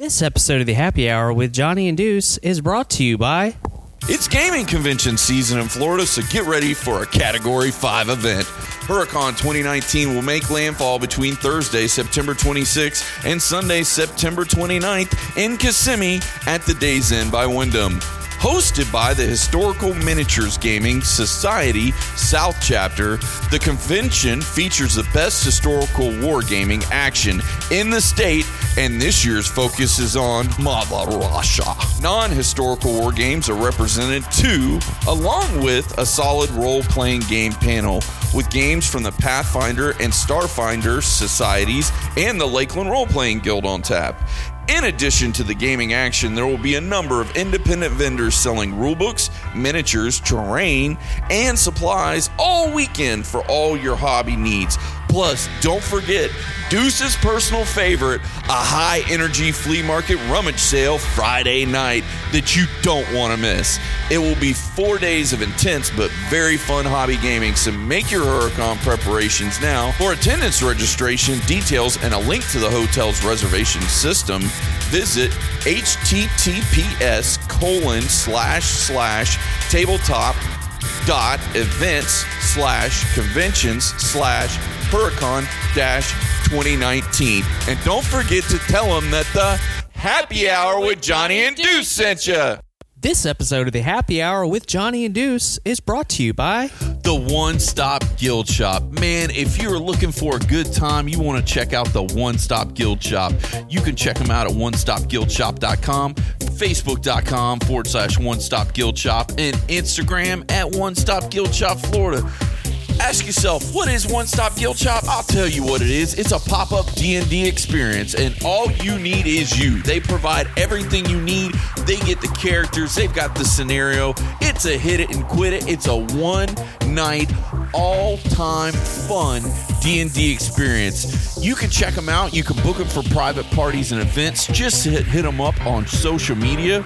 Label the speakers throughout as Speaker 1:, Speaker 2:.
Speaker 1: This episode of the Happy Hour with Johnny and Deuce is brought to you by
Speaker 2: It's gaming convention season in Florida, so get ready for a Category 5 event. Huracan 2019 will make landfall between Thursday, September 26th and Sunday, September 29th in Kissimmee at the Days Inn by Wyndham. Hosted by the Historical Miniatures Gaming Society South Chapter, the convention features the best historical wargaming action in the state, and this year's focus is on Mother Russia. Non historical war games are represented too, along with a solid role playing game panel with games from the Pathfinder and Starfinder societies and the Lakeland Role Playing Guild on tap. In addition to the gaming action, there will be a number of independent vendors selling rulebooks, miniatures, terrain, and supplies all weekend for all your hobby needs. Plus, don't forget Deuce's personal favorite, a high energy flea market rummage sale Friday night that you don't want to miss. It will be four days of intense but very fun hobby gaming, so make your Huracan preparations now. For attendance registration, details, and a link to the hotel's reservation system, visit https colon slash slash tabletop dot events slash conventions slash huracan dash 2019 and don't forget to tell them that the happy hour with johnny and deuce sent you
Speaker 1: This episode of the Happy Hour with Johnny and Deuce is brought to you by
Speaker 2: the One Stop Guild Shop. Man, if you're looking for a good time, you want to check out the One Stop Guild Shop. You can check them out at onestopguildshop.com, facebook.com forward slash One Stop Guild Shop, and Instagram at One Stop Guild Shop Florida. Ask yourself, what is One Stop Guild Shop? I'll tell you what it is. It's a pop-up D&D experience, and all you need is you. They provide everything you need. They get the characters. They've got the scenario. It's a hit it and quit it. It's a one-night, all-time fun D&D experience. You can check them out. You can book them for private parties and events. Just hit, hit them up on social media.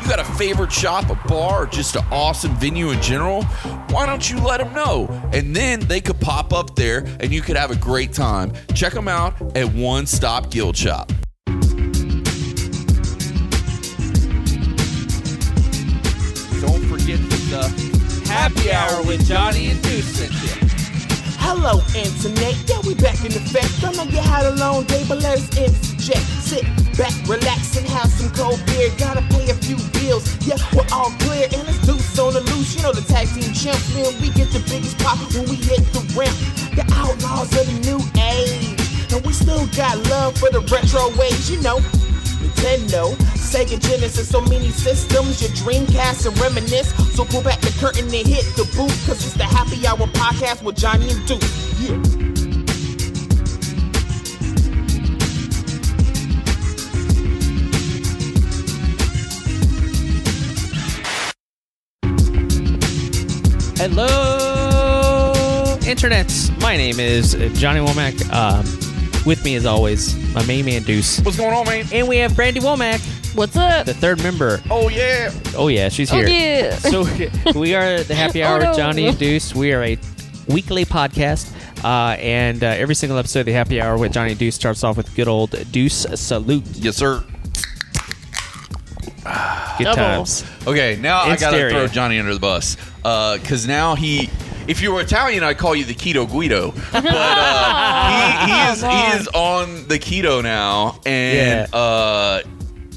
Speaker 2: You got a favorite shop, a bar, or just an awesome venue in general? Why don't you let them know? And then they could pop up there and you could have a great time. Check them out at One Stop Guild Shop. Don't forget the happy hour with Johnny and Deuce.
Speaker 3: Hello, internet. Yeah, we back in effect. I know you had a long day, but let us interject. Sit back, relax, and have some cold beer. Gotta pay a few bills. Yeah, we're all clear, and it's deuce on the loose. You know the tag team champs, man. We get the biggest pop when we hit the ramp. The outlaws of the new age, and we still got love for the retro ways. You know. Nintendo, Sega Genesis, so many systems, your Dreamcast and reminisce. So pull back the curtain and hit the booth, cause it's the Happy Hour podcast with Johnny and Duke. Yeah.
Speaker 1: Hello, internets. My name is Johnny Womack. Um, with me, as always, my main man Deuce,
Speaker 2: What's going on, man?
Speaker 1: and we have Brandy Womack,
Speaker 4: What's up?
Speaker 1: the third member.
Speaker 2: Oh, yeah.
Speaker 1: Oh yeah, she's
Speaker 4: Oh,
Speaker 1: here.
Speaker 4: yeah.
Speaker 1: So we are the Happy Hour
Speaker 4: Oh, no.
Speaker 1: with Johnny and Deuce. We are a weekly podcast, uh, and uh, every single episode of the Happy Hour with Johnny and Deuce starts off with good old Deuce salute.
Speaker 2: Yes, sir.
Speaker 1: Good
Speaker 4: Double.
Speaker 1: times.
Speaker 2: Okay, now I
Speaker 1: It's
Speaker 2: gotta
Speaker 1: stereo.
Speaker 2: throw Johnny under the bus because now he. If you were Italian, I'd call you the Keto Guido, but uh, he, he, is, he is on the keto now, and
Speaker 1: Yeah.
Speaker 2: uh,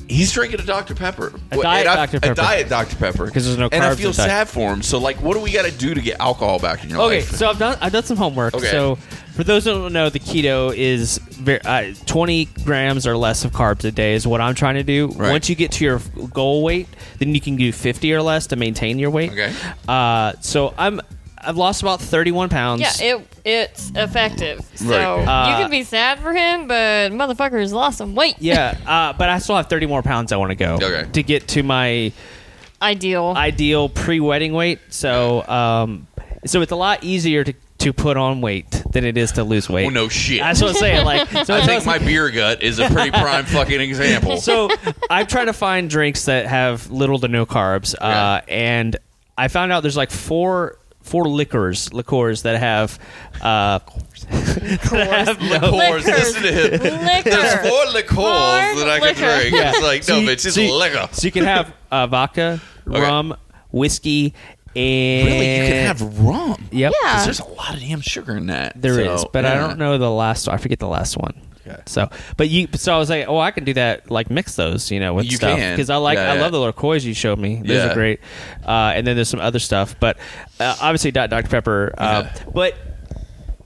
Speaker 2: he's drinking a Dr Pepper,
Speaker 1: A
Speaker 2: Well,
Speaker 1: Diet
Speaker 2: and I-
Speaker 1: Dr. Pepper.
Speaker 2: a diet Dr Pepper,
Speaker 1: 'Cause there's no
Speaker 2: And I
Speaker 1: carbs
Speaker 2: feel
Speaker 1: in diet.
Speaker 2: sad for him. So, like, what do we got to do to get alcohol back in your
Speaker 1: Okay,
Speaker 2: life?
Speaker 1: so I've done I've done some homework.
Speaker 2: Okay.
Speaker 1: So for those who don't know, the keto is very, uh, 20 grams or less of carbs a day is what I'm trying to do.
Speaker 2: Right.
Speaker 1: Once you get to your goal weight, then you can do 50 or less to maintain your weight.
Speaker 2: Okay.
Speaker 1: Uh, so I'm I've lost about 31 pounds.
Speaker 4: Yeah, it it's effective. So
Speaker 2: Right.
Speaker 1: Uh,
Speaker 4: you can be sad for him, but motherfucker's lost some weight.
Speaker 1: yeah, uh, but I still have 30 more pounds I want to go
Speaker 2: Okay.
Speaker 1: to get to my
Speaker 4: Ideal.
Speaker 1: ideal pre-wedding weight. So, um, so it's a lot easier to, to put on weight than it is to lose weight.
Speaker 2: well, Oh, no shit.
Speaker 1: That's what I'm saying. Like, so
Speaker 2: I
Speaker 1: it's
Speaker 2: think my beer gut is a pretty prime fucking example.
Speaker 1: so I've tried to find drinks that have little to no carbs, uh, and I found out there's like four four liquors, liqueurs that have uh,
Speaker 2: Liquors,
Speaker 4: Liquor.
Speaker 2: isn't it?
Speaker 4: Liquor.
Speaker 2: There's four liqueurs
Speaker 4: Hard
Speaker 2: that I can
Speaker 4: liquor.
Speaker 2: drink. It's like, no,
Speaker 1: you-
Speaker 2: bitch, it's
Speaker 1: so you-
Speaker 2: liquor.
Speaker 1: So you can have uh, vodka,
Speaker 2: Okay.
Speaker 1: rum, whiskey, and
Speaker 2: Really, you can have rum.
Speaker 1: Yep.
Speaker 4: Yeah.
Speaker 2: 'Cause there's a lot of damn sugar in that.
Speaker 1: There is,
Speaker 2: So,
Speaker 1: but I
Speaker 2: yeah.
Speaker 1: don't know the last. I forget the last one.
Speaker 2: Okay.
Speaker 1: So, but you. So I was like, oh, I can do that. Like mix those, you know, with
Speaker 2: You
Speaker 1: stuff
Speaker 2: can.
Speaker 1: because I like.
Speaker 2: Yeah,
Speaker 1: I
Speaker 2: yeah.
Speaker 1: love the little coys you showed me. Those
Speaker 2: Yeah.
Speaker 1: are great. Uh, and then there's some other stuff, but uh, obviously, Dr. Dr. Pepper. Uh,
Speaker 2: Yeah.
Speaker 1: But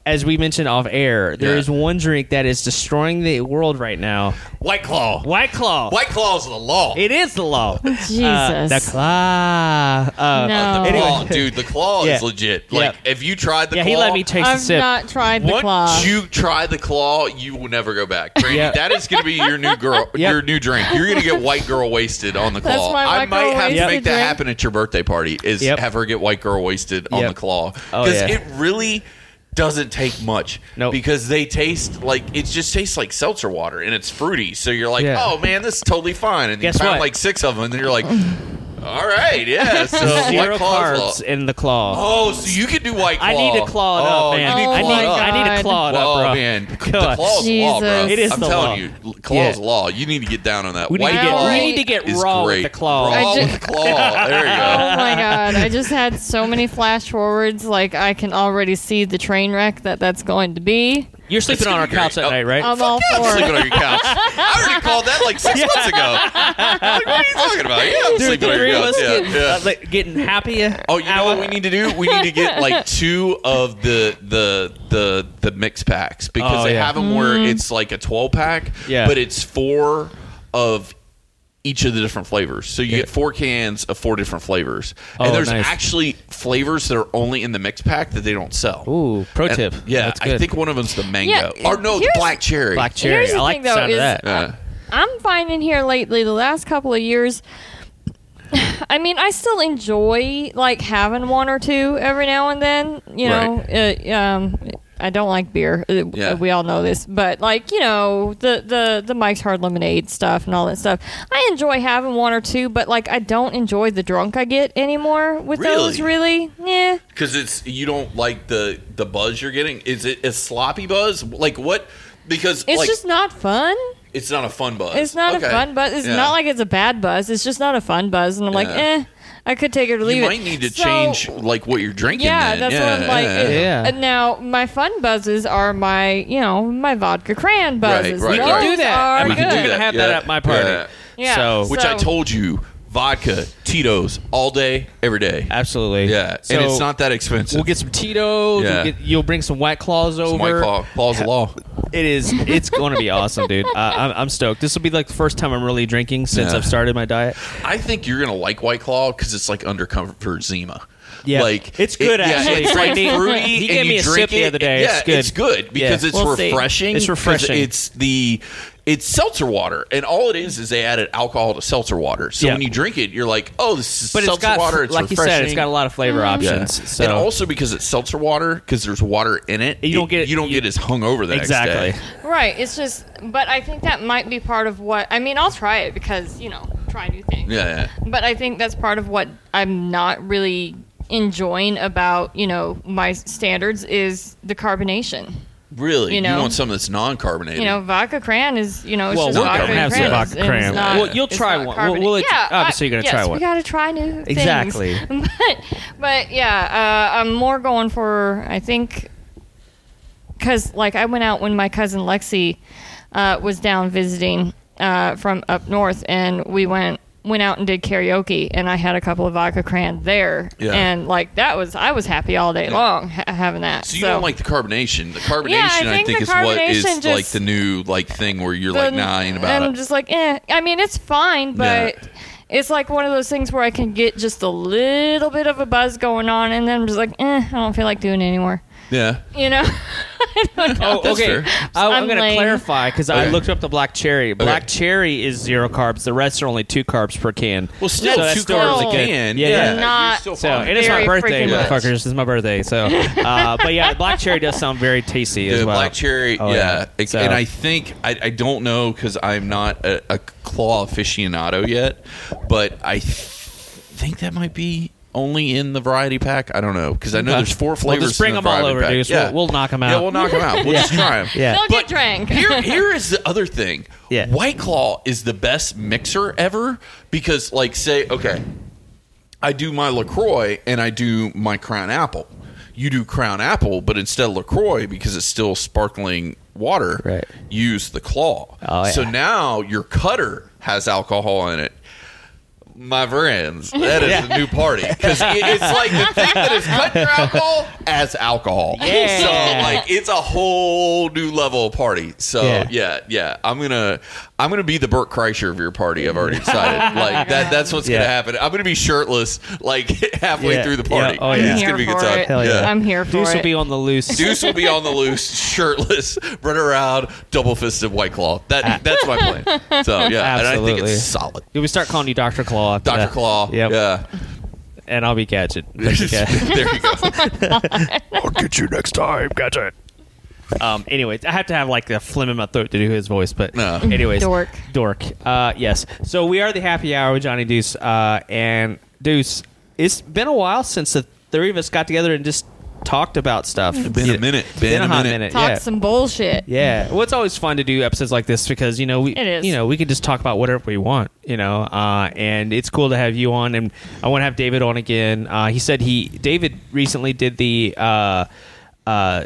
Speaker 1: as we mentioned off air, there
Speaker 2: Yeah.
Speaker 1: is one drink that is destroying the world right now.
Speaker 2: White Claw.
Speaker 1: White Claw.
Speaker 2: White Claw's the law.
Speaker 1: It is the law. Jesus. the
Speaker 4: Jesus.
Speaker 1: claw. Uh,
Speaker 4: No.
Speaker 2: the
Speaker 4: Anyway.
Speaker 2: claw, dude. The claw
Speaker 1: Yeah.
Speaker 2: is legit.
Speaker 1: Yeah.
Speaker 2: Like, if you tried the
Speaker 1: Yeah,
Speaker 2: claw,
Speaker 1: he let me taste a
Speaker 4: I've
Speaker 1: sip.
Speaker 4: not tried the
Speaker 2: once
Speaker 4: claw.
Speaker 2: you try the claw, you will never go back. Brandy,
Speaker 1: Yeah.
Speaker 2: that is going to be your new girl,
Speaker 1: Yep.
Speaker 2: your new drink. You're going to get white girl wasted on the claw.
Speaker 4: That's my
Speaker 2: I
Speaker 4: white
Speaker 2: might
Speaker 4: girl
Speaker 2: have to
Speaker 4: wasted
Speaker 2: make that
Speaker 4: drink.
Speaker 2: happen at your birthday party. Is
Speaker 1: Yep.
Speaker 2: have her get white girl wasted on
Speaker 1: Yep.
Speaker 2: the claw because
Speaker 1: Oh, yeah.
Speaker 2: it really doesn't take much
Speaker 1: Nope.
Speaker 2: because they taste like it just tastes like seltzer water and it's fruity so you're like
Speaker 1: Yeah.
Speaker 2: oh man this is totally fine and
Speaker 1: Guess
Speaker 2: you found
Speaker 1: what?
Speaker 2: like six of them and then you're like all right yeah so
Speaker 1: zero
Speaker 2: white claw's law.
Speaker 1: carbs in the claw.
Speaker 2: Oh, so you can do white claw.
Speaker 1: I need to claw it
Speaker 2: oh,
Speaker 1: up, man.
Speaker 2: You need
Speaker 4: Oh
Speaker 1: I,
Speaker 2: to claw
Speaker 1: need,
Speaker 4: my
Speaker 2: it up.
Speaker 1: I need to
Speaker 4: God.
Speaker 1: claw it up,
Speaker 2: oh
Speaker 1: bro.
Speaker 2: man, the
Speaker 1: God.
Speaker 2: claw's law, bro.
Speaker 4: Jesus. It
Speaker 1: is
Speaker 2: I'm
Speaker 1: the
Speaker 2: telling
Speaker 1: law.
Speaker 2: you, claw's
Speaker 1: Yeah.
Speaker 2: law. You need to get down on that.
Speaker 1: We need,
Speaker 2: white
Speaker 1: to get,
Speaker 2: claw
Speaker 1: we need to get
Speaker 2: is
Speaker 1: raw
Speaker 2: great.
Speaker 1: with the claw.
Speaker 2: Raw
Speaker 4: I
Speaker 2: with
Speaker 4: ju-
Speaker 2: the claw. There you go.
Speaker 4: Oh my god! I just had so many flash forwards. Like I can already see the train wreck that that's going to be.
Speaker 1: You're sleeping on
Speaker 2: gonna
Speaker 1: our
Speaker 2: be great.
Speaker 1: couch at
Speaker 2: Oh.
Speaker 1: night, right?
Speaker 4: I'm all
Speaker 2: I'm
Speaker 4: for
Speaker 2: sleeping
Speaker 4: it.
Speaker 2: on your couch. I already called that like six months ago. I'm like, what are you talking about? Yeah, I'm
Speaker 1: Dude,
Speaker 2: sleeping
Speaker 1: the
Speaker 2: on your
Speaker 1: three of
Speaker 2: couch.
Speaker 1: us
Speaker 2: Yeah,
Speaker 1: get-
Speaker 2: yeah.
Speaker 1: uh, like, getting happier.
Speaker 2: Oh, you know what we need to do? We need to get like two of the the the the mix packs because
Speaker 1: Oh,
Speaker 2: they
Speaker 1: yeah.
Speaker 2: have them where
Speaker 4: Mm.
Speaker 2: it's like a twelve pack,
Speaker 1: Yeah.
Speaker 2: but it's four of each of the different flavors. So you
Speaker 1: Yeah.
Speaker 2: get four cans of four different flavors,
Speaker 1: Oh,
Speaker 2: and there's
Speaker 1: nice.
Speaker 2: actually flavors that are only in the mix pack that they don't sell.
Speaker 1: Ooh, pro
Speaker 2: And-
Speaker 1: tip.
Speaker 2: Yeah,
Speaker 1: That's
Speaker 2: I
Speaker 1: good.
Speaker 2: think one of them's the mango.
Speaker 4: Yeah,
Speaker 2: or no, the
Speaker 4: here's-
Speaker 2: black cherry.
Speaker 1: black cherry.
Speaker 4: Here's the
Speaker 1: I like
Speaker 4: thing,
Speaker 1: the sound
Speaker 4: though,
Speaker 1: of that.
Speaker 4: is-
Speaker 2: Yeah.
Speaker 4: I'm finding here lately the last couple of years. I mean, I still enjoy like having one or two every now and then. You know, uh, um, I don't like beer. Uh,
Speaker 2: Yeah.
Speaker 4: We all know this, but like you know, the the the Mike's Hard Lemonade stuff and all that stuff. I enjoy having one or two, but like I don't enjoy the drunk I get anymore with those. Really, yeah.
Speaker 2: Because it's you don't like the the buzz you're getting. Is it a sloppy buzz? Like what? Because
Speaker 4: It's
Speaker 2: like,
Speaker 4: just not fun.
Speaker 2: It's not a fun buzz.
Speaker 4: It's not
Speaker 2: Okay.
Speaker 4: a fun buzz. It's
Speaker 2: Yeah.
Speaker 4: not like it's a bad buzz. It's just not a fun buzz. And I'm like,
Speaker 2: Yeah.
Speaker 4: eh, I could take it or
Speaker 2: you
Speaker 4: leave it.
Speaker 2: might need to
Speaker 4: So-
Speaker 2: change like what you're drinking.
Speaker 4: Yeah,
Speaker 2: then.
Speaker 4: that's what I'm like.
Speaker 2: yeah.
Speaker 1: Yeah.
Speaker 4: And now my fun buzzes are my, you know, my vodka crayon buzzes.
Speaker 2: right,
Speaker 1: We
Speaker 2: right.
Speaker 1: can do
Speaker 4: Those
Speaker 1: that.
Speaker 4: are
Speaker 1: I mean,
Speaker 2: We can
Speaker 1: we're
Speaker 2: do
Speaker 1: going
Speaker 4: good.
Speaker 1: to
Speaker 2: that,
Speaker 1: have that
Speaker 2: yeah.
Speaker 1: at my party.
Speaker 2: Yeah.
Speaker 4: Yeah.
Speaker 1: So,
Speaker 2: Which I
Speaker 4: So-
Speaker 2: told you, vodka, Tito's, all day, every day.
Speaker 1: absolutely.
Speaker 2: Yeah,
Speaker 1: So
Speaker 2: and it's not that expensive.
Speaker 1: We'll get some Tito's.
Speaker 2: Yeah.
Speaker 1: We'll get, you'll bring some White Claws over.
Speaker 2: Some White Claw, Claw's the law.
Speaker 1: It is. It's going to be awesome, dude. Uh, I'm, I'm stoked. This will be like the first time I'm really drinking since
Speaker 2: Yeah.
Speaker 1: I've started my diet.
Speaker 2: I think you're gonna like White Claw because it's like undercover Zima.
Speaker 1: Yeah.
Speaker 2: like
Speaker 1: It's good, actually.
Speaker 2: Yeah, it's like
Speaker 1: He-
Speaker 2: fruity.
Speaker 1: he
Speaker 2: and
Speaker 1: gave
Speaker 2: you
Speaker 1: me a
Speaker 2: drink
Speaker 1: sip the
Speaker 2: it,
Speaker 1: other day.
Speaker 2: Yeah,
Speaker 1: It's good.
Speaker 2: because
Speaker 1: Yeah.
Speaker 2: it's
Speaker 4: We'll see.
Speaker 2: refreshing.
Speaker 1: It's
Speaker 2: 'cause
Speaker 1: refreshing.
Speaker 2: It's the it's seltzer water, and all it is is they added alcohol to seltzer water. So
Speaker 1: Yeah.
Speaker 2: when you drink it, you're like, oh, this is
Speaker 1: But it's
Speaker 2: seltzer
Speaker 1: got,
Speaker 2: water. It's
Speaker 1: like you
Speaker 2: refreshing.
Speaker 1: said, it's got a lot of flavor
Speaker 2: Yeah.
Speaker 1: options. So.
Speaker 2: And also because it's seltzer water, because there's water in it,
Speaker 1: You don't
Speaker 2: it-
Speaker 1: get-
Speaker 2: you don't
Speaker 1: you-
Speaker 2: get as hungover the
Speaker 1: Exactly.
Speaker 2: next day.
Speaker 4: Right. It's just, but I think that might be part of what, I mean, I'll try it because, you know, try new things.
Speaker 2: Yeah, yeah.
Speaker 4: But I think that's part of what I'm not really enjoying about, you know, my standards is the carbonation.
Speaker 2: really.
Speaker 4: You know?
Speaker 2: want something that's non-carbonated.
Speaker 4: You know, vodka crayon is, you know, it's
Speaker 1: Well,
Speaker 4: just
Speaker 2: we
Speaker 4: vodka
Speaker 2: can
Speaker 4: and
Speaker 2: have some
Speaker 4: crayons.
Speaker 1: vodka
Speaker 4: It's
Speaker 1: crayon.
Speaker 4: not-
Speaker 1: Well, you'll
Speaker 4: it's
Speaker 1: try
Speaker 4: not
Speaker 1: one. We'll- we'll
Speaker 4: carbonated.
Speaker 1: let-
Speaker 4: yeah,
Speaker 1: obviously you're gonna
Speaker 4: yes,
Speaker 1: try one.
Speaker 4: We gotta try new things.
Speaker 1: Exactly.
Speaker 4: But, but yeah, uh, I'm more going for I think because like I went out when my cousin Lexi uh, was down visiting uh, from up north, and we went went out and did karaoke, and I had a couple of vodka crayon there,
Speaker 2: Yeah.
Speaker 4: and like that was I was happy all day long ha- having that.
Speaker 2: So you don't like the carbonation. The carbonation,
Speaker 4: Yeah, I
Speaker 2: I
Speaker 4: think
Speaker 2: think,
Speaker 4: the
Speaker 2: is what is
Speaker 4: carbonation just-
Speaker 2: like the new like thing where you're like,
Speaker 4: then-
Speaker 2: nah, I ain't about
Speaker 4: I'm
Speaker 2: it.
Speaker 4: just like, eh. I mean, it's fine,
Speaker 2: Yeah.
Speaker 4: but it's like one of those things where I can get just a little bit of a buzz going on, and then I'm just like, eh, I don't feel like doing it anymore.
Speaker 2: yeah,
Speaker 4: You know? I don't know.
Speaker 1: Oh,
Speaker 2: That's
Speaker 1: okay.
Speaker 2: fair.
Speaker 1: I, I'm
Speaker 4: I'm
Speaker 1: going to
Speaker 4: lame.
Speaker 1: clarify because I
Speaker 2: Okay.
Speaker 1: looked up the black cherry. Black cherry is zero carbs. The rest are only two carbs per can.
Speaker 2: well, still
Speaker 1: So that's
Speaker 2: two
Speaker 1: still
Speaker 2: carbs
Speaker 1: really
Speaker 2: a
Speaker 1: good.
Speaker 2: can.
Speaker 1: Yeah,
Speaker 4: yeah. Not-
Speaker 2: you're still
Speaker 1: So
Speaker 2: fine.
Speaker 1: it is my
Speaker 4: Very
Speaker 1: birthday,
Speaker 4: freaking
Speaker 2: much.
Speaker 1: motherfuckers. It's my birthday. So, uh, but yeah, black cherry does sound very tasty
Speaker 2: the
Speaker 1: as well.
Speaker 2: black cherry.
Speaker 1: Oh,
Speaker 2: yeah, It-
Speaker 1: So-
Speaker 2: and I think I, I don't know because I'm not a, a claw aficionado yet, but I th- think that might be only in the variety pack? I don't know because I know
Speaker 1: Okay.
Speaker 2: there's four
Speaker 1: Well,
Speaker 2: flavors.
Speaker 1: just bring
Speaker 2: in the
Speaker 1: 'em all
Speaker 2: variety
Speaker 1: over,
Speaker 2: pack.
Speaker 1: dudes.
Speaker 2: Yeah.
Speaker 1: We'll- we'll knock 'em
Speaker 2: Yeah,
Speaker 1: out.
Speaker 2: we'll knock them out. We'll just try them.
Speaker 1: Yeah.
Speaker 4: They'll get drank.
Speaker 2: here, here is the other thing.
Speaker 1: Yeah.
Speaker 2: White Claw is the best mixer ever because, like, say, okay, I do my Lacroix and I do my Crown Apple. You do Crown Apple, but instead of Lacroix because it's still sparkling water,
Speaker 1: Right.
Speaker 2: use the claw.
Speaker 1: Oh, yeah.
Speaker 2: So now your cutter has alcohol in it. My friends, that is a new party because it's like the thing that is cut your alcohol as alcohol.
Speaker 1: Yeah.
Speaker 2: So like it's a whole new level of party. So
Speaker 1: Yeah.
Speaker 2: yeah, yeah, I'm gonna I'm gonna be the Burt Kreischer of your party. I've already decided. like that that's what's
Speaker 1: Yeah.
Speaker 2: gonna happen. I'm gonna be shirtless like halfway
Speaker 1: Yeah.
Speaker 2: through the party.
Speaker 1: Yeah. Oh,
Speaker 4: I'm
Speaker 1: yeah.
Speaker 2: It's
Speaker 4: here
Speaker 2: gonna be a good
Speaker 4: for
Speaker 2: time.
Speaker 4: it.
Speaker 1: Hell yeah.
Speaker 4: I'm here for
Speaker 1: Deuce
Speaker 4: it.
Speaker 1: will be on the loose.
Speaker 2: Deuce will be on the loose, shirtless, running around, double fisted white claw. That that's my plan. So yeah, and I think
Speaker 1: Ah. Absolutely.
Speaker 2: it's solid.
Speaker 1: We start calling you Doctor Claw. after
Speaker 2: Dr.
Speaker 1: that.
Speaker 2: Claw.
Speaker 1: Yep.
Speaker 2: Yeah.
Speaker 1: And I'll be Gadget.
Speaker 2: there you go.
Speaker 5: I'll get you next time. Catch it.
Speaker 1: Um, anyways, I have to have like a phlegm in my throat to do his voice, but
Speaker 2: No.
Speaker 1: anyways,
Speaker 4: Dork.
Speaker 1: dork. Uh, yes. So we are the happy hour with Johnny Deuce uh, and Deuce. It's been a while since the three of us got together and just talked about stuff. It's
Speaker 2: been a minute.
Speaker 1: Been,
Speaker 2: Been
Speaker 1: a
Speaker 2: a
Speaker 1: hot minute.
Speaker 2: minute.
Speaker 4: Talk
Speaker 1: yeah.
Speaker 4: some bullshit.
Speaker 1: yeah. Well, it's always fun to do episodes like this because you know we
Speaker 4: It is.
Speaker 1: you know we can just talk about whatever we want. You know, uh, and it's cool to have you on, and I want to have David on again. Uh, he said he David recently did the. Uh, uh,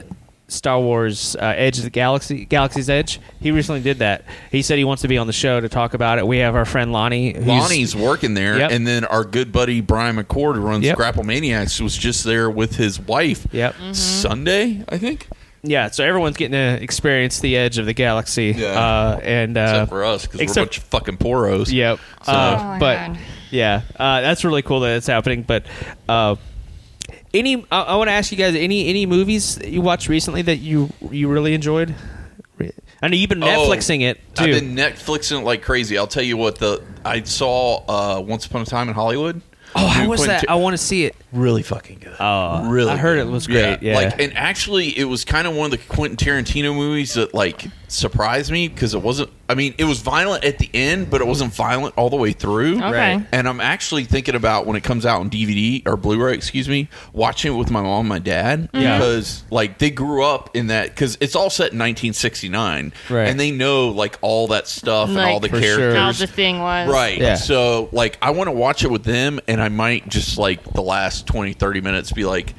Speaker 1: Star Wars uh, Edge of the Galaxy, Galaxy's Edge. He recently did that. He said he wants to be on the show to talk about it. We have our friend Lonnie. Who's,
Speaker 2: Lonnie's working there,
Speaker 1: Yep.
Speaker 2: and then our good buddy Brian McCord, who runs
Speaker 1: Yep.
Speaker 2: Grapple Maniacs, was just there with his wife.
Speaker 1: Yep.
Speaker 2: Sunday, I think.
Speaker 1: Yeah, so everyone's getting to experience the Edge of the Galaxy.
Speaker 2: Yeah.
Speaker 1: Uh, and uh,
Speaker 2: Except for us, because we're a
Speaker 1: except-
Speaker 2: bunch of fucking poros.
Speaker 1: Yep.
Speaker 4: Oh
Speaker 1: Uh,
Speaker 4: my
Speaker 1: but
Speaker 4: God.
Speaker 1: yeah, uh, that's really cool that it's happening. But uh, any, I, I want to ask you guys any any movies that you watched recently that you you really enjoyed. Re- I know you've been
Speaker 2: Oh,
Speaker 1: Netflixing it too.
Speaker 2: I've been Netflixing it like crazy. I'll tell you what the I saw uh, Once Upon a Time in Hollywood.
Speaker 1: oh, how
Speaker 2: New
Speaker 1: was
Speaker 2: Quentin
Speaker 1: that?
Speaker 2: Tar-
Speaker 1: I want to see it.
Speaker 2: really fucking good.
Speaker 1: Oh,
Speaker 2: really?
Speaker 1: I heard it
Speaker 2: good.
Speaker 1: was great, yeah.
Speaker 2: Like, and actually, it was kind of one of the Quentin Tarantino movies that like surprised me because it wasn't. I mean, it was violent at the end, but it wasn't violent all the way through.
Speaker 4: Okay.
Speaker 1: Right.
Speaker 2: And I'm actually thinking about when it comes out on DVD or Blu-ray, excuse me, watching it with my mom and my dad
Speaker 1: Yeah.
Speaker 2: because like they grew up in that because it's all set in 1969,
Speaker 1: Right.
Speaker 2: And they know like all that stuff and all the
Speaker 4: Like,
Speaker 1: For sure.
Speaker 2: characters,
Speaker 4: How the thing was.
Speaker 2: Right.
Speaker 1: Yeah.
Speaker 2: So, like, I want to watch it with them, and I might just, like, the last 20, 30 minutes be like,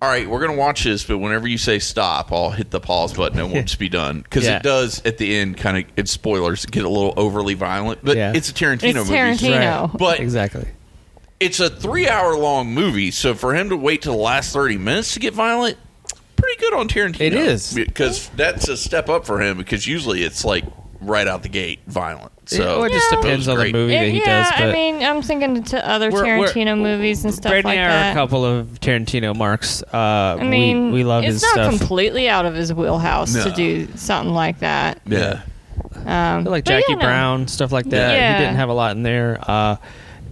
Speaker 2: all right, we're going to watch this, but whenever you say stop, I'll hit the pause button and we'll just be done. Because
Speaker 1: Yeah.
Speaker 2: it does, at the end, kind of, it's spoilers, get a little overly violent, but
Speaker 1: Yeah.
Speaker 2: it's a Tarantino
Speaker 4: It's
Speaker 2: movie.
Speaker 4: Tarantino.
Speaker 1: Right.
Speaker 2: But-
Speaker 1: exactly.
Speaker 2: It's a three hour long movie, so for him to wait till the last 30 minutes to get violent, pretty good on Tarantino.
Speaker 1: It is.
Speaker 2: Because that's a step up for him, because usually it's, like, right out the gate violent. So
Speaker 1: Well, it just
Speaker 2: that was
Speaker 1: depends on the
Speaker 2: great.
Speaker 1: movie that
Speaker 4: yeah,
Speaker 1: he does. But
Speaker 4: I mean, I'm thinking to other
Speaker 1: We're- we're-
Speaker 4: Tarantino movies and stuff
Speaker 1: Brandon
Speaker 4: like
Speaker 1: and I are
Speaker 4: that.
Speaker 1: a couple of Tarantino marks. Uh,
Speaker 4: I mean,
Speaker 1: we, we love
Speaker 4: it's
Speaker 1: his
Speaker 4: not
Speaker 1: stuff.
Speaker 4: completely out of his wheelhouse to
Speaker 2: No.
Speaker 4: do something like that.
Speaker 2: Yeah.
Speaker 4: Um,
Speaker 1: like
Speaker 4: but yeah,
Speaker 1: Jackie
Speaker 4: no.
Speaker 1: Brown, stuff like that.
Speaker 4: Yeah.
Speaker 1: He didn't have a lot in there. Uh,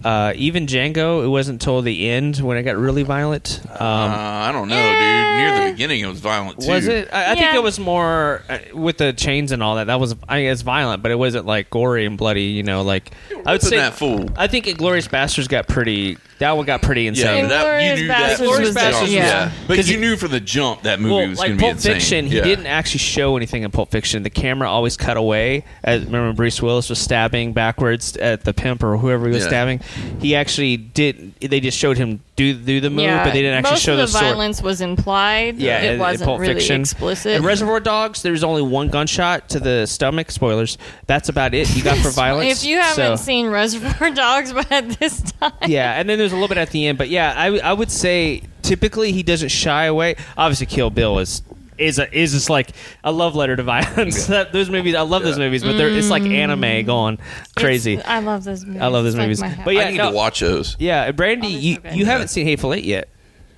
Speaker 1: uh, even Django, it wasn't till the end when it got really violent. Um,
Speaker 2: Uh, I don't know, dude. Near the beginning, it was violent too.
Speaker 1: was it? I, I think
Speaker 4: Yeah.
Speaker 1: it was more uh, with the chains and all that. That was I mean, it's violent, but it wasn't like gory and bloody. You know, like I would
Speaker 2: wasn't
Speaker 1: say
Speaker 2: that full.
Speaker 1: I think Inglorious Bastards got pretty. That one got pretty
Speaker 2: Yeah,
Speaker 1: insane.
Speaker 4: And
Speaker 2: that,
Speaker 4: Inglourious
Speaker 2: you knew that.
Speaker 4: Basterds
Speaker 1: was
Speaker 2: jump.
Speaker 1: Inglourious Basterds was-
Speaker 4: yeah.
Speaker 2: But
Speaker 1: 'Cause
Speaker 2: you
Speaker 1: it-
Speaker 2: knew from the jump that movie
Speaker 1: well,
Speaker 2: was
Speaker 1: like
Speaker 2: going to be
Speaker 1: Pulp
Speaker 2: insane.
Speaker 1: Fiction, he
Speaker 2: Yeah.
Speaker 1: didn't actually show anything in Pulp Fiction. The camera always cut away. As, remember, Bruce Willis was stabbing backwards at the pimp or whoever he was
Speaker 2: Yeah.
Speaker 1: stabbing. He actually did. They just showed him do do the move,
Speaker 4: Yeah,
Speaker 1: but they didn't actually
Speaker 4: most
Speaker 1: show
Speaker 4: of the,
Speaker 1: sword.
Speaker 4: violence was implied.
Speaker 1: Yeah, in-
Speaker 4: it
Speaker 1: in
Speaker 4: wasn't
Speaker 1: Pulp
Speaker 4: really
Speaker 1: Fiction.
Speaker 4: explicit.
Speaker 1: In Reservoir Dogs, there's only one gunshot to the stomach. Spoilers. That's about it. You got for violence.
Speaker 4: if you haven't
Speaker 1: so-
Speaker 4: seen Reservoir Dogs by this time,
Speaker 1: yeah, and then there's a little bit at the end, but yeah, I, w- I would say typically he doesn't shy away. Obviously, Kill Bill is is a, is just like a love letter to violence. That- those movies, I love those movies, but they're it's like anime going crazy.
Speaker 4: Mm. It's- uh, I love those movies.
Speaker 1: I love those
Speaker 4: It's like
Speaker 1: movies.
Speaker 4: my house.
Speaker 1: But yeah,
Speaker 2: I need
Speaker 1: no,
Speaker 2: to watch those.
Speaker 1: yeah, and Brandy,
Speaker 4: Oh, they're
Speaker 1: you,
Speaker 4: so good.
Speaker 1: you haven't seen Hateful Eight yet.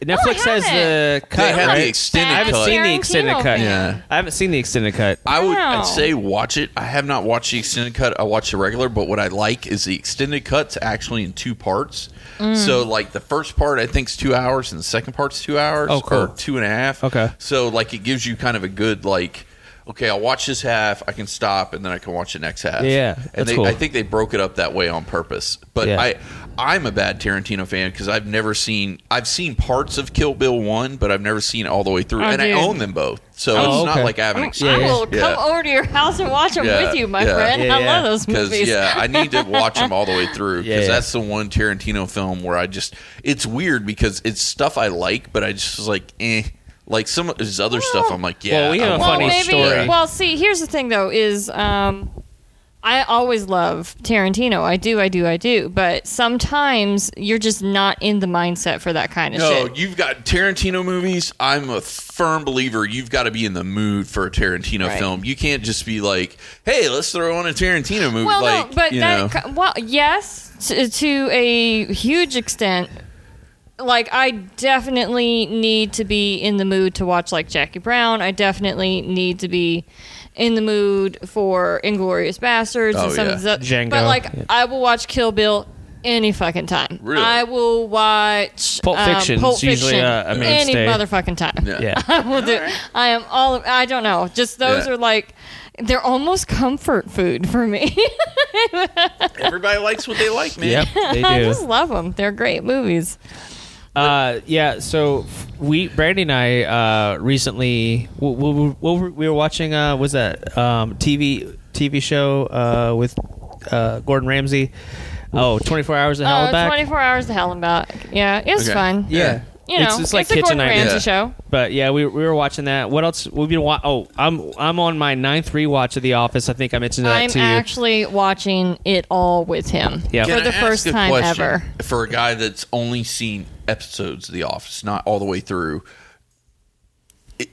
Speaker 1: Netflix has the
Speaker 4: haven't.
Speaker 1: cut,
Speaker 2: They had
Speaker 1: right?
Speaker 2: the extended
Speaker 1: I haven't
Speaker 2: cut.
Speaker 1: seen the extended
Speaker 4: Tarantino
Speaker 1: cut.
Speaker 4: fan.
Speaker 2: Yeah.
Speaker 1: I haven't seen the extended cut.
Speaker 2: I would
Speaker 4: Wow.
Speaker 2: I'd say watch it. I have not watched the extended cut. I watch the regular, but what I like is the extended cut's actually in two parts.
Speaker 1: Mm.
Speaker 2: So like the first part I think's two hours and the second part's two hours
Speaker 1: Oh, cool.
Speaker 2: or two and a half.
Speaker 1: Okay.
Speaker 2: So like it gives you kind of a good like okay, I'll watch this half, I can stop and then I can watch the next half.
Speaker 1: Yeah,
Speaker 2: And
Speaker 1: that's
Speaker 2: they,
Speaker 1: cool.
Speaker 2: I think they broke it up that way on purpose. But
Speaker 1: Yeah.
Speaker 2: I I'm a bad Tarantino fan because I've never seen. I've seen parts of Kill Bill one, but I've never seen all the way through,
Speaker 4: Oh,
Speaker 2: and I
Speaker 4: dude.
Speaker 2: own them both.
Speaker 1: Oh,
Speaker 2: So it's
Speaker 1: okay.
Speaker 2: not like I have an
Speaker 4: I
Speaker 2: excuse.
Speaker 4: will
Speaker 2: Yeah.
Speaker 4: come over to your house and watch them
Speaker 2: Yeah,
Speaker 4: with you, my
Speaker 2: yeah.
Speaker 4: friend.
Speaker 1: Yeah,
Speaker 4: I
Speaker 1: yeah.
Speaker 4: love those
Speaker 2: Because
Speaker 4: movies.
Speaker 2: yeah, I need to watch them all the way through
Speaker 1: Yeah,
Speaker 2: because
Speaker 1: yeah.
Speaker 2: that's the one Tarantino film where I just it's weird because it's stuff I like, but I just was like eh. Like some of his other stuff, I'm like yeah.
Speaker 1: Well, we
Speaker 2: I
Speaker 1: have a
Speaker 2: want
Speaker 1: funny
Speaker 2: it.
Speaker 1: story.
Speaker 4: Well, see, here's the thing though: is um, I always love Tarantino. I do, I do, I do. But sometimes you're just not in the mindset for that kind of
Speaker 2: No,
Speaker 4: shit.
Speaker 2: you've got Tarantino movies. I'm a firm believer you've got to be in the mood for a Tarantino
Speaker 4: Right.
Speaker 2: film. You can't just be like, "Hey, let's throw on a Tarantino movie."
Speaker 4: Well,
Speaker 2: like,
Speaker 4: no, but
Speaker 2: you
Speaker 4: that
Speaker 2: know.
Speaker 4: co- well, yes, to, to a huge extent. Like I definitely need to be in the mood to watch like Jackie Brown. I definitely need to be in the mood for Inglorious Bastards and
Speaker 2: Oh,
Speaker 4: some
Speaker 2: yeah.
Speaker 4: of the
Speaker 1: Django.
Speaker 4: But like
Speaker 1: Yeah.
Speaker 4: I will watch Kill Bill any fucking time.
Speaker 2: Really?
Speaker 4: I will watch
Speaker 1: Pulp
Speaker 4: um,
Speaker 1: Fiction's
Speaker 4: Pulp
Speaker 1: usually
Speaker 4: Fiction
Speaker 1: a- a
Speaker 4: any
Speaker 1: mainstay.
Speaker 4: motherfucking time.
Speaker 1: yeah.
Speaker 4: I will do. I am all. I don't know. Just those
Speaker 2: Yeah.
Speaker 4: are like they're almost comfort food for me.
Speaker 2: everybody likes what they like, man.
Speaker 1: Yep, they
Speaker 4: I
Speaker 1: do.
Speaker 4: just love them. They're great movies.
Speaker 1: Uh, yeah. So f- we, Brandy and I, uh, recently we, we, we, we were watching. Uh, was that um, TV TV show uh, with uh, Gordon Ramsay? Oh, 24 hours of hell and
Speaker 4: Uh,
Speaker 1: back.
Speaker 4: 24 hours to hell and back. Yeah, it's
Speaker 2: Okay.
Speaker 4: fun.
Speaker 1: Yeah.
Speaker 4: You know,
Speaker 1: it's, it's like
Speaker 4: a
Speaker 1: kitchen
Speaker 4: Gordon
Speaker 1: nightmare.
Speaker 4: Ramsay
Speaker 2: Yeah.
Speaker 4: show.
Speaker 1: But yeah, we, we were watching that. What else? We've been wa- Oh, I'm I'm on my ninth rewatch of The Office. I think I mentioned that
Speaker 4: I'm
Speaker 1: to you.
Speaker 4: actually watching it all with him
Speaker 1: Yeah.
Speaker 4: for
Speaker 1: Can
Speaker 2: Can
Speaker 4: the
Speaker 2: I ask
Speaker 4: first
Speaker 2: a
Speaker 4: time
Speaker 2: question
Speaker 4: ever.
Speaker 2: for a guy that's only seen episodes of The Office, not all the way through. It-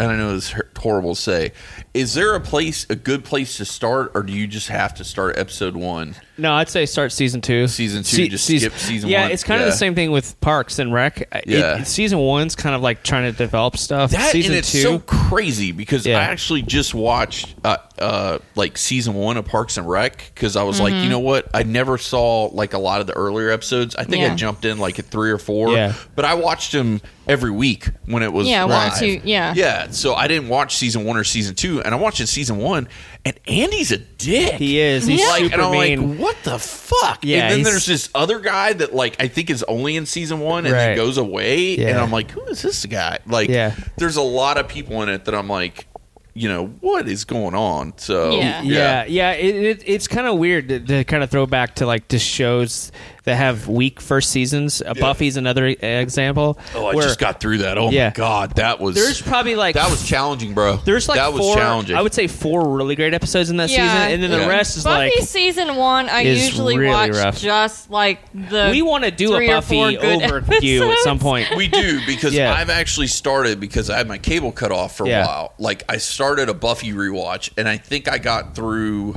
Speaker 2: and I know it's horrible to say. Is there a place, a good place to start, or do you just have to start episode one?
Speaker 1: No, I'd say start season two.
Speaker 2: Season two, just skip season
Speaker 1: yeah,
Speaker 2: one.
Speaker 1: it's kind of
Speaker 2: Yeah.
Speaker 1: the same thing with Parks and Rec. It-
Speaker 2: Yeah.
Speaker 1: season one's kind of like trying to develop stuff.
Speaker 2: That
Speaker 1: season
Speaker 2: and it's
Speaker 1: two,
Speaker 2: so crazy because
Speaker 1: Yeah.
Speaker 2: I actually just watched uh, uh, like season one of Parks and Rec because I was
Speaker 4: Mm-hmm.
Speaker 2: like, you know what? I never saw like a lot of the earlier episodes. I think I
Speaker 4: Yeah.
Speaker 2: jumped in like at three or four,
Speaker 1: Yeah.
Speaker 2: but I watched them every week when it was
Speaker 4: Yeah, one or
Speaker 2: live.
Speaker 4: two, yeah.
Speaker 2: yeah. So I didn't watch season one or season two, and I watched season one, and Andy's a dick.
Speaker 1: he is. He's
Speaker 2: Like,
Speaker 1: super
Speaker 2: and I'm
Speaker 1: mean.
Speaker 2: like, what the fuck?
Speaker 1: Yeah,
Speaker 2: and then
Speaker 1: he's-
Speaker 2: there's this other guy that like I think is only in season one and
Speaker 1: Right.
Speaker 2: then goes away, and
Speaker 1: Yeah.
Speaker 2: I'm like, who is this guy? Like,
Speaker 1: Yeah.
Speaker 2: there's a lot of people in it that I'm like, you know, what is going on? So
Speaker 4: Yeah.
Speaker 1: yeah, yeah. it, it, it's kind of weird to, to kind of throw back to like the shows that have weak first seasons. Uh, Buffy's another e- example.
Speaker 2: Oh, I
Speaker 1: where
Speaker 2: just got through that. Oh
Speaker 1: Yeah.
Speaker 2: my god, that was
Speaker 1: There's probably like
Speaker 2: that was challenging, bro.
Speaker 1: there's like
Speaker 2: that was
Speaker 1: four.
Speaker 2: challenging.
Speaker 1: I would say four really great episodes in that
Speaker 4: Yeah.
Speaker 1: season, and then
Speaker 2: Yeah.
Speaker 1: the rest is
Speaker 4: Buffy
Speaker 1: like
Speaker 4: season one, I
Speaker 1: is
Speaker 4: usually
Speaker 1: really
Speaker 4: watch
Speaker 1: rough.
Speaker 4: just like the.
Speaker 1: we want to do a
Speaker 4: three or
Speaker 1: Buffy
Speaker 4: four good
Speaker 1: overview at some
Speaker 4: episodes.
Speaker 1: point.
Speaker 2: we do because
Speaker 1: Yeah.
Speaker 2: I've actually started because I had my cable cut off for a
Speaker 1: Yeah.
Speaker 2: while. Like I started a Buffy rewatch, and I think I got through.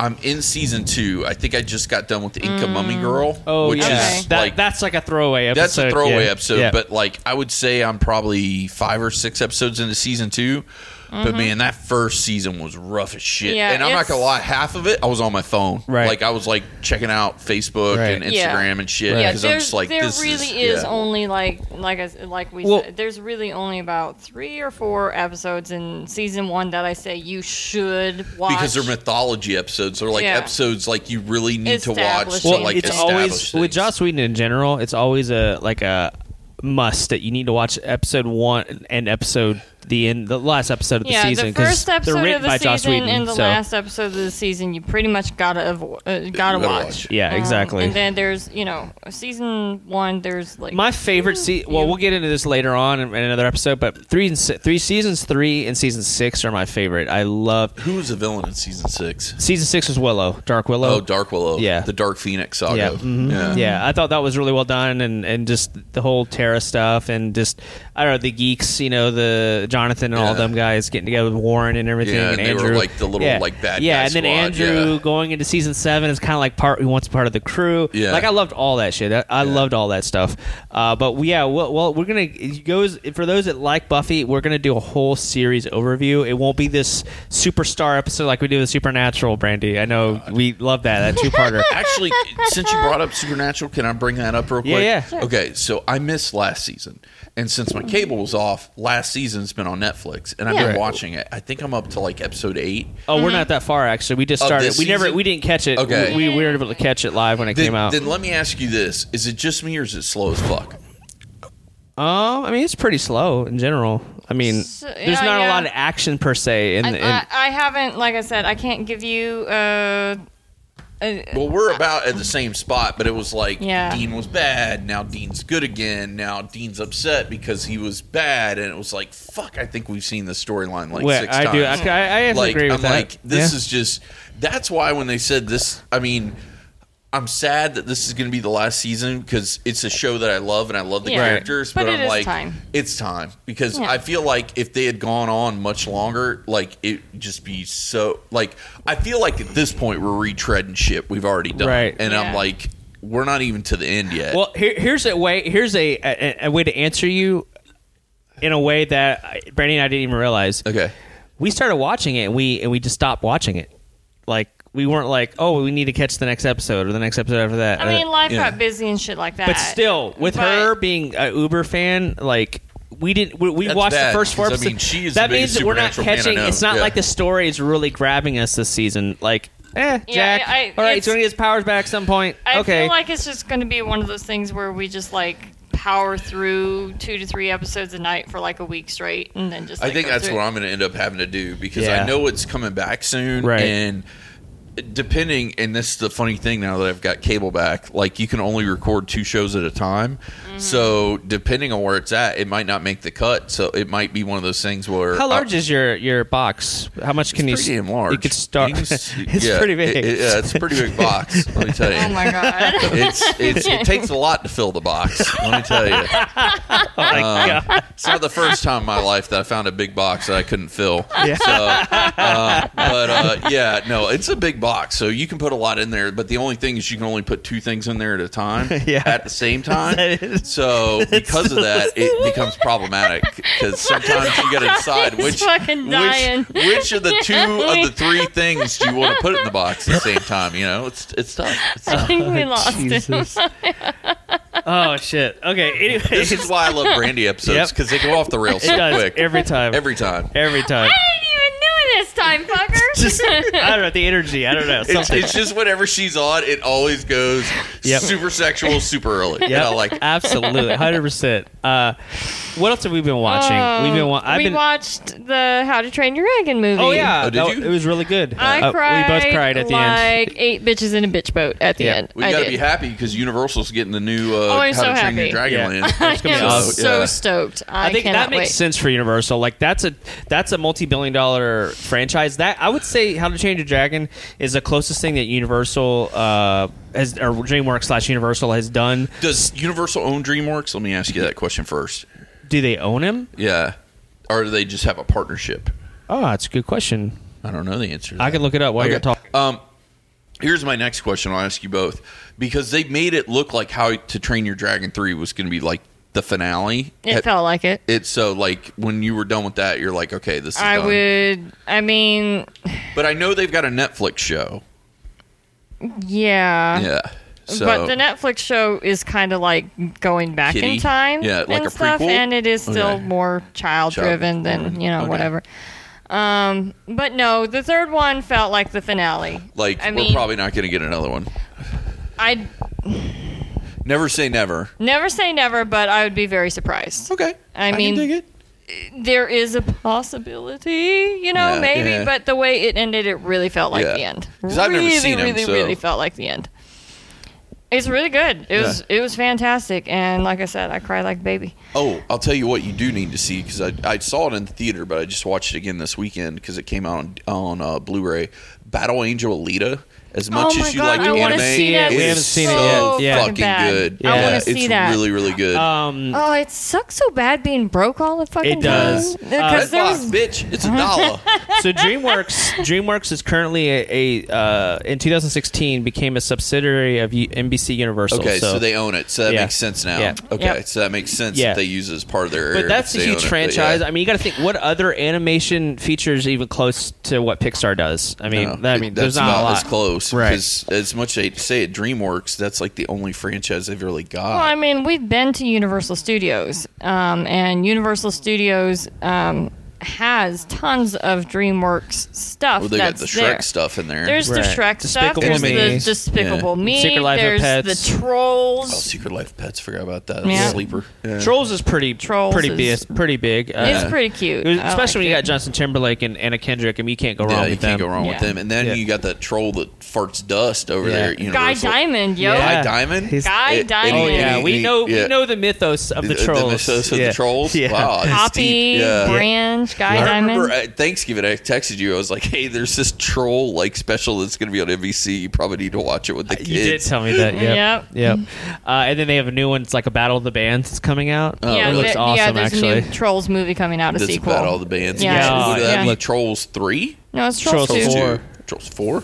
Speaker 2: I'm in season two. I think I just got done with the Inca Mummy Girl,
Speaker 1: Oh
Speaker 2: which
Speaker 1: yeah,
Speaker 2: is
Speaker 1: that,
Speaker 2: like
Speaker 1: that's like a throwaway episode.
Speaker 2: that's a throwaway
Speaker 1: yeah.
Speaker 2: episode.
Speaker 1: Yeah.
Speaker 2: But like I would say I'm probably five or six episodes into season 2 But
Speaker 1: Mm-hmm.
Speaker 2: man, that first season was rough as shit.
Speaker 4: Yeah,
Speaker 2: and I'm not
Speaker 4: it's-
Speaker 2: gonna lie, half of it I was on my phone.
Speaker 1: Right.
Speaker 2: Like I was like checking out Facebook
Speaker 1: Right.
Speaker 2: and Instagram
Speaker 4: Yeah.
Speaker 2: and shit
Speaker 1: Right.
Speaker 4: Yeah,
Speaker 2: because I'm
Speaker 4: there's,
Speaker 2: just like
Speaker 4: there
Speaker 2: this
Speaker 4: really
Speaker 2: is
Speaker 4: is
Speaker 2: yeah.
Speaker 4: only like like I s like we
Speaker 1: Well-
Speaker 4: said, there's really only about three or four episodes in season one that I say you should watch
Speaker 2: because they're mythology episodes. They're like
Speaker 4: Yeah.
Speaker 2: episodes like you really need to watch.
Speaker 4: Establishing
Speaker 2: To,
Speaker 1: well,
Speaker 2: like
Speaker 1: it's
Speaker 2: establish
Speaker 1: always
Speaker 2: things.
Speaker 1: with Joss Whedon in general. It's always a like a must that you need to watch episode one and episode the end, the last episode of the
Speaker 4: yeah,
Speaker 1: season
Speaker 4: the first
Speaker 1: they're
Speaker 4: episode
Speaker 1: written
Speaker 4: of the
Speaker 1: by
Speaker 4: season
Speaker 1: Joss Whedon.
Speaker 4: and the
Speaker 1: so
Speaker 4: last episode of the season you pretty much gotta avo- uh, gotta
Speaker 2: You gotta
Speaker 4: watch.
Speaker 1: yeah, exactly.
Speaker 4: And then there's you know season one. There's like
Speaker 1: my favorite se-
Speaker 4: Mm-hmm.
Speaker 1: well we'll get into this later on in, in another episode but three and si- three seasons three and season six are my favorite i love
Speaker 2: Who was the villain in season six?
Speaker 1: season six was willow dark willow
Speaker 2: oh, Dark Willow.
Speaker 1: Yeah.
Speaker 2: the Dark Phoenix saga.
Speaker 1: Yeah. mhm.
Speaker 2: Yeah.
Speaker 1: Yeah, I thought that was really well done, and, and just the whole Terra stuff, and just I don't know the geeks, you know, the Jonathan and all
Speaker 2: Yeah.
Speaker 1: them guys getting together with Warren and everything,
Speaker 2: Yeah,
Speaker 1: and,
Speaker 2: and they were,
Speaker 1: Andrew,
Speaker 2: like, the little,
Speaker 1: yeah.
Speaker 2: like, bad
Speaker 1: yeah,
Speaker 2: guy
Speaker 1: and then
Speaker 2: squad,
Speaker 1: Andrew
Speaker 2: yeah.
Speaker 1: going into season seven is kind of like part who wants part of the crew.
Speaker 2: Yeah.
Speaker 1: like I loved all that shit. I, I loved all that stuff. Uh, but we- yeah, well, well, we're gonna it goes for those that like Buffy, we're gonna do a whole series overview. It won't be this superstar episode like we do with Supernatural, Brandy. I know we love that that two parter.
Speaker 2: Actually, since you brought up Supernatural, can I bring that up real
Speaker 1: Yeah,
Speaker 2: quick?
Speaker 1: yeah. Sure.
Speaker 2: Okay, so I missed last season, and since my cable was off, last season's been on Netflix, and I've
Speaker 4: Yeah.
Speaker 2: been
Speaker 4: Right.
Speaker 2: watching it. I think I'm up to like episode eight.
Speaker 1: Oh, we're not that far actually. We just
Speaker 2: Oh,
Speaker 1: started.
Speaker 2: this
Speaker 1: We never.
Speaker 2: season?
Speaker 1: We didn't catch it.
Speaker 2: Okay.
Speaker 1: We, we were able to catch it live when it
Speaker 2: Then,
Speaker 1: came out.
Speaker 2: then let me ask you this: Is it just me, or is it slow as fuck?
Speaker 1: um, I mean, it's pretty slow in general. I mean,
Speaker 4: So-
Speaker 1: there's
Speaker 4: yeah,
Speaker 1: not a
Speaker 4: yeah.
Speaker 1: lot of action per se. In,
Speaker 4: I,
Speaker 1: in
Speaker 4: I, I haven't, like I said, I can't give you. Uh, a,
Speaker 2: Well, we're about at the same spot, but it was like
Speaker 4: Yeah.
Speaker 2: Dean was bad. Now Dean's good again. Now Dean's upset because he was bad, and it was like, fuck. I think we've seen the storyline like
Speaker 1: Well,
Speaker 2: six
Speaker 1: I
Speaker 2: times.
Speaker 1: do. I, I, I have to
Speaker 2: like
Speaker 1: agree with
Speaker 2: I'm
Speaker 1: that.
Speaker 2: like, this
Speaker 1: Yeah.
Speaker 2: is just. That's why when they said this, I mean, I'm sad that this is going to be the last season because it's a show that I love and I love the
Speaker 4: Yeah. Right.
Speaker 2: characters. But,
Speaker 4: But it
Speaker 2: I'm
Speaker 4: is
Speaker 2: like,
Speaker 4: time.
Speaker 2: it's time because
Speaker 4: Yeah.
Speaker 2: I feel like if they had gone on much longer, like it would just be so. Like I feel like at this point we're retreading shit we've already done,
Speaker 1: Right.
Speaker 2: And I'm
Speaker 4: Yeah.
Speaker 2: like, we're not even to the end yet.
Speaker 1: Well, here, here's a way. Here's a, a a way to answer you in a way that I- Brandy and I didn't even realize.
Speaker 2: okay,
Speaker 1: We started watching it, and we and we just stopped watching it. Like we weren't like, oh, we need to catch the next episode or the next episode after that.
Speaker 4: I mean,
Speaker 1: Uh,
Speaker 4: life
Speaker 2: yeah.
Speaker 4: got busy and shit like that.
Speaker 1: but still, with
Speaker 4: But-
Speaker 1: her being a Uber fan, like. We didn't. We, we
Speaker 2: That's
Speaker 1: watched
Speaker 2: bad,
Speaker 1: the first four
Speaker 2: because, I
Speaker 1: episodes.
Speaker 2: mean, she is
Speaker 1: that
Speaker 2: the
Speaker 1: means
Speaker 2: biggest
Speaker 1: that we're not
Speaker 2: supernatural fan I
Speaker 1: catching.
Speaker 2: know.
Speaker 1: It's not
Speaker 2: Yeah.
Speaker 1: like the story is really grabbing us this season. Like, eh, Jack.
Speaker 4: I-
Speaker 1: all right,
Speaker 4: it's-
Speaker 1: he's gonna get his powers back at some point.
Speaker 4: I
Speaker 1: okay.
Speaker 4: feel like it's just going to be one of those things where we just like power through two to three episodes a night for like a week straight, and then just.
Speaker 2: I
Speaker 4: like,
Speaker 2: think
Speaker 4: go
Speaker 2: that's
Speaker 4: through
Speaker 2: what
Speaker 4: it.
Speaker 2: I'm going to end up having to do because
Speaker 1: Yeah.
Speaker 2: I know it's coming back soon,
Speaker 1: Right.
Speaker 2: And depending, and this is the funny thing now that I've got cable back, like you can only record two shows at a time.
Speaker 4: Mm-hmm.
Speaker 2: So depending on where it's at, it might not make the cut. So it might be one of those things where
Speaker 1: How
Speaker 2: I-
Speaker 1: large is your your box? How much can
Speaker 2: Uh, it's
Speaker 1: you?
Speaker 2: pretty damn large.
Speaker 1: You could start.
Speaker 2: You can s-
Speaker 1: it's
Speaker 2: yeah,
Speaker 1: pretty big.
Speaker 2: it- it- yeah, it's a pretty big box. Let me tell you.
Speaker 4: Oh my god.
Speaker 2: It's, it's it takes a lot to fill the box. Let me tell you.
Speaker 1: Oh
Speaker 2: Um, it's not the first time in my life that I found a big box that I couldn't fill. So, uh, but uh, yeah, no, it's a big box, so you can put a lot in there. But the only thing is, you can only put two things in there at a time
Speaker 1: Yeah.
Speaker 2: at the same
Speaker 1: That
Speaker 2: time.
Speaker 1: is-
Speaker 2: So because of that, it becomes problematic because sometimes you got to decide
Speaker 4: He's
Speaker 2: which
Speaker 4: fucking dying.
Speaker 2: which which of the two of the three things do you want to put in the box at the same time? You know, it's it's tough. It's
Speaker 4: I
Speaker 2: tough.
Speaker 4: think we lost him.
Speaker 1: Jesus. oh shit. Okay. Anyway,
Speaker 2: This is why I love Brandy episodes
Speaker 1: Yep.
Speaker 2: because they go off the rails
Speaker 1: it
Speaker 2: so
Speaker 1: does
Speaker 2: quick
Speaker 1: every time.
Speaker 2: every time.
Speaker 1: Every time.
Speaker 4: I didn't even know this time, fucker.
Speaker 1: I don't know the energy. I don't know.
Speaker 2: It's,
Speaker 1: Something.
Speaker 2: it's just whenever she's on, it always goes
Speaker 1: Yep.
Speaker 2: super sexual, super early.
Speaker 1: Yep.
Speaker 2: Yeah, I like. it.
Speaker 1: absolutely, hundred percent. Uh, what else have we been watching? We've been. Wa-
Speaker 4: Um,
Speaker 1: I've
Speaker 4: we
Speaker 1: been.
Speaker 4: watched the How to Train Your Dragon movie.
Speaker 1: oh yeah.
Speaker 2: Oh, did
Speaker 1: that-
Speaker 2: you?
Speaker 1: It was really good.
Speaker 4: I
Speaker 1: Uh,
Speaker 4: cried.
Speaker 1: We both cried at the
Speaker 4: like
Speaker 1: end.
Speaker 4: eight bitches in a bitch boat at the
Speaker 1: Yeah.
Speaker 4: end.
Speaker 2: We
Speaker 4: I
Speaker 2: gotta
Speaker 4: did.
Speaker 2: be happy because Universal's getting the new uh,
Speaker 4: I'm
Speaker 2: How
Speaker 4: so
Speaker 2: to Train Your
Speaker 4: happy.
Speaker 2: Dragon
Speaker 1: Yeah.
Speaker 2: Land.
Speaker 1: It's gonna be
Speaker 4: I am
Speaker 1: awesome.
Speaker 4: so
Speaker 2: Yeah.
Speaker 4: stoked. I,
Speaker 1: I think
Speaker 4: cannot
Speaker 1: that makes
Speaker 4: wait.
Speaker 1: sense for Universal. Like that's a that's a multi billion dollar franchise. That I would say How to Train Your Dragon is the closest thing that Universal uh, has or DreamWorks slash Universal has done.
Speaker 2: Does Universal own DreamWorks? Let me ask you that question first.
Speaker 1: Do they own him?
Speaker 2: Yeah, or do they just have a partnership?
Speaker 1: Oh, that's a good question.
Speaker 2: I don't know the answer. To
Speaker 1: I
Speaker 2: that.
Speaker 1: could look it up while you're
Speaker 2: Okay.
Speaker 1: talking.
Speaker 2: Um, here's my next question. I'll ask you both because they made it look like How to Train Your Dragon Three was going to be like the finale.
Speaker 4: It felt like it.
Speaker 2: It's so like when you were done with that, you're like, okay, this is
Speaker 4: I
Speaker 2: done.
Speaker 4: would. I mean,
Speaker 2: But I know they've got a Netflix show.
Speaker 4: yeah.
Speaker 2: Yeah. So
Speaker 4: Uh-huh. but the Netflix show is kind of like going back
Speaker 2: Kitty.
Speaker 4: in time,
Speaker 2: Yeah, like
Speaker 4: and
Speaker 2: a
Speaker 4: stuff,
Speaker 2: prequel?
Speaker 4: and it is still
Speaker 2: Okay.
Speaker 4: more child-driven than you know
Speaker 2: Okay.
Speaker 4: whatever. Um, but no, the third one felt like the finale.
Speaker 2: like
Speaker 4: I
Speaker 2: we're
Speaker 4: mean,
Speaker 2: probably not going to get another one.
Speaker 4: I'd
Speaker 2: Never say never.
Speaker 4: never say never, but I would be very surprised.
Speaker 2: Okay.
Speaker 4: I mean,
Speaker 2: can dig it.
Speaker 4: There is a possibility, you know,
Speaker 2: Yeah.
Speaker 4: maybe,
Speaker 2: Yeah.
Speaker 4: but the way it ended, it really felt like
Speaker 2: Yeah.
Speaker 4: the end.
Speaker 2: 'Cause
Speaker 4: Really,
Speaker 2: I've never seen 'em,
Speaker 4: really,
Speaker 2: so-
Speaker 4: really felt like the end. It's really good. It was it was fantastic, and like I said, I cried like a baby.
Speaker 2: Oh, I'll tell you what you do need to see because I, I saw it in the theater, but I just watched it again this weekend because it came out on, on uh, Blu-ray. Battle Angel Alita. As much
Speaker 4: Oh my
Speaker 2: as you
Speaker 4: God,
Speaker 2: like
Speaker 4: I wanna
Speaker 2: anime,
Speaker 1: see that.
Speaker 2: it
Speaker 1: We
Speaker 2: is
Speaker 1: haven't seen it
Speaker 2: so
Speaker 1: yet. Yeah.
Speaker 2: fucking
Speaker 4: Bad.
Speaker 2: good.
Speaker 4: I
Speaker 1: wanna
Speaker 2: Yeah,
Speaker 4: see
Speaker 2: it's
Speaker 4: that.
Speaker 2: really, really good.
Speaker 1: Um,
Speaker 2: Mm.
Speaker 4: Oh, it sucks so bad being broke all the
Speaker 1: It
Speaker 4: fucking time.
Speaker 1: does. Uh,
Speaker 4: Because
Speaker 2: Red Box,
Speaker 4: there's
Speaker 2: bitch, it's a dollar.
Speaker 1: so DreamWorks DreamWorks is currently a, a uh, in 2016 became a subsidiary of U- NBC Universal.
Speaker 2: Okay, so, they own it, so that
Speaker 1: Yeah.
Speaker 2: makes sense now.
Speaker 1: Yeah.
Speaker 2: Okay,
Speaker 4: Yep.
Speaker 2: so that makes sense
Speaker 1: Yeah.
Speaker 2: that they use it as part of their. area
Speaker 1: But that's a
Speaker 2: if they
Speaker 1: huge
Speaker 2: own it, but
Speaker 1: franchise.
Speaker 2: yeah.
Speaker 1: I mean, you got to think what other animation features even close to what Pixar does. I mean,
Speaker 2: No,
Speaker 1: that, I mean,
Speaker 2: it-
Speaker 1: there's
Speaker 2: that's
Speaker 1: not a
Speaker 2: about
Speaker 1: lot.
Speaker 2: as close. close.
Speaker 6: Right.
Speaker 2: Because as much as I hate to say it, DreamWorks, that's like the only franchise they've really got.
Speaker 4: Well, I mean, we've been to Universal Studios, um, and Universal Studios um, has tons of DreamWorks stuff.
Speaker 2: Well, they got
Speaker 4: that's
Speaker 2: the Shrek
Speaker 4: there.
Speaker 2: stuff in there.
Speaker 4: There's the
Speaker 1: Right.
Speaker 4: Shrek
Speaker 1: Despicable
Speaker 4: stuff.
Speaker 1: Me.
Speaker 4: There's the Despicable Me.
Speaker 1: Secret Life of
Speaker 4: There's
Speaker 1: Pets.
Speaker 4: the Trolls.
Speaker 2: oh, Secret Life of Pets. Forgot about that.
Speaker 4: Yeah.
Speaker 2: Sleeper. Yeah.
Speaker 1: Trolls is pretty
Speaker 4: Trolls
Speaker 1: pretty
Speaker 4: is-
Speaker 1: big, pretty big. Uh,
Speaker 4: It's pretty cute.
Speaker 1: it was-
Speaker 4: I
Speaker 1: especially
Speaker 4: liked
Speaker 1: when you
Speaker 4: it.
Speaker 1: got Justin Timberlake and Anna Kendrick. I mean, you can't go wrong
Speaker 2: Yeah,
Speaker 1: with
Speaker 2: you
Speaker 1: them.
Speaker 2: can't go wrong with
Speaker 4: Yeah.
Speaker 2: them. And then
Speaker 1: Yeah.
Speaker 2: you got that troll that farts dust over
Speaker 1: Yeah.
Speaker 2: there. At
Speaker 4: Guy
Speaker 2: Universal.
Speaker 4: Diamond, yo.
Speaker 1: Yeah.
Speaker 2: Guy Diamond.
Speaker 1: He's-
Speaker 4: Guy
Speaker 2: And- and-
Speaker 4: Diamond.
Speaker 1: Oh
Speaker 4: Yeah.
Speaker 1: yeah,
Speaker 2: and-
Speaker 1: we
Speaker 2: and-
Speaker 1: know
Speaker 2: yeah.
Speaker 1: we know the mythos of the
Speaker 2: The-
Speaker 1: trolls.
Speaker 2: The mythos of
Speaker 1: Yeah.
Speaker 2: the trolls.
Speaker 1: Yeah.
Speaker 2: Wow, it's
Speaker 4: Poppy,
Speaker 2: deep. Yeah.
Speaker 4: Branch, Guy
Speaker 2: I
Speaker 4: Diamond.
Speaker 2: remember at Thanksgiving, I texted you. I was like, "Hey, there's this troll like special that's going to be on NBC. You probably need to watch it with the kids."
Speaker 1: You did tell me that. Yep.
Speaker 4: Yep.
Speaker 1: Yep. Uh, and then they have a new one. It's like a Battle of the Bands that's coming out.
Speaker 2: Oh,
Speaker 4: yeah,
Speaker 1: it
Speaker 2: really?
Speaker 1: looks
Speaker 4: there-
Speaker 1: awesome,
Speaker 4: yeah, there's
Speaker 1: actually.
Speaker 4: a new Trolls movie coming out, a
Speaker 2: That's
Speaker 4: sequel.
Speaker 2: about all the bands.
Speaker 4: Yeah.
Speaker 2: Yeah, would that
Speaker 1: Yeah.
Speaker 2: be
Speaker 1: Look.
Speaker 2: Trolls three?
Speaker 4: no, it's Trolls,
Speaker 1: Trolls
Speaker 4: 2.
Speaker 1: Four.
Speaker 2: Trolls four.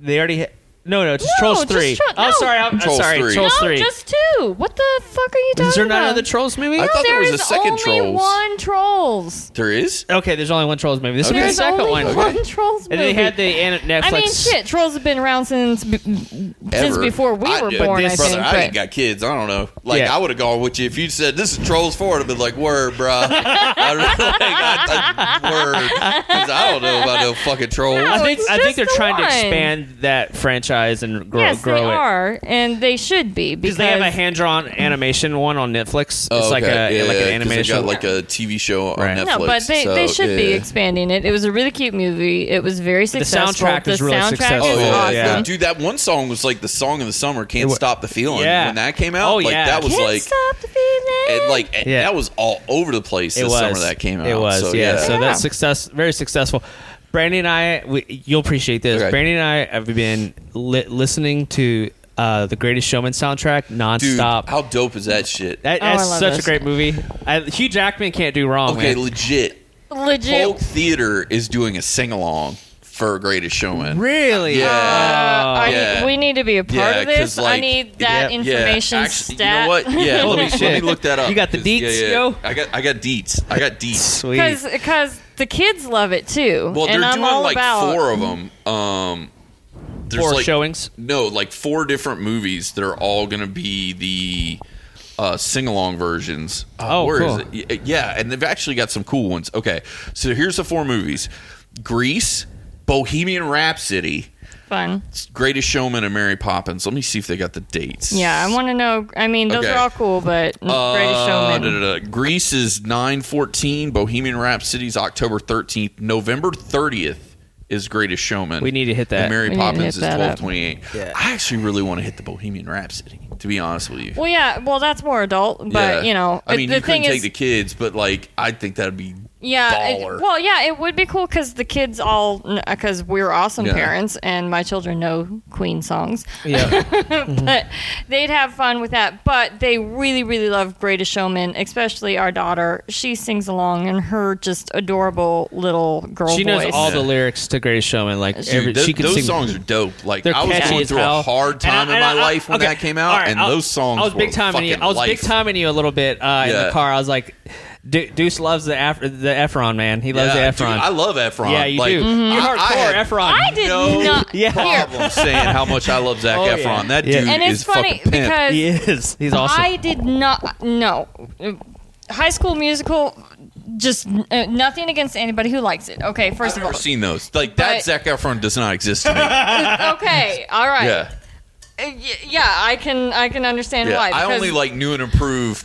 Speaker 1: They already. Ha- no, no, it's just
Speaker 4: No,
Speaker 1: Trolls
Speaker 4: just
Speaker 1: three.
Speaker 4: Tro-
Speaker 1: oh,
Speaker 4: no.
Speaker 1: sorry, I'm, I'm
Speaker 2: Trolls
Speaker 1: sorry.
Speaker 2: three.
Speaker 1: Trolls
Speaker 4: No,
Speaker 1: three.
Speaker 4: Oh, just two. What the fuck are you talking
Speaker 1: Is there
Speaker 4: about?
Speaker 1: not another Trolls movie?
Speaker 2: I
Speaker 4: No,
Speaker 2: thought there was a
Speaker 4: is
Speaker 2: second
Speaker 4: only
Speaker 2: Trolls.
Speaker 4: one Trolls.
Speaker 2: There is.
Speaker 1: okay, there's only one Trolls movie. This is
Speaker 4: There's
Speaker 1: the second
Speaker 4: only
Speaker 1: one.
Speaker 4: one Trolls
Speaker 1: And
Speaker 4: movie.
Speaker 1: they had the an- Netflix.
Speaker 4: I mean, shit, Trolls have been around since b- since
Speaker 2: Ever.
Speaker 4: before we
Speaker 2: I
Speaker 4: were
Speaker 2: did.
Speaker 4: born. I
Speaker 2: brother,
Speaker 4: think.
Speaker 2: I ain't
Speaker 4: but-
Speaker 2: got kids. I don't know. Like
Speaker 1: Yeah.
Speaker 2: I would have gone with you if you said this is Trolls four. I'd have been like, "Word, bro." I'd have been like, I, I, "Word," 'Cause I don't know about no fucking trolls.
Speaker 1: I think
Speaker 4: it's
Speaker 1: I
Speaker 4: just
Speaker 1: think they're
Speaker 4: the
Speaker 1: trying to
Speaker 4: one.
Speaker 1: expand that franchise and grow,
Speaker 4: yes,
Speaker 1: grow
Speaker 4: they
Speaker 1: it.
Speaker 4: are, and they should be
Speaker 1: Because
Speaker 4: because
Speaker 1: they have a hand drawn animation one on Netflix. It's
Speaker 2: Oh,
Speaker 1: like
Speaker 2: okay.
Speaker 1: a
Speaker 2: Yeah,
Speaker 1: like
Speaker 2: yeah,
Speaker 1: an
Speaker 2: 'cause
Speaker 1: animation.
Speaker 2: They got like a TV show on
Speaker 1: Right.
Speaker 2: Netflix.
Speaker 4: No, but they,
Speaker 2: so,
Speaker 4: they should be
Speaker 2: yeah.
Speaker 4: expanding it. It was a really cute movie. It was very successful.
Speaker 1: soundtrack is really
Speaker 4: soundtrack
Speaker 1: successful.
Speaker 2: Oh
Speaker 4: is
Speaker 2: yeah,
Speaker 4: awesome.
Speaker 1: yeah.
Speaker 2: dude! That one song was like the song of the summer. Can't
Speaker 1: It wa-
Speaker 2: stop the feeling.
Speaker 1: Yeah.
Speaker 2: when that came out,
Speaker 1: Oh,
Speaker 2: like
Speaker 1: yeah.
Speaker 2: that was
Speaker 4: Can't
Speaker 2: like
Speaker 4: stop the feeling.
Speaker 2: it, like it-
Speaker 1: Yeah.
Speaker 2: that was all over the place.
Speaker 1: it
Speaker 2: this
Speaker 1: was
Speaker 2: summer that came out.
Speaker 1: It was
Speaker 2: so,
Speaker 1: yeah.
Speaker 2: yeah.
Speaker 1: So
Speaker 4: Yeah.
Speaker 1: that's success. Very successful. Brandy and I, we, you'll appreciate this.
Speaker 2: Okay.
Speaker 1: Brandy and I have been li- listening to uh, the Greatest Showman soundtrack
Speaker 2: dude,
Speaker 1: nonstop.
Speaker 2: how dope is that shit?
Speaker 1: that,
Speaker 4: Oh, I
Speaker 1: that's
Speaker 4: love
Speaker 1: such a
Speaker 4: this.
Speaker 1: great movie. I, Hugh Jackman can't do wrong.
Speaker 2: okay,
Speaker 1: man.
Speaker 2: legit.
Speaker 4: legit.
Speaker 2: Polk Theater is doing a sing along for Greatest Showman.
Speaker 1: really? Ah,
Speaker 2: Yeah.
Speaker 4: Uh, I
Speaker 2: Oh, Yeah.
Speaker 4: need, we need to be a part
Speaker 2: Yeah,
Speaker 4: of this.
Speaker 2: 'cause, like,
Speaker 4: I need that
Speaker 1: yeah,
Speaker 2: Yeah,
Speaker 4: information
Speaker 2: actually,
Speaker 4: stat.
Speaker 2: you know what? Yeah, let
Speaker 1: Holy
Speaker 2: me, let me
Speaker 1: shit.
Speaker 2: look that up.
Speaker 1: Oh, You got the
Speaker 2: 'cause- yeah,
Speaker 1: deets,
Speaker 2: yeah.
Speaker 1: yo?
Speaker 2: I got I got deets. I got deets.
Speaker 1: Sweet.
Speaker 4: Because because the kids love it too.
Speaker 2: Well, they're
Speaker 4: and I'm
Speaker 2: doing
Speaker 4: all
Speaker 2: like
Speaker 4: about
Speaker 2: four of them. Um, there's
Speaker 1: Four
Speaker 2: like,
Speaker 1: showings.
Speaker 2: No, like four different movies that are all going to be the uh, sing along versions.
Speaker 1: Oh,
Speaker 2: where is
Speaker 1: cool.
Speaker 2: it? Y- uh, Yeah, and they've actually got some cool ones. Okay, so here's the four movies: Grease, Bohemian Rhapsody,
Speaker 4: fun.
Speaker 2: Greatest Showman, and Mary Poppins. Let me see if they got the dates.
Speaker 4: Yeah, I want to know. I mean, those
Speaker 2: Okay.
Speaker 4: are all cool, but Greatest
Speaker 2: Uh,
Speaker 4: Showman.
Speaker 2: da, da, da. Grease is 914. Bohemian Rhapsody's October 13th. November 30th is Greatest Showman.
Speaker 1: We need to hit that.
Speaker 2: And Mary
Speaker 4: We need to
Speaker 2: Poppins
Speaker 4: hit
Speaker 2: is
Speaker 4: that up.
Speaker 2: 1228. I actually really want to hit the Bohemian Rhapsody, to be honest with you.
Speaker 4: Well, yeah. Well, that's more adult, but
Speaker 2: Yeah.
Speaker 4: you know,
Speaker 2: I mean,
Speaker 4: the
Speaker 2: you couldn't
Speaker 4: thing
Speaker 2: take
Speaker 4: is,
Speaker 2: the kids, but like, I think that'd be
Speaker 4: yeah. it-
Speaker 2: baller.
Speaker 4: well, yeah, it would be cool because the kids all because we're awesome
Speaker 2: Yeah.
Speaker 4: parents, and my children know Queen songs.
Speaker 1: Yeah.
Speaker 4: but they'd have fun with that. But they really, really love Greatest Showman, especially our daughter. She sings along in her just adorable little girl
Speaker 1: she knows
Speaker 4: voice.
Speaker 1: all the lyrics to Greatest Showman. Like
Speaker 2: Dude,
Speaker 1: every,
Speaker 2: tho-
Speaker 1: she can
Speaker 2: those
Speaker 1: sing.
Speaker 2: songs are dope. Like
Speaker 1: They're
Speaker 2: I was
Speaker 1: catchy
Speaker 2: going
Speaker 1: as
Speaker 2: through
Speaker 1: hell.
Speaker 2: a hard
Speaker 1: And I-
Speaker 2: time in
Speaker 1: and
Speaker 2: my
Speaker 1: I-
Speaker 2: life when
Speaker 1: okay.
Speaker 2: that came out,
Speaker 1: All right,
Speaker 2: and
Speaker 1: I'll-
Speaker 2: those songs.
Speaker 1: I was
Speaker 2: were
Speaker 1: big timing
Speaker 2: fucking
Speaker 1: you. I was
Speaker 2: life.
Speaker 1: big timing you a little bit uh, in
Speaker 2: Yeah.
Speaker 1: the car. I was like, "De- Deuce loves the Af- the Efron man. He loves
Speaker 2: Yeah,
Speaker 1: the
Speaker 2: dude,
Speaker 1: Efron.
Speaker 2: I love Efron.
Speaker 1: yeah, you
Speaker 2: like,
Speaker 1: do.
Speaker 2: I-
Speaker 1: You're hardcore
Speaker 2: I had-
Speaker 1: Efron.
Speaker 4: Mm-hmm. I did
Speaker 2: No.
Speaker 4: not.
Speaker 1: Yeah.
Speaker 4: Here.
Speaker 2: problem saying how much I love Zach
Speaker 1: Oh, yeah.
Speaker 2: Efron. That dude
Speaker 1: Yeah.
Speaker 4: And it's
Speaker 2: is fucking
Speaker 4: funny
Speaker 2: pimp.
Speaker 4: because
Speaker 1: He is. He's awesome.
Speaker 4: I did not. No, High School Musical. Just uh, nothing against anybody who likes it. Okay, first
Speaker 2: I've
Speaker 4: of all,
Speaker 2: never seen those. Like that
Speaker 4: But-
Speaker 2: Zac Efron does not exist to me.
Speaker 4: okay, all right,
Speaker 2: yeah,
Speaker 4: Uh, y- yeah, I can, I can understand
Speaker 2: yeah.
Speaker 4: why.
Speaker 2: I
Speaker 4: because-
Speaker 2: only like new and improved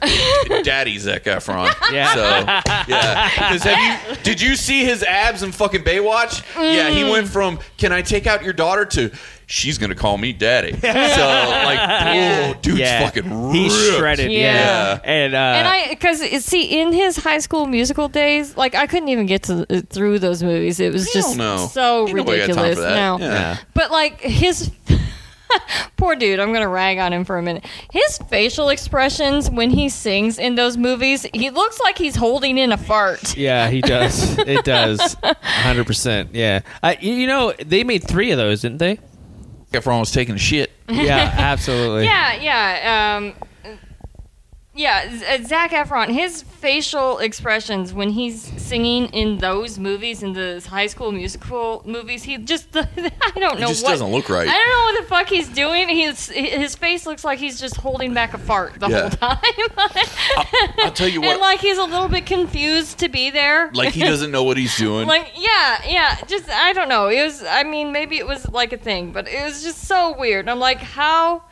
Speaker 2: Daddy Zac Efron.
Speaker 1: Yeah.
Speaker 2: So yeah. 'Cause have you? Did you see his abs in fucking Baywatch? Yeah.
Speaker 4: Mm.
Speaker 2: He went from "Can I take out your daughter?" to "She's gonna call me daddy." so like,
Speaker 4: Yeah.
Speaker 2: oh, dude's
Speaker 1: yeah.
Speaker 2: fucking
Speaker 1: He's
Speaker 2: ripped.
Speaker 1: shredded. Yeah.
Speaker 4: Yeah.
Speaker 1: And, uh,
Speaker 4: and I, because see, in his High School Musical days, like I couldn't even get to uh, through those movies. It was
Speaker 2: I
Speaker 4: just
Speaker 2: don't know.
Speaker 4: so
Speaker 2: Ain't nobody got time
Speaker 4: ridiculous.
Speaker 2: for that.
Speaker 4: No,
Speaker 2: Yeah.
Speaker 4: but like his poor dude, I'm gonna rag on him for a minute. His facial expressions when he sings in those movies, he looks like he's holding in a fart.
Speaker 1: yeah, he does. it does. 100%. Yeah. Uh, you, you know, they made three of those, didn't they?
Speaker 2: Zac Efron was taking a shit.
Speaker 1: Yeah, absolutely.
Speaker 4: Yeah, yeah. Um, yeah, Z- Zach Efron, his facial expressions when he's singing in those movies, in the High School Musical movies, he just—I don't know
Speaker 2: just
Speaker 4: what
Speaker 2: doesn't look right.
Speaker 4: I don't know what the fuck he's doing. He's his face looks like he's just holding back a fart the
Speaker 2: Yeah.
Speaker 4: whole time,
Speaker 2: I'll tell you
Speaker 4: and
Speaker 2: what.
Speaker 4: like he's a little bit confused to be there.
Speaker 2: Like he doesn't know what he's doing.
Speaker 4: like yeah yeah just i don't know it was i mean maybe it was like a thing but it was just so weird i'm like how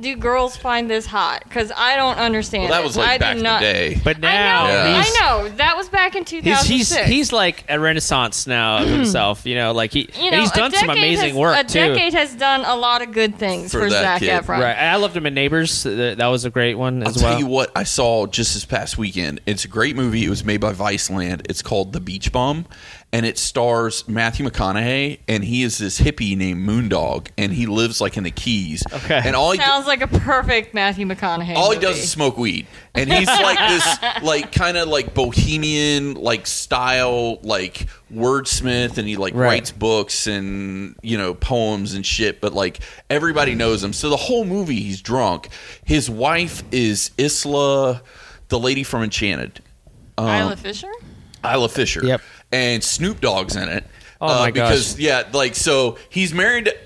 Speaker 4: do girls find this hot because i don't understand
Speaker 2: well, that
Speaker 4: it.
Speaker 2: was like
Speaker 4: I
Speaker 2: back
Speaker 4: do
Speaker 2: in
Speaker 4: not,
Speaker 2: the day.
Speaker 1: But now
Speaker 4: I know,
Speaker 2: Yeah.
Speaker 1: he's,
Speaker 4: I know. That was back in
Speaker 1: He's,
Speaker 4: 2006.
Speaker 1: he's he's like a renaissance now of himself, you know. Like he
Speaker 4: You
Speaker 1: and
Speaker 4: know,
Speaker 1: he's
Speaker 4: a
Speaker 1: done some
Speaker 4: decade
Speaker 1: amazing
Speaker 4: has-
Speaker 1: work
Speaker 4: A
Speaker 1: too.
Speaker 4: decade has done a lot of good things
Speaker 2: For
Speaker 4: for,
Speaker 2: that
Speaker 4: Zach
Speaker 2: kid.
Speaker 4: Efron.
Speaker 1: Right, I loved him in Neighbors. Th- That was a great one
Speaker 2: I'll
Speaker 1: as
Speaker 2: tell
Speaker 1: well.
Speaker 2: you what I saw just this past weekend. It's a great movie. It was made by Viceland. It's called The Beach Bum, and it stars Matthew McConaughey, and he is this hippie named Moondog, and he lives like in the Keys.
Speaker 1: Okay.
Speaker 2: and all he
Speaker 4: Sounds like a perfect Matthew McConaughey.
Speaker 2: all he
Speaker 4: movie.
Speaker 2: does is smoke weed, and he's like this, like kind of like bohemian, like style, like wordsmith, and he like
Speaker 1: Right.
Speaker 2: writes books and you know poems and shit. But like everybody knows him, so the whole movie he's drunk. His wife is Isla, the lady from Enchanted, um,
Speaker 4: Isla Fisher?
Speaker 2: Isla Fisher.
Speaker 1: Yep.
Speaker 2: And Snoop Dogg's in it. uh,
Speaker 1: Oh my gosh.
Speaker 2: Because yeah, like so he's married to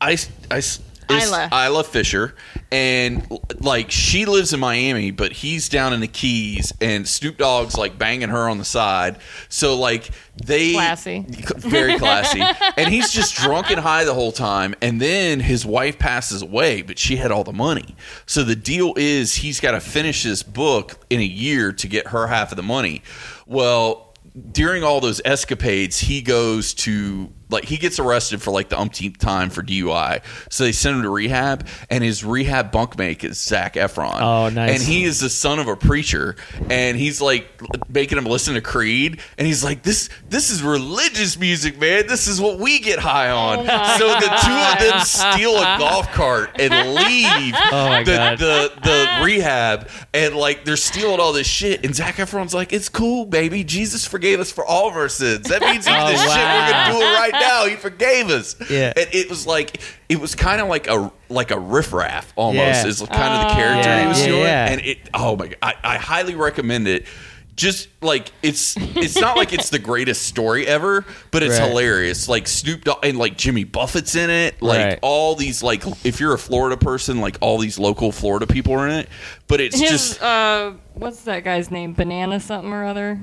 Speaker 2: Ice Ice Is-
Speaker 4: Isla.
Speaker 2: Isla Fisher, and l- like she lives in Miami, but he's down in the Keys, and Snoop Dogg's like banging her on the side. So like they
Speaker 4: Classy.
Speaker 2: very classy, and he's just drunk and high the whole time. And then his wife passes away, but she had all the money. So the deal is he's got to finish this book in a year to get her half of the money. Well. During all those escapades, he goes to like he gets arrested for like the umpteenth time for DUI. So they send him to rehab, and his rehab bunkmate is Zach Efron.
Speaker 1: Oh, nice.
Speaker 2: And he is the son of a preacher, and he's like making him listen to Creed, and he's like, "This, this is religious music, man. This is what we get high on." so the two of them steal a golf cart and leave
Speaker 1: Oh my
Speaker 2: the,
Speaker 1: God.
Speaker 2: the the rehab, and like they're stealing all this shit. And Zach Efron's like, "It's cool, baby. Jesus forgave us for all of our sins. That means even
Speaker 1: Oh,
Speaker 2: this shit we're
Speaker 1: wow.
Speaker 2: gonna do it right now. He forgave us."
Speaker 1: Yeah.
Speaker 2: and it was like it was kind of like a like a riffraff almost.
Speaker 1: Yeah.
Speaker 2: Is kind of the character he
Speaker 1: Yeah,
Speaker 2: was
Speaker 1: yeah,
Speaker 2: doing,
Speaker 1: yeah.
Speaker 2: and it oh my god I, I highly recommend it just like it's it's not like it's the greatest story ever but it's
Speaker 1: Right.
Speaker 2: hilarious like snoop dogg and like jimmy buffett's in it like
Speaker 1: Right.
Speaker 2: all these like if you're a florida person like all these local florida people are in it but it's
Speaker 4: His,
Speaker 2: just
Speaker 4: uh, what's that guy's name? Banana something or other?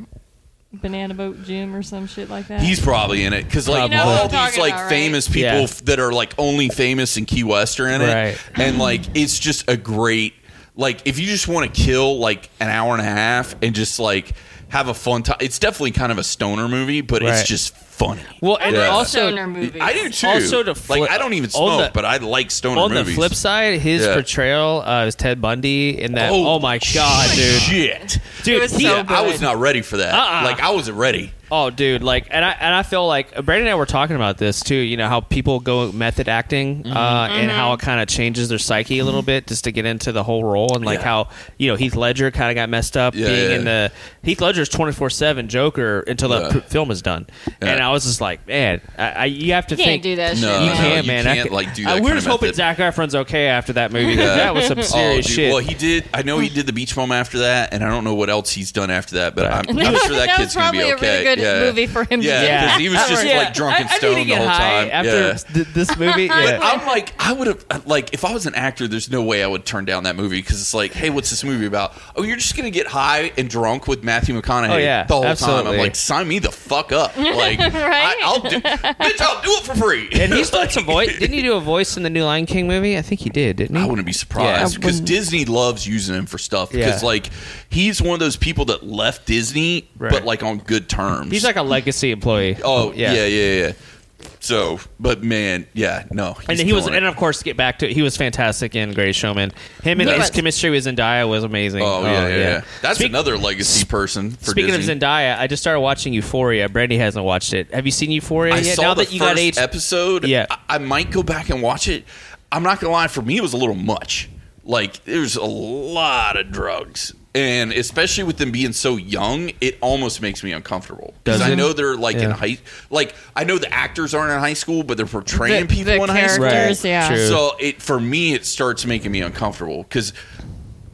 Speaker 4: Banana Boat Jim or some shit like that?
Speaker 2: He's probably in it because like
Speaker 1: You know what
Speaker 2: all
Speaker 1: I'm
Speaker 2: these
Speaker 4: talking
Speaker 2: like
Speaker 4: about, right?
Speaker 2: famous people
Speaker 1: Yeah.
Speaker 2: f- that are like only famous in Key West are in it,
Speaker 1: Right.
Speaker 2: and like it's just a great like if you just want to kill like an hour and a half and just like have a fun time. It's definitely kind of a stoner movie, but
Speaker 1: Right.
Speaker 2: it's just funny.
Speaker 1: well, and
Speaker 2: Yeah.
Speaker 1: also
Speaker 4: Stoner movies.
Speaker 2: I do too.
Speaker 1: Also to
Speaker 2: like
Speaker 1: flip-
Speaker 2: I don't even
Speaker 1: on
Speaker 2: smoke,
Speaker 1: the-
Speaker 2: but I like stoner
Speaker 1: on
Speaker 2: movies.
Speaker 1: the flip side, his
Speaker 2: Yeah.
Speaker 1: portrayal uh, as Ted Bundy in that.
Speaker 2: Oh,
Speaker 1: Oh, my god, dude!
Speaker 2: shit,
Speaker 1: Dude,
Speaker 4: It was
Speaker 1: he-
Speaker 4: so
Speaker 2: yeah, I was
Speaker 4: good.
Speaker 2: not ready for that.
Speaker 1: Uh-uh.
Speaker 2: Like I wasn't ready.
Speaker 1: Oh, dude! Like, and I and I feel like uh, Brandon and I were talking about this too. You know how people go method acting,
Speaker 2: Mm-hmm.
Speaker 1: uh, and
Speaker 4: Mm-hmm.
Speaker 1: how it kind of changes their psyche a little bit just to get into the whole role, and like
Speaker 2: Yeah.
Speaker 1: how you know Heath Ledger kind of got messed up
Speaker 2: Yeah,
Speaker 1: being
Speaker 2: yeah,
Speaker 1: in
Speaker 2: yeah.
Speaker 1: the Heath Ledger's twenty four seven Joker until the
Speaker 2: Yeah.
Speaker 1: p- film is done, and
Speaker 2: Yeah.
Speaker 1: I was just like, man, I, I you have to
Speaker 4: You can't
Speaker 1: think
Speaker 4: do that
Speaker 2: No,
Speaker 4: shit.
Speaker 1: You
Speaker 4: man.
Speaker 1: can't,
Speaker 2: you
Speaker 1: man. I
Speaker 2: can't,
Speaker 1: ca-
Speaker 2: like, do
Speaker 1: I-
Speaker 2: that
Speaker 1: We're
Speaker 2: kind
Speaker 1: just
Speaker 2: of
Speaker 1: hoping
Speaker 2: method. Oh,
Speaker 1: Zach Efron's okay after that movie. 'cause That was some serious
Speaker 2: dude.
Speaker 1: shit.
Speaker 2: Well, he did. I know he did the beach bum after that, and I don't know what else he's done after that. But I'm, I'm sure that,
Speaker 4: That was
Speaker 2: kid's gonna be
Speaker 4: probably a
Speaker 2: okay.
Speaker 4: really good
Speaker 2: yeah.
Speaker 4: movie for him to
Speaker 2: Yeah,
Speaker 4: do.
Speaker 2: because he was just
Speaker 1: Yeah,
Speaker 2: like drunk and
Speaker 1: I- I need to
Speaker 2: stoned the
Speaker 1: get
Speaker 2: whole
Speaker 1: high
Speaker 2: time.
Speaker 1: after
Speaker 2: yeah.
Speaker 1: th- this movie. Yeah.
Speaker 2: But I'm like, I would have uh, like if I was an actor, there's no way I would turn down that movie because it's like, hey, what's this movie about? Oh, you're just gonna get high and drunk with Matthew McConaughey
Speaker 1: Oh, yeah,
Speaker 2: the whole time. I'm
Speaker 1: absolutely.
Speaker 2: like, sign me the fuck up, like,
Speaker 4: Right?
Speaker 2: I, I'll do, bitch, I'll do it for free.
Speaker 1: And he's done some voice. Didn't he do a voice in the new Lion King movie? I think he did, didn't he?
Speaker 2: I wouldn't be surprised
Speaker 4: Yeah. I
Speaker 2: because
Speaker 4: wouldn't.
Speaker 2: Disney loves using him for stuff because
Speaker 1: Yeah.
Speaker 2: like he's one of those people that left Disney but
Speaker 1: Right.
Speaker 2: like on good terms.
Speaker 1: He's like a legacy employee.
Speaker 2: oh yeah. yeah, yeah, yeah. So, but man, yeah, no.
Speaker 1: And
Speaker 2: he's
Speaker 1: he was,
Speaker 2: killing
Speaker 1: and
Speaker 2: it.
Speaker 1: of course, get back to he was fantastic in Great Showman. Him and
Speaker 2: Yeah.
Speaker 1: his
Speaker 4: But-
Speaker 1: chemistry with Zendaya was amazing.
Speaker 2: oh, yeah, yeah, yeah. That's
Speaker 1: Speak-
Speaker 2: another legacy person for
Speaker 1: Speaking
Speaker 2: Disney.
Speaker 1: of Zendaya, I just started watching Euphoria. Brandy hasn't watched it. Have you seen Euphoria
Speaker 2: I
Speaker 1: yet?
Speaker 2: saw
Speaker 1: now
Speaker 2: the
Speaker 1: that you
Speaker 2: first
Speaker 1: got age,
Speaker 2: episode.
Speaker 1: Yeah.
Speaker 2: I, I might go back and watch it. I'm not gonna lie, for me, it was a little much. Like there's a lot of drugs, and especially with them being so young, it almost makes me uncomfortable because
Speaker 1: Does
Speaker 2: I
Speaker 1: it?
Speaker 2: know they're like in
Speaker 1: Yeah.
Speaker 2: high, like I know the actors aren't in high school, but they're portraying
Speaker 4: The-
Speaker 2: people
Speaker 4: the
Speaker 2: in high school.
Speaker 4: characters,
Speaker 1: Right.
Speaker 4: yeah.
Speaker 1: True.
Speaker 2: So it for me, it starts making me uncomfortable because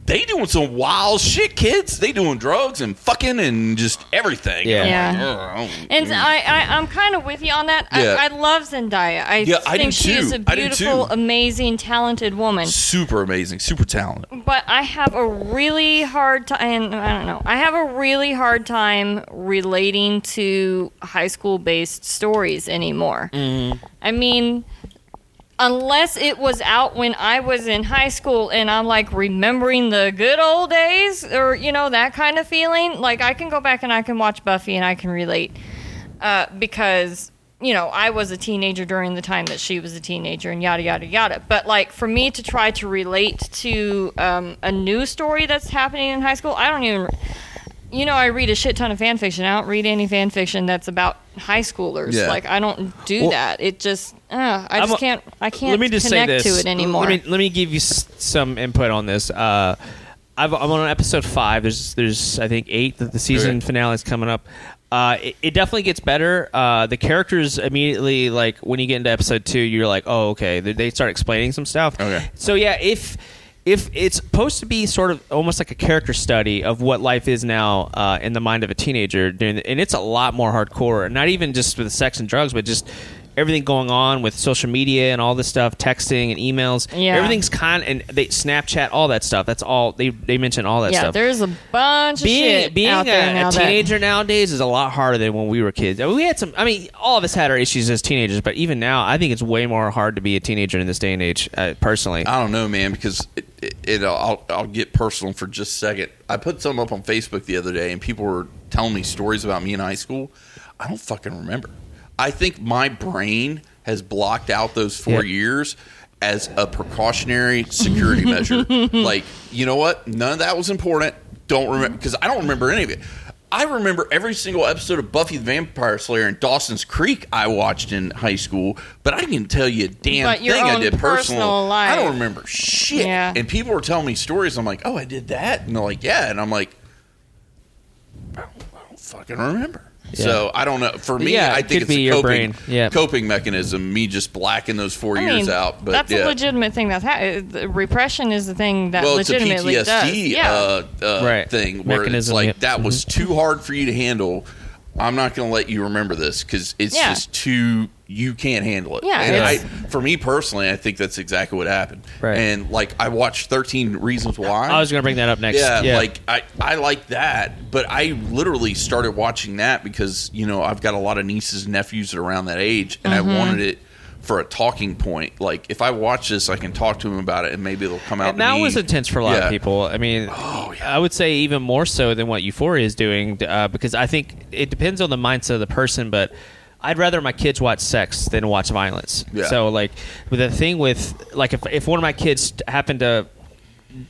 Speaker 2: they doing some wild shit, kids. They doing drugs and fucking and just everything.
Speaker 1: Yeah.
Speaker 2: And I'm
Speaker 4: Yeah.
Speaker 2: like, "Ugh, I don't
Speaker 4: And I, I, I'm kind of with you on that.
Speaker 2: Yeah.
Speaker 4: I, I love Zendaya. I
Speaker 2: Yeah,
Speaker 4: think
Speaker 2: I do
Speaker 4: she is a
Speaker 2: too. I do
Speaker 4: beautiful,
Speaker 2: too.
Speaker 4: amazing, talented woman.
Speaker 2: super amazing, super talented.
Speaker 4: But I have a really hard time. I don't know. I have a really hard time relating to high school based stories anymore. I mean, unless it was out when I was in high school and I'm like remembering the good old days or, you know, that kind of feeling, like I can go back and I can watch Buffy and I can relate uh, because. You know, I was a teenager during the time that she was a teenager, and yada yada yada. But like for me to try to relate to um, a new story that's happening in high school, I don't even. You know, I read a shit ton of fan fiction. I don't read any fan fiction that's about high schoolers.
Speaker 2: Yeah.
Speaker 4: Like I don't do
Speaker 1: Well-
Speaker 4: that. It just uh, I
Speaker 1: I'm
Speaker 4: just
Speaker 1: a-
Speaker 4: can't I can't connect to it anymore.
Speaker 1: Let me, let me give you s- some input on this. Uh, I've, I'm on episode five. There's there's I think eight that the season
Speaker 2: Okay.
Speaker 1: finale is coming up. Uh, it, it definitely gets better. Uh, the characters immediately like when you get into episode two, you're like, oh okay. They, they start explaining some stuff.
Speaker 2: Okay.
Speaker 1: So yeah, if if it's supposed to be sort of almost like a character study of what life is now uh, in the mind of a teenager, during the, and it's a lot more hardcore. Not even just with sex and drugs, but just everything going on with social media and all this stuff, texting and emails.
Speaker 4: Yeah.
Speaker 1: everything's con and they Snapchat, all that stuff. That's all they they mention all that
Speaker 4: yeah,
Speaker 1: stuff.
Speaker 4: there's a bunch of
Speaker 1: Being,
Speaker 4: shit
Speaker 1: being
Speaker 4: out there
Speaker 1: a,
Speaker 4: now
Speaker 1: a
Speaker 4: that-
Speaker 1: teenager nowadays is a lot harder than when we were kids. I mean, We had some. I mean, all of us had our issues as teenagers, but even now, I think it's way more hard to be a teenager in this day and age. Uh, personally,
Speaker 2: I don't know, man, because it, it, it I'll, I'll get personal for just a second. I put something up on Facebook the other day, and people were telling me stories about me in high school. I don't fucking remember. I think my brain has blocked out those four
Speaker 1: Yeah.
Speaker 2: years as a precautionary security measure. Like, you know what? None of that was important. Don't remember because I don't remember any of it. I remember every single episode of Buffy the Vampire Slayer and Dawson's Creek I watched in high school, but I can tell you a damn
Speaker 4: But
Speaker 2: thing
Speaker 4: your
Speaker 2: I
Speaker 4: own
Speaker 2: did personal.
Speaker 4: personal life.
Speaker 2: I don't remember shit.
Speaker 4: Yeah.
Speaker 2: And people were telling me stories. I'm like, oh, I did that. And they're like, yeah. And I'm like, I don't, I don't fucking remember. So I don't know. For me,
Speaker 1: Yeah,
Speaker 2: I
Speaker 1: it
Speaker 2: think
Speaker 1: could
Speaker 2: it's
Speaker 1: be
Speaker 2: a
Speaker 1: your
Speaker 2: coping,
Speaker 1: brain. Yeah.
Speaker 2: coping mechanism. Me just blacking those four
Speaker 4: I
Speaker 2: years
Speaker 4: mean,
Speaker 2: out. But
Speaker 4: that's
Speaker 2: yeah.
Speaker 4: a legitimate thing that's happening. Repression is the thing that
Speaker 2: well, it's a
Speaker 4: legitimately
Speaker 2: PTSD
Speaker 4: does. Yeah.
Speaker 2: uh, uh,
Speaker 1: Right.
Speaker 2: thing where it's
Speaker 1: Mechanism,
Speaker 2: like
Speaker 1: yep. Mm-hmm.
Speaker 2: that was too hard for you to handle. I'm not going to let you remember this because it's
Speaker 4: Yeah.
Speaker 2: just too you can't handle it.
Speaker 4: Yeah,
Speaker 2: and I,
Speaker 4: it's-
Speaker 2: for me personally, I think that's exactly what happened.
Speaker 1: Right.
Speaker 2: And like I watched 13 Reasons Why.
Speaker 1: I was going to bring that up next.
Speaker 2: Yeah, like I, I like that, but I literally started watching that because you know I've got a lot of nieces and nephews that are around that age, and
Speaker 1: Mm-hmm.
Speaker 2: I wanted it for a talking point. Like if I watch this, I can talk to them about it, and maybe it'll come out.
Speaker 1: And
Speaker 2: to
Speaker 1: that
Speaker 2: me.
Speaker 1: was intense for a lot
Speaker 2: Yeah. Oh,
Speaker 1: of people. I mean, I would say even more so than what Euphoria is doing, uh, because I think it depends on the mindset of the person. But I'd rather my kids watch sex than watch violence.
Speaker 2: Yeah.
Speaker 1: So like with the thing with like if if one of my kids happened to.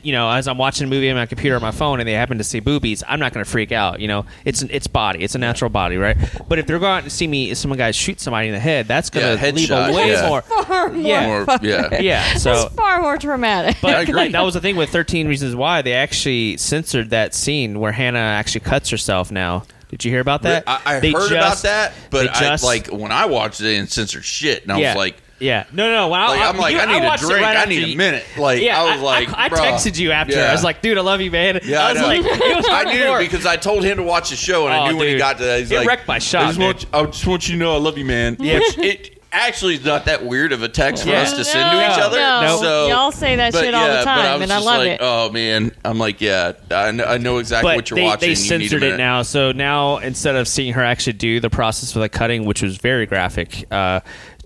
Speaker 1: You know, as I'm watching a movie on my computer or my phone, and they happen to see boobies, I'm not going to freak out. You know, it's an, it's body, it's a natural body, right? But if they're going out and see me, some guy shoot somebody in the head, that's going to
Speaker 2: Yeah,
Speaker 1: leave a
Speaker 2: headshot,
Speaker 1: way
Speaker 2: yeah.
Speaker 1: more.
Speaker 4: far more.
Speaker 1: Yeah.
Speaker 2: Or- yeah.
Speaker 1: Yeah, so
Speaker 4: it's far more traumatic.
Speaker 1: but
Speaker 2: I agree.
Speaker 1: like, that was the thing with 13 Reasons Why. They actually censored that scene where Hannah actually cuts herself now. Did you hear about that?
Speaker 2: I, I
Speaker 1: They
Speaker 2: heard about
Speaker 1: just-
Speaker 2: that,
Speaker 1: they
Speaker 2: but
Speaker 1: just-
Speaker 2: I, like when I watched it and censored shit, and I
Speaker 1: yeah,
Speaker 2: was like,
Speaker 1: yeah. No, no, no. When
Speaker 2: like
Speaker 1: I,
Speaker 2: I'm like,
Speaker 1: you-
Speaker 2: I need a
Speaker 1: watched it
Speaker 2: drink,
Speaker 1: right
Speaker 2: I
Speaker 1: after
Speaker 2: need a
Speaker 1: you-
Speaker 2: minute. Like
Speaker 1: yeah,
Speaker 2: I was like,
Speaker 1: I,
Speaker 2: bruh.
Speaker 1: texted you after. I
Speaker 2: Yeah.
Speaker 1: was like, dude, I love you, man.
Speaker 2: Yeah,
Speaker 1: I was
Speaker 2: know.
Speaker 1: like, it was
Speaker 2: I knew
Speaker 1: hardcore.
Speaker 2: because I told him to watch the show, and I
Speaker 1: Oh,
Speaker 2: knew when he
Speaker 1: dude.
Speaker 2: got to that, he's
Speaker 1: It
Speaker 2: like,
Speaker 1: wrecked my shot,
Speaker 2: I just, want
Speaker 1: dude.
Speaker 2: you, I just want you to know I love you, man.
Speaker 1: Yeah.
Speaker 2: Which it actually is not that weird of a text for
Speaker 1: Yeah.
Speaker 2: us to send to each
Speaker 4: No,
Speaker 2: other.
Speaker 4: no.
Speaker 2: So,
Speaker 4: Y'all say that
Speaker 2: but
Speaker 4: shit all the
Speaker 2: yeah, but
Speaker 4: time,
Speaker 2: was
Speaker 4: and I
Speaker 2: just
Speaker 4: love
Speaker 2: like,
Speaker 4: it.
Speaker 2: Oh man, I'm like, yeah, I know, I know exactly
Speaker 1: but
Speaker 2: what you're
Speaker 1: they,
Speaker 2: watching.
Speaker 1: they
Speaker 2: You need a
Speaker 1: censored it
Speaker 2: minute.
Speaker 1: now. So now instead of seeing her actually do the process for the cutting, which was very graphic, uh,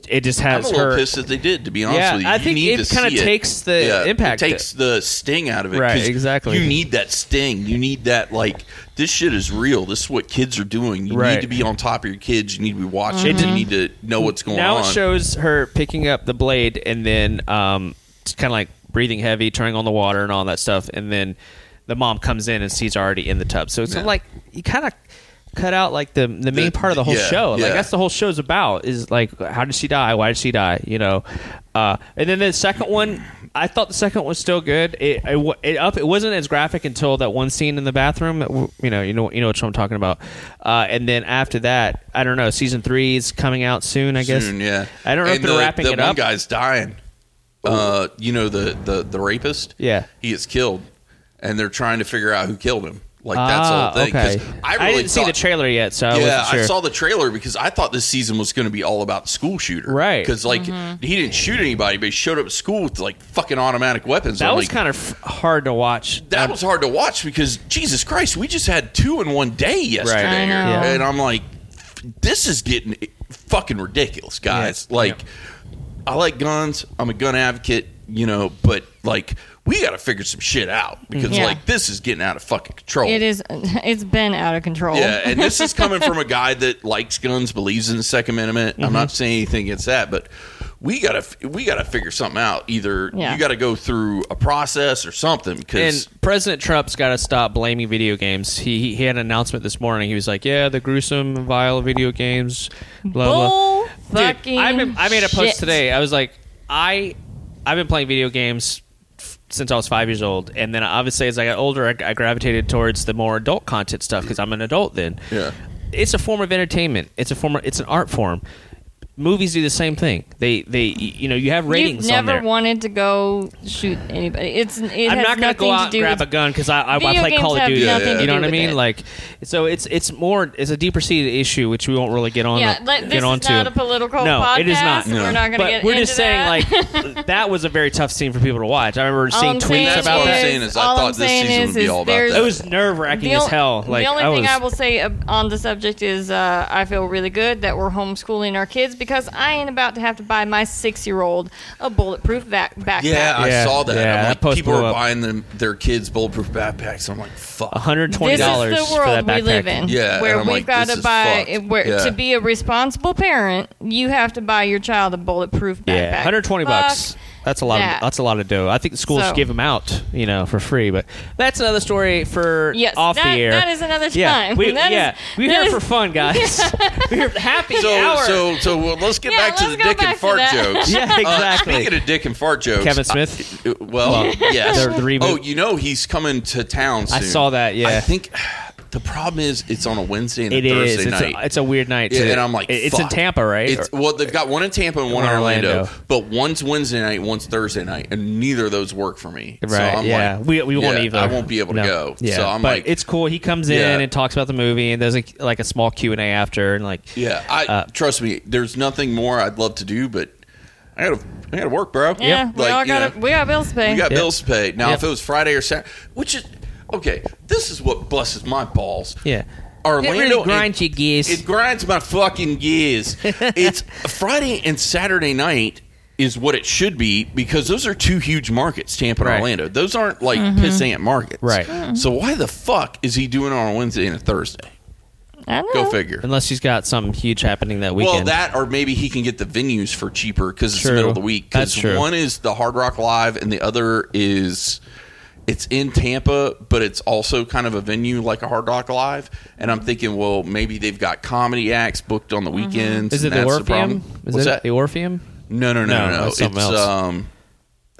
Speaker 1: it just
Speaker 2: I'm a
Speaker 1: has
Speaker 2: little
Speaker 1: her.
Speaker 2: pissed that they did. To be honest
Speaker 1: Yeah,
Speaker 2: with you,
Speaker 1: I
Speaker 2: You
Speaker 1: think
Speaker 2: need
Speaker 1: it
Speaker 2: to
Speaker 1: kinda
Speaker 2: see it.
Speaker 1: takes the impact.
Speaker 2: It takes the sting out of it.
Speaker 1: Right,
Speaker 2: 'cause
Speaker 1: exactly.
Speaker 2: You need that sting. You need that like this shit is real. This is what kids are doing. You
Speaker 1: Right.
Speaker 2: need to be on top of your kids. You need to be watching.
Speaker 1: It
Speaker 2: You need to know what's going
Speaker 1: now
Speaker 2: on.
Speaker 1: it shows her picking up the blade and then um, kind of like breathing heavy, turning on the water and all that stuff, and then the mom comes in and sees her already in the tub. So it's
Speaker 2: Yeah.
Speaker 1: like you kind of cut out like the the main
Speaker 2: The-
Speaker 1: part of the whole
Speaker 2: yeah,
Speaker 1: show. Like
Speaker 2: yeah.
Speaker 1: that's the whole show's about is like how did she die? Why did she die? You know. Uh, and then the second one, I thought the second one was still good. It, it, wa- it up it wasn't as graphic until that one scene in the bathroom. that w- You know, you know, you know what I'm talking about. Uh, and then after that, I don't know. Season three is coming out soon. I guess.
Speaker 2: Soon, yeah.
Speaker 1: I don't know if
Speaker 2: And
Speaker 1: they're
Speaker 2: the,
Speaker 1: wrapping
Speaker 2: the
Speaker 1: it
Speaker 2: one
Speaker 1: up.
Speaker 2: guy's dying. Uh, you know the the the rapist.
Speaker 1: Yeah.
Speaker 2: he gets killed. and they're trying to figure out who killed him. Like that's
Speaker 1: Ah,
Speaker 2: the whole thing. 'Cause
Speaker 1: Okay.
Speaker 2: I really
Speaker 1: didn't see
Speaker 2: thought-
Speaker 1: the trailer yet, so I
Speaker 2: yeah,
Speaker 1: wasn't sure.
Speaker 2: I saw the trailer because I thought this season was going to be all about school shooter,
Speaker 1: Right.
Speaker 2: Because like
Speaker 4: Mm-hmm.
Speaker 2: he didn't shoot anybody, but he showed up at school with like fucking automatic weapons.
Speaker 1: that
Speaker 2: I'm
Speaker 1: was
Speaker 2: like,
Speaker 1: kind of f- hard to watch.
Speaker 2: that
Speaker 1: Um,
Speaker 2: was hard to watch because Jesus Christ, we just had two in one day yesterday,
Speaker 1: I
Speaker 4: know.
Speaker 1: Yeah.
Speaker 2: and I'm like, this is getting fucking ridiculous, guys. Like, I like guns. I'm a gun advocate, you know, but like, we got to figure some shit out because
Speaker 4: Yeah.
Speaker 2: like this is getting out of fucking control.
Speaker 4: It is. It's been out of control.
Speaker 2: Yeah, and this is coming from a guy that likes guns, believes in the Second Amendment. I'm
Speaker 1: Mm-hmm.
Speaker 2: not saying anything against that, but we gotta we gotta figure something out. Either
Speaker 4: Yeah.
Speaker 2: you gotta go through a process or something because
Speaker 1: And President Trump's got to stop blaming video games. He, he he had an announcement this morning. He was like, "Yeah, the gruesome, and vile video games." Blah blah.
Speaker 4: Bull
Speaker 1: Dude,
Speaker 4: fucking.
Speaker 1: I, made, I made a post
Speaker 4: shit.
Speaker 1: today. I was like, I I've been playing video games f- since I was five years old, and then obviously as I got older, I, I gravitated towards the more adult content stuff because I'm an adult then.
Speaker 2: Yeah.
Speaker 1: it's a form of entertainment. It's a form. Of, it's an art form. Movies do the same thing. They they you know you have ratings.
Speaker 4: You've
Speaker 1: on
Speaker 4: never
Speaker 1: there.
Speaker 4: wanted to go shoot anybody. It's. It
Speaker 1: I'm not
Speaker 4: has going
Speaker 1: gonna
Speaker 4: to
Speaker 1: go out
Speaker 4: do
Speaker 1: and grab a
Speaker 4: with-
Speaker 1: gun because I, I, I
Speaker 4: Video
Speaker 1: play
Speaker 4: games
Speaker 1: Call of
Speaker 4: have
Speaker 1: Duty.
Speaker 4: nothing
Speaker 2: to
Speaker 1: You know
Speaker 4: do
Speaker 1: what I
Speaker 4: with
Speaker 1: mean?
Speaker 4: it.
Speaker 1: Like, so it's it's more it's a deeper seated issue which we won't really get on.
Speaker 4: Yeah, like,
Speaker 1: get
Speaker 4: this
Speaker 1: onto.
Speaker 4: is not a political
Speaker 1: no,
Speaker 4: podcast.
Speaker 1: it is not.
Speaker 4: We're not going to
Speaker 1: But
Speaker 4: get
Speaker 1: we're
Speaker 4: into
Speaker 1: just saying,
Speaker 4: that.
Speaker 1: like, that was a very tough scene for people to watch. I remember
Speaker 4: All
Speaker 1: seeing
Speaker 4: I'm
Speaker 1: tweets
Speaker 4: saying
Speaker 1: about
Speaker 2: That's what I'm
Speaker 1: that.
Speaker 2: saying is I
Speaker 4: all
Speaker 2: thought
Speaker 4: I'm
Speaker 2: this
Speaker 4: saying
Speaker 2: season
Speaker 4: is-
Speaker 2: would be
Speaker 4: is
Speaker 2: all about
Speaker 4: there's-
Speaker 2: that.
Speaker 1: It was nerve wracking as
Speaker 4: ol-
Speaker 1: hell.
Speaker 4: the
Speaker 1: Like,
Speaker 4: only
Speaker 1: I
Speaker 4: thing
Speaker 1: was-
Speaker 4: I will say ab- on the subject is uh, I feel really good that we're homeschooling our kids because I ain't about to have to buy my six year old a bulletproof vac- backpack.
Speaker 2: yeah, I
Speaker 1: Yeah,
Speaker 2: saw that.
Speaker 1: yeah,
Speaker 2: I'm
Speaker 1: that
Speaker 2: like,
Speaker 1: post
Speaker 2: people
Speaker 1: blew
Speaker 2: are
Speaker 1: up.
Speaker 2: buying them their kids bulletproof backpacks. I'm like, fuck.
Speaker 1: $120
Speaker 4: This is the
Speaker 1: for that
Speaker 4: world we
Speaker 1: backpack.
Speaker 4: live in,
Speaker 2: Yeah, and
Speaker 4: where
Speaker 2: I'm
Speaker 4: we've
Speaker 2: like,
Speaker 4: got
Speaker 2: this
Speaker 4: to
Speaker 2: is
Speaker 4: buy.
Speaker 2: fucked.
Speaker 4: Where,
Speaker 2: Yeah.
Speaker 4: To be a responsible parent, you have to buy your child a bulletproof backpack.
Speaker 1: Yeah, 120 bucks.
Speaker 4: Fuck
Speaker 1: That's a lot.
Speaker 4: that.
Speaker 1: Of, that's a lot of dough. I think the schools
Speaker 4: So-
Speaker 1: should give them out, you know, for free. But that's another story for
Speaker 4: Yes,
Speaker 1: off
Speaker 4: that-
Speaker 1: the air.
Speaker 4: that is another
Speaker 1: Yeah,
Speaker 4: time.
Speaker 1: we,
Speaker 4: That is-
Speaker 1: yeah, we're
Speaker 4: that
Speaker 1: here
Speaker 4: is-
Speaker 1: for fun, guys. we're happy
Speaker 2: so,
Speaker 1: hour.
Speaker 2: so, so well, let's get
Speaker 4: Yeah,
Speaker 2: back to
Speaker 4: let's
Speaker 2: the
Speaker 4: go
Speaker 2: dick
Speaker 4: back
Speaker 2: and
Speaker 4: to
Speaker 2: fart
Speaker 4: that.
Speaker 2: jokes.
Speaker 1: Yeah, exactly.
Speaker 2: Uh, speaking of dick and fart jokes,
Speaker 1: Kevin Smith?
Speaker 2: I- Uh, well, yes.
Speaker 1: the- the reboot.
Speaker 2: Oh, you know he's coming to town. Soon.
Speaker 1: I saw that, yeah.
Speaker 2: I think the problem is it's on a Wednesday and a
Speaker 1: it is.
Speaker 2: Thursday
Speaker 1: It's
Speaker 2: night.
Speaker 1: a, it's a weird night.
Speaker 2: Yeah,
Speaker 1: too.
Speaker 2: and I'm like,
Speaker 1: It- it's in
Speaker 2: fuck.
Speaker 1: Tampa, right?
Speaker 2: It's, well, they've got one in Tampa and one in
Speaker 1: One in
Speaker 2: Orlando,
Speaker 1: Orlando.
Speaker 2: but one's Wednesday night, one's Thursday night, and neither of those work for me. So
Speaker 1: Right,
Speaker 2: I'm
Speaker 1: yeah.
Speaker 2: like,
Speaker 1: we we won't
Speaker 2: yeah,
Speaker 1: either.
Speaker 2: I won't be able to
Speaker 1: No.
Speaker 2: go.
Speaker 1: Yeah.
Speaker 2: So I'm
Speaker 1: but
Speaker 2: like,
Speaker 1: it's cool. He comes in
Speaker 2: Yeah.
Speaker 1: and talks about the movie, and there's a, like a small Q and A after, and like
Speaker 2: yeah. I
Speaker 1: uh,
Speaker 2: trust me. There's nothing more I'd love to do, but I gotta, I gotta work, bro.
Speaker 4: Yeah, we
Speaker 2: Like,
Speaker 4: all
Speaker 2: you know,
Speaker 4: got we got bills to pay.
Speaker 2: We got
Speaker 1: Yeah.
Speaker 2: bills to pay. Now,
Speaker 1: Yeah.
Speaker 2: if it was Friday or Saturday, which is okay, this is what busts my balls.
Speaker 1: yeah.
Speaker 2: Orlando
Speaker 1: really
Speaker 2: it-
Speaker 1: grinds your gears.
Speaker 2: It grinds my fucking gears. it's Friday and Saturday night is what it should be because those are two huge markets, Tampa and
Speaker 1: Right.
Speaker 2: Orlando. Those aren't like
Speaker 1: Mm-hmm.
Speaker 2: pissant markets,
Speaker 1: Right.
Speaker 2: So why the fuck is he doing it on a Wednesday and a Thursday?
Speaker 4: I know.
Speaker 2: Go figure.
Speaker 1: Unless he's got something huge happening that weekend.
Speaker 2: Well, that or maybe he can get the venues for cheaper because it's the
Speaker 1: True.
Speaker 2: middle of the week.
Speaker 1: That's
Speaker 2: Because
Speaker 1: true.
Speaker 2: one is the Hard Rock Live and the other is it's in Tampa, but it's also kind of a venue like a Hard Rock Live. And I'm thinking, well, maybe they've got comedy acts booked on the
Speaker 1: Mm-hmm.
Speaker 2: weekends.
Speaker 1: is it
Speaker 2: and
Speaker 1: the
Speaker 2: that's
Speaker 1: Orpheum?
Speaker 2: problem.
Speaker 1: is
Speaker 2: What's
Speaker 1: it
Speaker 2: that?
Speaker 1: the Orpheum?
Speaker 2: No, no, no,
Speaker 1: No,
Speaker 2: no. no.
Speaker 1: that's
Speaker 2: It's
Speaker 1: something else.
Speaker 2: um,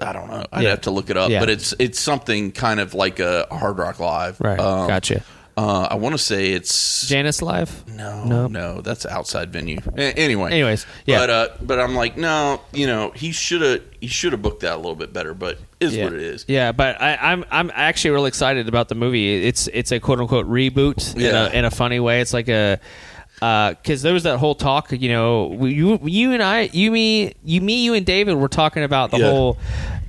Speaker 2: I don't know. I'd
Speaker 1: Yeah.
Speaker 2: have to look it up,
Speaker 1: Yeah.
Speaker 2: but it's it's something kind of like a Hard Rock Live.
Speaker 1: Right.
Speaker 2: Um,
Speaker 1: gotcha.
Speaker 2: Uh, I want to say it's
Speaker 1: Janice Live?
Speaker 2: no,
Speaker 1: No.
Speaker 2: no, that's outside venue. A- anyway,
Speaker 1: Anyways, yeah.
Speaker 2: But uh, but I'm like, no, you know, he should have he should have booked that a little bit better, but is
Speaker 1: yeah.
Speaker 2: what it is.
Speaker 1: Yeah, but I, I'm I'm actually really excited about the movie. It's it's a quote unquote reboot in,
Speaker 2: Yeah.
Speaker 1: a, in a funny way. It's like a because there was that whole talk. You know, we- you you and I, you me, you me, you and David were talking about the
Speaker 2: Yeah.
Speaker 1: whole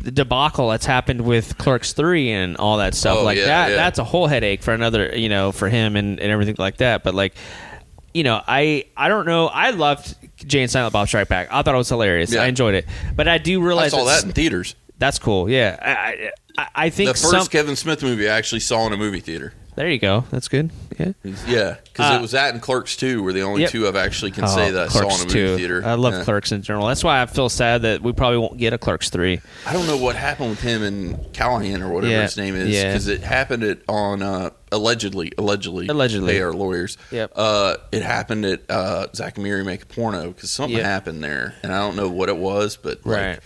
Speaker 1: debacle that's happened with Clerks Three and all that stuff.
Speaker 2: Oh,
Speaker 1: like
Speaker 2: yeah,
Speaker 1: that,
Speaker 2: yeah.
Speaker 1: that's a whole headache for another. You know, for him and and everything like that. But like. You know, I I don't know. I loved Jane Silent Bob Strike Back. I thought it was hilarious.
Speaker 2: Yeah.
Speaker 1: I enjoyed it, but I do
Speaker 2: I
Speaker 1: realize
Speaker 2: saw
Speaker 1: it's-
Speaker 2: that in theaters.
Speaker 1: that's cool. Yeah, I I, I- I
Speaker 2: The
Speaker 1: think
Speaker 2: first
Speaker 1: some.
Speaker 2: Kevin Smith movie I actually saw in a movie theater.
Speaker 1: there you go. That's good. Yeah.
Speaker 2: Yeah, because
Speaker 1: Uh,
Speaker 2: it was that and Clerks Two were the only
Speaker 1: yep. Oh,
Speaker 2: two I've actually can say that I saw in a movie theater.
Speaker 1: I love
Speaker 2: Yeah.
Speaker 1: Clerks in general. That's why I feel sad that we probably won't get a Clerks three.
Speaker 2: I don't know what happened with him and Callahan or whatever
Speaker 1: Yeah,
Speaker 2: his name is
Speaker 1: yeah.
Speaker 2: because it happened at on uh, allegedly allegedly
Speaker 1: Allegedly.
Speaker 2: they are lawyers.
Speaker 1: Yep.
Speaker 2: Uh, it happened at uh, Zach and Miri make a porno because something
Speaker 1: Yep.
Speaker 2: happened there and I don't know what it was, but like,
Speaker 1: Right.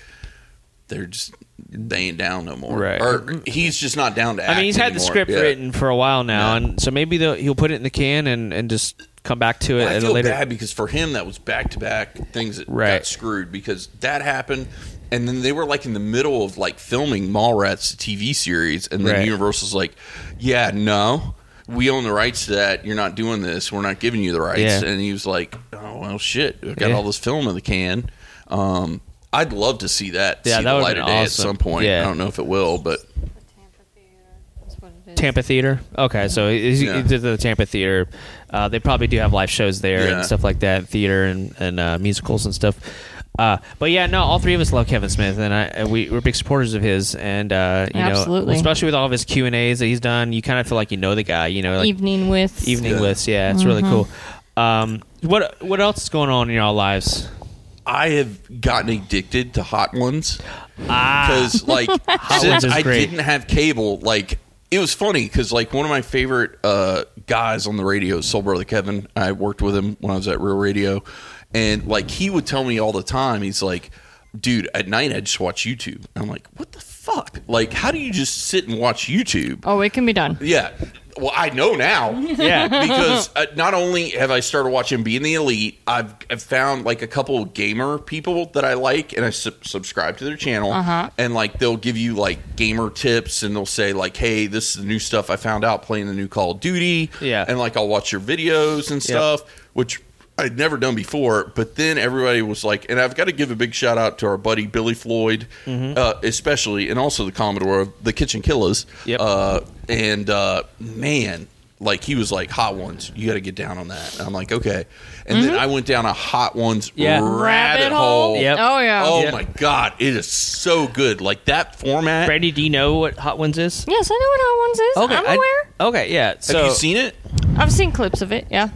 Speaker 2: they're just they ain't down no more.
Speaker 1: Right.
Speaker 2: Or he's just not down to.
Speaker 1: I mean,
Speaker 2: act
Speaker 1: he's had the
Speaker 2: anymore.
Speaker 1: script
Speaker 2: Yeah.
Speaker 1: written for a while now,
Speaker 2: Yeah.
Speaker 1: and so maybe the, he'll put it in the can and and just come back to it
Speaker 2: I
Speaker 1: at a
Speaker 2: feel
Speaker 1: later.
Speaker 2: bad because for him that was back to back things that
Speaker 1: Right.
Speaker 2: got screwed because that happened and then they were like in the middle of like filming Mallrats the TV series, and then
Speaker 1: Right.
Speaker 2: Universal's like, "Yeah, no, we own the rights to that. You're not doing this. We're not giving you the rights."
Speaker 1: Yeah.
Speaker 2: And he was like, "Oh well, shit. I've got
Speaker 1: Yeah.
Speaker 2: all this film in the can." Um, I'd love to see that.
Speaker 1: Yeah,
Speaker 2: see
Speaker 1: that
Speaker 2: the
Speaker 1: would've
Speaker 2: light
Speaker 1: been
Speaker 2: of day at
Speaker 1: awesome.
Speaker 2: some point.
Speaker 1: Yeah.
Speaker 2: I don't know if it will, but
Speaker 1: Tampa Theater. Okay, so is,
Speaker 2: Yeah.
Speaker 1: is it the Tampa Theater. Uh, they probably do have live shows there
Speaker 2: Yeah.
Speaker 1: and stuff like that, theater and and uh, musicals and stuff. Uh, but yeah, no, all three of us love Kevin Smith, and I and we we're big supporters of his. And uh, you
Speaker 4: Absolutely.
Speaker 1: know, especially with all of his Q and A's that he's done, you kind of feel like you know the guy. You know, like
Speaker 4: Evening with
Speaker 1: evening
Speaker 2: Yeah.
Speaker 1: lists. Yeah, it's really cool. Um, what what else is going on in y'all lives?
Speaker 2: I have gotten addicted to hot ones.
Speaker 1: Ah,
Speaker 2: because like
Speaker 1: Ones
Speaker 2: since
Speaker 1: is
Speaker 2: I
Speaker 1: great.
Speaker 2: didn't have cable, like it was funny because like one of my favorite uh, guys on the radio, Soul Brother Kevin, I worked with him when I was at Real Radio, and like he would tell me all the time, he's like, "Dude, at night I just watch YouTube." I'm like, "What the fuck? Like, how do you just sit and watch YouTube?"
Speaker 4: Oh, it can be done.
Speaker 2: Yeah, well I know now
Speaker 1: yeah,
Speaker 2: because uh, not only have I started watching Being the Elite, I've, I've found like a couple of gamer people that I like, and I sub- subscribe to their channel,
Speaker 4: Uh-huh.
Speaker 2: and like they'll give you like gamer tips, and they'll say like, "Hey, this is the new stuff I found out playing the new Call of Duty,"
Speaker 1: Yeah.
Speaker 2: and like I'll watch your videos and stuff, which. I'd never done before, but then everybody was like, and I've got to give a big shout out to our buddy Billy Floyd, uh, especially, and also the Commodore of the Kitchen Killers.
Speaker 1: Yep.
Speaker 2: Uh, and uh, man, like he was like hot ones. You got to get down on that. And I'm like, okay. And then I went down a hot ones
Speaker 1: Mm-hmm. Yeah.
Speaker 2: rabbit, hole.
Speaker 1: Yep.
Speaker 4: Oh yeah.
Speaker 2: Oh
Speaker 1: Yep.
Speaker 2: my god, it is so good. Like that format.
Speaker 1: Brandy, do you know what Hot Ones is?
Speaker 4: Yes, I know what Hot Ones is. I'm
Speaker 1: I-
Speaker 4: aware.
Speaker 1: okay, yeah. So
Speaker 2: Have you seen it?
Speaker 4: I've seen clips of it. Yeah.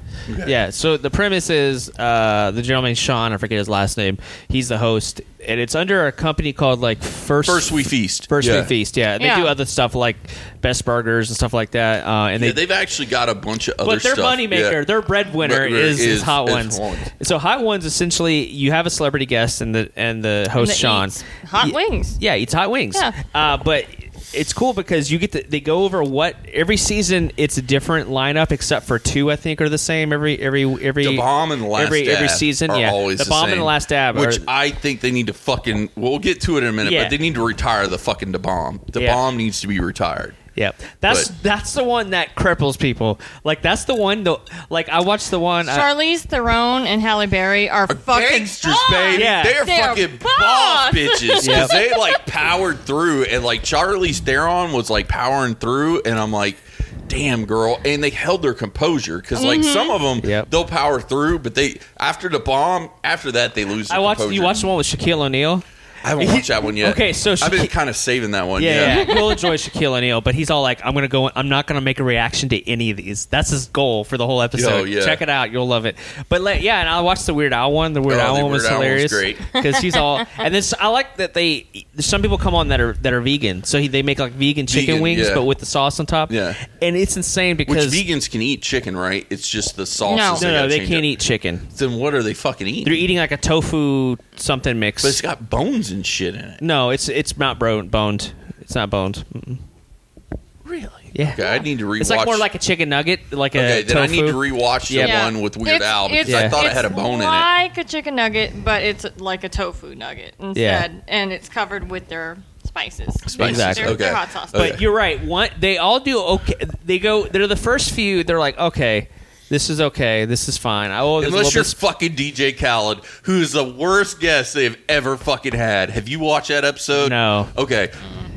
Speaker 1: Yeah. So the premise is uh, the gentleman Sean, I forget his last name. He's the host, and it's under a company called like First
Speaker 2: First we feast.
Speaker 1: First
Speaker 2: yeah.
Speaker 1: We Feast. Yeah, and they
Speaker 4: Yeah.
Speaker 1: do other stuff like Best Burgers and stuff like that. Uh, and
Speaker 2: Yeah,
Speaker 1: they.
Speaker 2: they've actually got a bunch of other
Speaker 1: but their
Speaker 2: stuff.
Speaker 1: moneymaker,
Speaker 2: Yeah.
Speaker 1: their breadwinner
Speaker 2: Breadwinner
Speaker 1: is, is
Speaker 2: is-
Speaker 1: Hot
Speaker 2: is
Speaker 1: Ones.
Speaker 2: Hot Ones.
Speaker 1: So Hot Ones essentially, you have a celebrity guest and the and the host
Speaker 4: that
Speaker 1: Sean.
Speaker 4: eats hot
Speaker 1: Ye-
Speaker 4: wings.
Speaker 1: Yeah, eats hot wings.
Speaker 4: Yeah.
Speaker 1: Uh, but it's cool because you get to, they go over what every season it's a different lineup except for two I think are the same every every every
Speaker 2: The bomb and the last
Speaker 1: every
Speaker 2: dab
Speaker 1: every season
Speaker 2: are
Speaker 1: yeah
Speaker 2: always
Speaker 1: the
Speaker 2: the,
Speaker 1: bomb
Speaker 2: same,
Speaker 1: and the last dab
Speaker 2: which
Speaker 1: are,
Speaker 2: I think they need to fucking. We'll get to it in a minute,
Speaker 1: Yeah.
Speaker 2: but they need to retire the fucking the bomb. The
Speaker 1: Yeah.
Speaker 2: bomb needs to be retired.
Speaker 1: yeah that's
Speaker 2: but-
Speaker 1: that's the one that cripples people like that's the one though like I watched the one I-
Speaker 4: Charlize Theron and Halle Berry are fucking
Speaker 2: gangsters,
Speaker 4: boss.
Speaker 2: babe.
Speaker 1: Yeah.
Speaker 2: They're,
Speaker 4: They're
Speaker 2: fucking boss,
Speaker 4: boss.
Speaker 2: bitches because
Speaker 1: Yep.
Speaker 2: they like powered through, and like Charlize Theron was like powering through, and I'm like, damn girl, and they held their composure because like
Speaker 1: Mm-hmm.
Speaker 2: some of them
Speaker 1: Yep.
Speaker 2: they'll power through, but they after the bomb, after that they lose.
Speaker 1: I
Speaker 2: their
Speaker 1: watched you
Speaker 2: composure.
Speaker 1: watched the one with Shaquille O'Neal
Speaker 2: I haven't watched that one yet.
Speaker 1: Okay, so
Speaker 2: I've been
Speaker 1: Shaqu-
Speaker 2: kind of saving that one.
Speaker 1: Yeah,
Speaker 2: Yeah,
Speaker 1: yeah. you'll enjoy Shaquille O'Neal, but he's all like, "I'm gonna go. I'm not gonna make a reaction to any of these." That's his goal for the whole episode.
Speaker 2: Oh, yeah.
Speaker 1: Check it out, you'll love it. But like, yeah, and I watched the Weird Al one. The Weird
Speaker 2: Oh,
Speaker 1: Al
Speaker 2: the
Speaker 1: one was
Speaker 2: Weird Al one's
Speaker 1: hilarious
Speaker 2: great.
Speaker 1: because he's all. And then s- I like that they some people come on that are that are vegan, so he, they make like vegan chicken
Speaker 2: Vegan,
Speaker 1: wings,
Speaker 2: yeah.
Speaker 1: but with the sauce on top.
Speaker 2: Yeah.
Speaker 1: and it's insane
Speaker 2: Which
Speaker 1: because
Speaker 2: vegans can eat chicken, right? It's just the sauces.
Speaker 4: No.
Speaker 1: no,
Speaker 2: gotta
Speaker 1: no, they
Speaker 2: change
Speaker 1: can't
Speaker 2: up.
Speaker 1: eat chicken.
Speaker 2: Then what are they fucking eating?
Speaker 1: They're eating like a tofu something mix.
Speaker 2: but it's got bones and shit in it.
Speaker 1: no, it's it's not bro- boned. It's not boned. Mm-mm.
Speaker 2: Really?
Speaker 1: Yeah.
Speaker 2: Okay, I need to rewatch.
Speaker 1: It's like more like a chicken nugget, like
Speaker 2: Okay,
Speaker 1: a
Speaker 2: then I need to
Speaker 1: tofu.
Speaker 2: rewatch the
Speaker 1: Yeah.
Speaker 2: one with Weird
Speaker 4: It's-
Speaker 2: Al because
Speaker 4: it's-
Speaker 2: I thought it
Speaker 4: it's
Speaker 2: had a bone in it.
Speaker 4: like a chicken nugget, but it's like a tofu nugget instead, and it's covered with their spices.
Speaker 2: Spices,
Speaker 1: Exactly.
Speaker 4: Their,
Speaker 2: okay. Oh,
Speaker 4: their hot sauce.
Speaker 1: But
Speaker 2: Okay.
Speaker 1: you're right. One, they all do okay. They go. They're the first few. They're like, okay, this is okay. This is fine. I will.
Speaker 2: Unless you're fucking DJ Khaled, who is the worst guest they have ever fucking had. Have you watched that episode?
Speaker 1: No.
Speaker 2: Okay.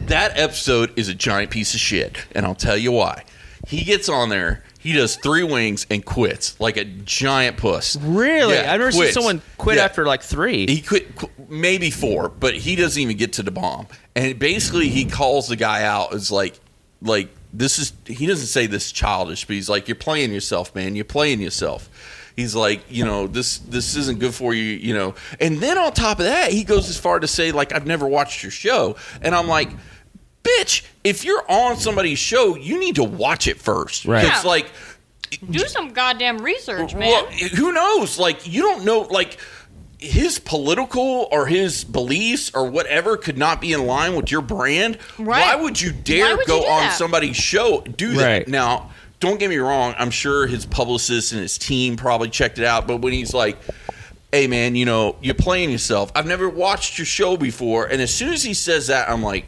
Speaker 2: That episode is a giant piece of shit, and I'll tell you why. He gets on there, he does three wings and quits like a giant puss.
Speaker 1: really.
Speaker 2: Yeah,
Speaker 1: I've never seen
Speaker 2: quits.
Speaker 1: someone quit
Speaker 2: Yeah.
Speaker 1: after like three.
Speaker 2: He quit qu- maybe four, but he doesn't even get to the bomb. And basically, he calls the guy out. Is like, like this is he doesn't say this is childish, but he's like, you're playing yourself, man. You're playing yourself. He's like, you know, this this isn't good for you, you know. And then on top of that, he goes as far to say like, I've never watched your show, and I'm like. Bitch, if you're on somebody's show, you need to watch it first.
Speaker 1: Right.
Speaker 2: It's
Speaker 4: Yeah.
Speaker 2: like
Speaker 4: Do some goddamn research, man.
Speaker 2: well, who knows? Like, you don't know. Like, his political or his beliefs or whatever could not be in line with your brand.
Speaker 4: Right.
Speaker 2: Why would you dare
Speaker 4: Why would
Speaker 2: go
Speaker 4: you do
Speaker 2: on
Speaker 4: that?
Speaker 2: somebody's show? Do that
Speaker 1: Right.
Speaker 2: now. Don't get me wrong. I'm sure his publicist and his team probably checked it out. But when he's like, hey man, you know, you're playing yourself. I've never watched your show before. And as soon as he says that, I'm like,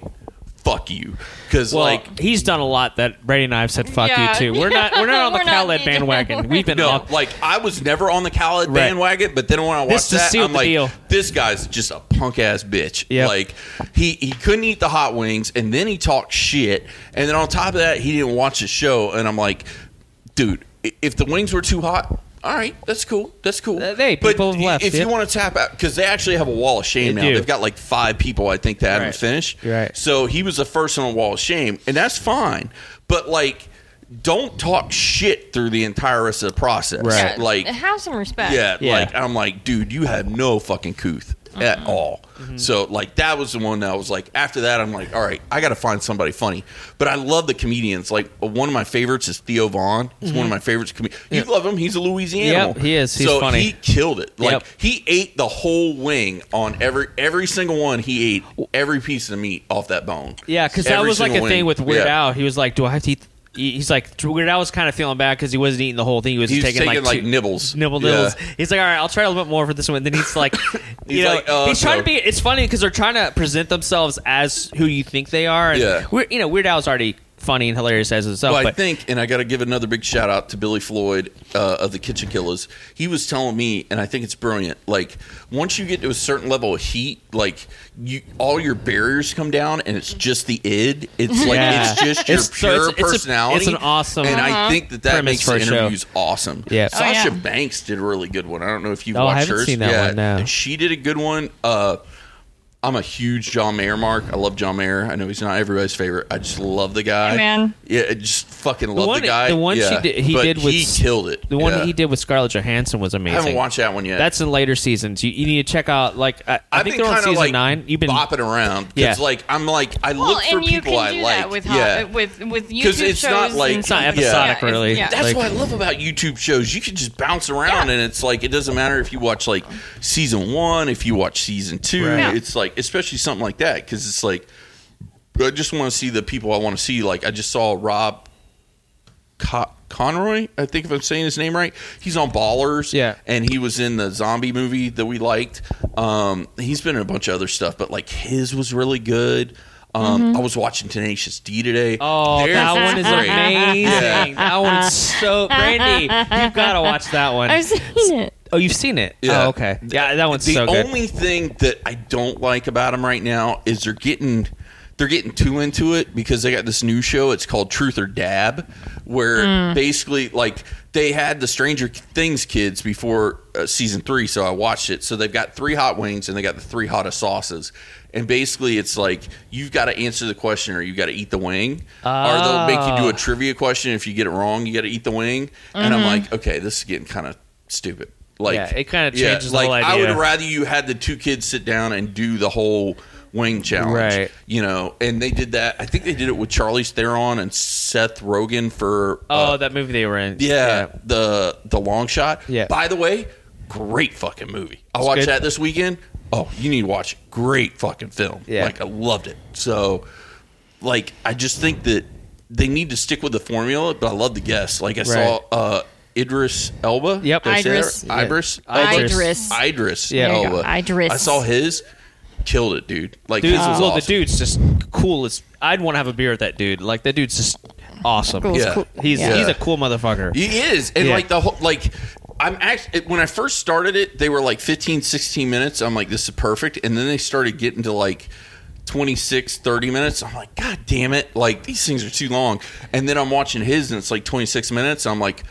Speaker 2: fuck you. Because,
Speaker 1: Well,
Speaker 2: like,
Speaker 1: he's done a lot that Brady and I have said fuck
Speaker 4: Yeah.
Speaker 1: you to. We're not we're not on the
Speaker 4: We're not
Speaker 1: Khaled
Speaker 4: either.
Speaker 1: bandwagon. We've been
Speaker 2: no,
Speaker 1: off.
Speaker 2: like, I was never on the Khaled
Speaker 1: Right.
Speaker 2: bandwagon, but then when I watched
Speaker 1: This just
Speaker 2: that,
Speaker 1: sealed
Speaker 2: I'm
Speaker 1: the
Speaker 2: like,
Speaker 1: deal.
Speaker 2: this guy's just a punk ass bitch.
Speaker 1: Yep.
Speaker 2: Like, he, he couldn't eat the hot wings, and then he talked shit. And then on top of that, he didn't watch the show. And I'm like, dude, i- if the wings were too hot, all right, that's cool. That's cool.
Speaker 1: Uh, hey,
Speaker 2: But
Speaker 1: people have left,
Speaker 2: If
Speaker 1: yeah.
Speaker 2: you want to tap out, because they actually have a wall of shame
Speaker 1: They
Speaker 2: now.
Speaker 1: do.
Speaker 2: They've got like five people, I think, that
Speaker 1: Right.
Speaker 2: haven't finished.
Speaker 1: You're right.
Speaker 2: So he was the first on the wall of shame, and that's fine. But like, don't talk shit through the entire rest of the process.
Speaker 1: Right.
Speaker 4: Yeah,
Speaker 2: Like,
Speaker 4: have some respect.
Speaker 2: yeah,
Speaker 1: Yeah.
Speaker 2: like I'm like, dude, you have no fucking couth at
Speaker 1: Mm-hmm.
Speaker 2: all. So like that was the one that I was like. After that, I'm like, all right, I got to find somebody funny. But I love the comedians. Like uh, one of my favorites is Theo Vaughn. He's one of my favorites. Com- You love him. He's a Louisiana.
Speaker 1: Mm-hmm. Yep, he is. He's
Speaker 2: so
Speaker 1: funny.
Speaker 2: He killed it. Like
Speaker 1: Yep.
Speaker 2: he ate the whole wing on every every single one. He ate every piece of meat off that bone.
Speaker 1: Yeah, because that
Speaker 2: Every
Speaker 1: was like a
Speaker 2: single
Speaker 1: thing
Speaker 2: wing.
Speaker 1: with Weird
Speaker 2: Yeah.
Speaker 1: Al. He was like, "Do I have to eat?" He's like, Weird Al was kind of feeling bad because he wasn't eating the whole thing. He was,
Speaker 2: He was
Speaker 1: taking, like, two-
Speaker 2: nibbles.
Speaker 1: nibble
Speaker 2: Yeah.
Speaker 1: nibbles. He's like, all right, I'll try a little bit more for this one. Then he's like, you
Speaker 2: He's
Speaker 1: know,
Speaker 2: like, uh,
Speaker 1: he's trying to
Speaker 2: so-
Speaker 1: be. It's funny because they're trying to present themselves as who you think they are. And
Speaker 2: Yeah.
Speaker 1: Weird, you know, Weird Al's already funny and hilarious as himself.
Speaker 2: Well, I
Speaker 1: but
Speaker 2: think, and I got to give another big shout out to Billy Floyd uh, of the Kitchen Killers. He was telling me, and I think it's brilliant. Like once you get to a certain level of heat, like you, all your barriers come down, and it's just the id. It's
Speaker 1: Mm-hmm.
Speaker 2: like
Speaker 1: Yeah.
Speaker 2: it's just your
Speaker 1: It's- so
Speaker 2: pure
Speaker 1: it's- it's a-
Speaker 2: personality.
Speaker 1: it's an awesome
Speaker 2: and I think that that
Speaker 1: premise
Speaker 2: makes
Speaker 1: for
Speaker 2: the
Speaker 1: a show.
Speaker 2: interviews awesome.
Speaker 1: Yeah. Oh,
Speaker 2: Sasha
Speaker 4: yeah.
Speaker 2: Banks did a really good one. I don't know if you
Speaker 1: Oh, I
Speaker 2: watched
Speaker 1: haven't
Speaker 2: hers.
Speaker 1: seen that
Speaker 2: yeah,
Speaker 1: one, no.
Speaker 2: she did a good one. Uh, I'm a huge John Mayer mark. I love John Mayer. I know he's not everybody's favorite. I just love the guy.
Speaker 4: Hey, man.
Speaker 2: Yeah, I just fucking love the,
Speaker 1: one-
Speaker 2: guy.
Speaker 1: the one she
Speaker 2: Yeah,
Speaker 1: did- he
Speaker 2: but
Speaker 1: did with-
Speaker 2: he killed it.
Speaker 1: the one
Speaker 2: Yeah.
Speaker 1: he did with Scarlett Johansson was
Speaker 2: I
Speaker 1: amazing.
Speaker 2: haven't watched that one yet.
Speaker 1: That's in later seasons. You, you need to check out. Like, I, I
Speaker 2: I've
Speaker 1: think
Speaker 2: been
Speaker 1: they're on
Speaker 2: kinda,
Speaker 1: season
Speaker 2: like,
Speaker 1: nine. You've been
Speaker 2: bopping around.
Speaker 1: Yeah.
Speaker 2: Because like I'm like I
Speaker 4: Well,
Speaker 2: look for
Speaker 4: and you
Speaker 2: people
Speaker 4: can do
Speaker 2: I like.
Speaker 4: that with
Speaker 2: yeah.
Speaker 4: hot, with with YouTube
Speaker 2: 'Cause it's
Speaker 4: shows.
Speaker 2: not like-
Speaker 4: and
Speaker 1: It's not
Speaker 2: Yeah.
Speaker 1: episodic,
Speaker 4: Yeah, it's-
Speaker 1: really.
Speaker 4: yeah.
Speaker 2: That's
Speaker 1: Like-
Speaker 2: what I love about YouTube shows. You can just bounce around,
Speaker 4: Yeah.
Speaker 2: and it's like it doesn't matter if you watch like season one, if you watch season two.
Speaker 1: Right.
Speaker 4: Yeah.
Speaker 2: It's like especially something like that because it's like I just want to see the people I want to see. Like I just saw Rob Co- Conroy. I think if I'm saying his name right, he's on Ballers.
Speaker 1: Yeah.
Speaker 2: and he was in the zombie movie that we liked. Um, he's been in a bunch of other stuff, but like his was really good. Um,
Speaker 4: Mm-hmm.
Speaker 2: I was watching Tenacious D today.
Speaker 1: Oh,
Speaker 2: They're
Speaker 1: that one is
Speaker 2: great.
Speaker 1: amazing.
Speaker 2: Yeah.
Speaker 1: That one's so Brandy. You've got to watch that one.
Speaker 4: I've seen it.
Speaker 1: oh, you've seen it.
Speaker 2: Yeah.
Speaker 1: Oh, okay. Yeah, that one's
Speaker 2: the
Speaker 1: so good.
Speaker 2: only thing that I don't like about them right now is they're getting they're getting too into it because they got this new show. It's called Truth or Dab, where
Speaker 1: Hmm.
Speaker 2: basically like they had the Stranger Things kids before uh, season three, so I watched it. So they've got three hot wings and they got the three hottest sauces. And basically, it's like you've got to answer the question, or you got to eat the wing, or they'll make you do
Speaker 1: Ah.
Speaker 2: a trivia question. If you get it wrong, you got to eat the wing. And I'm like, okay, this is getting kind of stupid. Like,
Speaker 1: Mm-hmm. Yeah, it kinda changes the
Speaker 2: like,
Speaker 1: whole
Speaker 2: I
Speaker 1: idea.
Speaker 2: would rather you had the two kids sit down and do the whole wing challenge,
Speaker 1: Right.
Speaker 2: You know, and they did that. I think they did it with Charlize Theron and Seth Rogen for
Speaker 1: Oh,
Speaker 2: uh,
Speaker 1: that movie they were in.
Speaker 2: yeah, the the long shot.
Speaker 1: Yeah.
Speaker 2: By the way, great fucking movie. I watched
Speaker 1: good.
Speaker 2: that this weekend. Oh, you need to watch it. Great fucking film.
Speaker 1: Yeah.
Speaker 2: Like I loved it. So like I just think that they need to stick with the formula, but I love the guests. Like I saw
Speaker 1: Right.
Speaker 2: uh Idris Elba.
Speaker 1: Yep.
Speaker 2: Did I say that
Speaker 4: Idris.
Speaker 2: right? Idris.
Speaker 1: Yeah.
Speaker 2: Elba?
Speaker 4: Idris.
Speaker 2: Idris.
Speaker 1: Yeah. There you
Speaker 4: go.
Speaker 2: Elba.
Speaker 4: Idris.
Speaker 2: I saw his killed it, dude. Like
Speaker 1: Dude,
Speaker 2: his was
Speaker 1: well, the
Speaker 2: awesome.
Speaker 1: dude's just cool as. I'd want to have a beer with that dude. Like, that dude's just awesome.
Speaker 4: Cool.
Speaker 2: Yeah.
Speaker 4: Cool.
Speaker 1: He's
Speaker 4: Yeah.
Speaker 1: he's a cool motherfucker.
Speaker 2: He is. And
Speaker 1: Yeah.
Speaker 2: like the whole like I'm actually when I first started it, they were like 15 16 minutes. I'm like this is perfect. And then they started getting to like 26 30 minutes. I'm like god damn it. Like these things are too long. And then I'm watching his and it's like 26 minutes. I'm like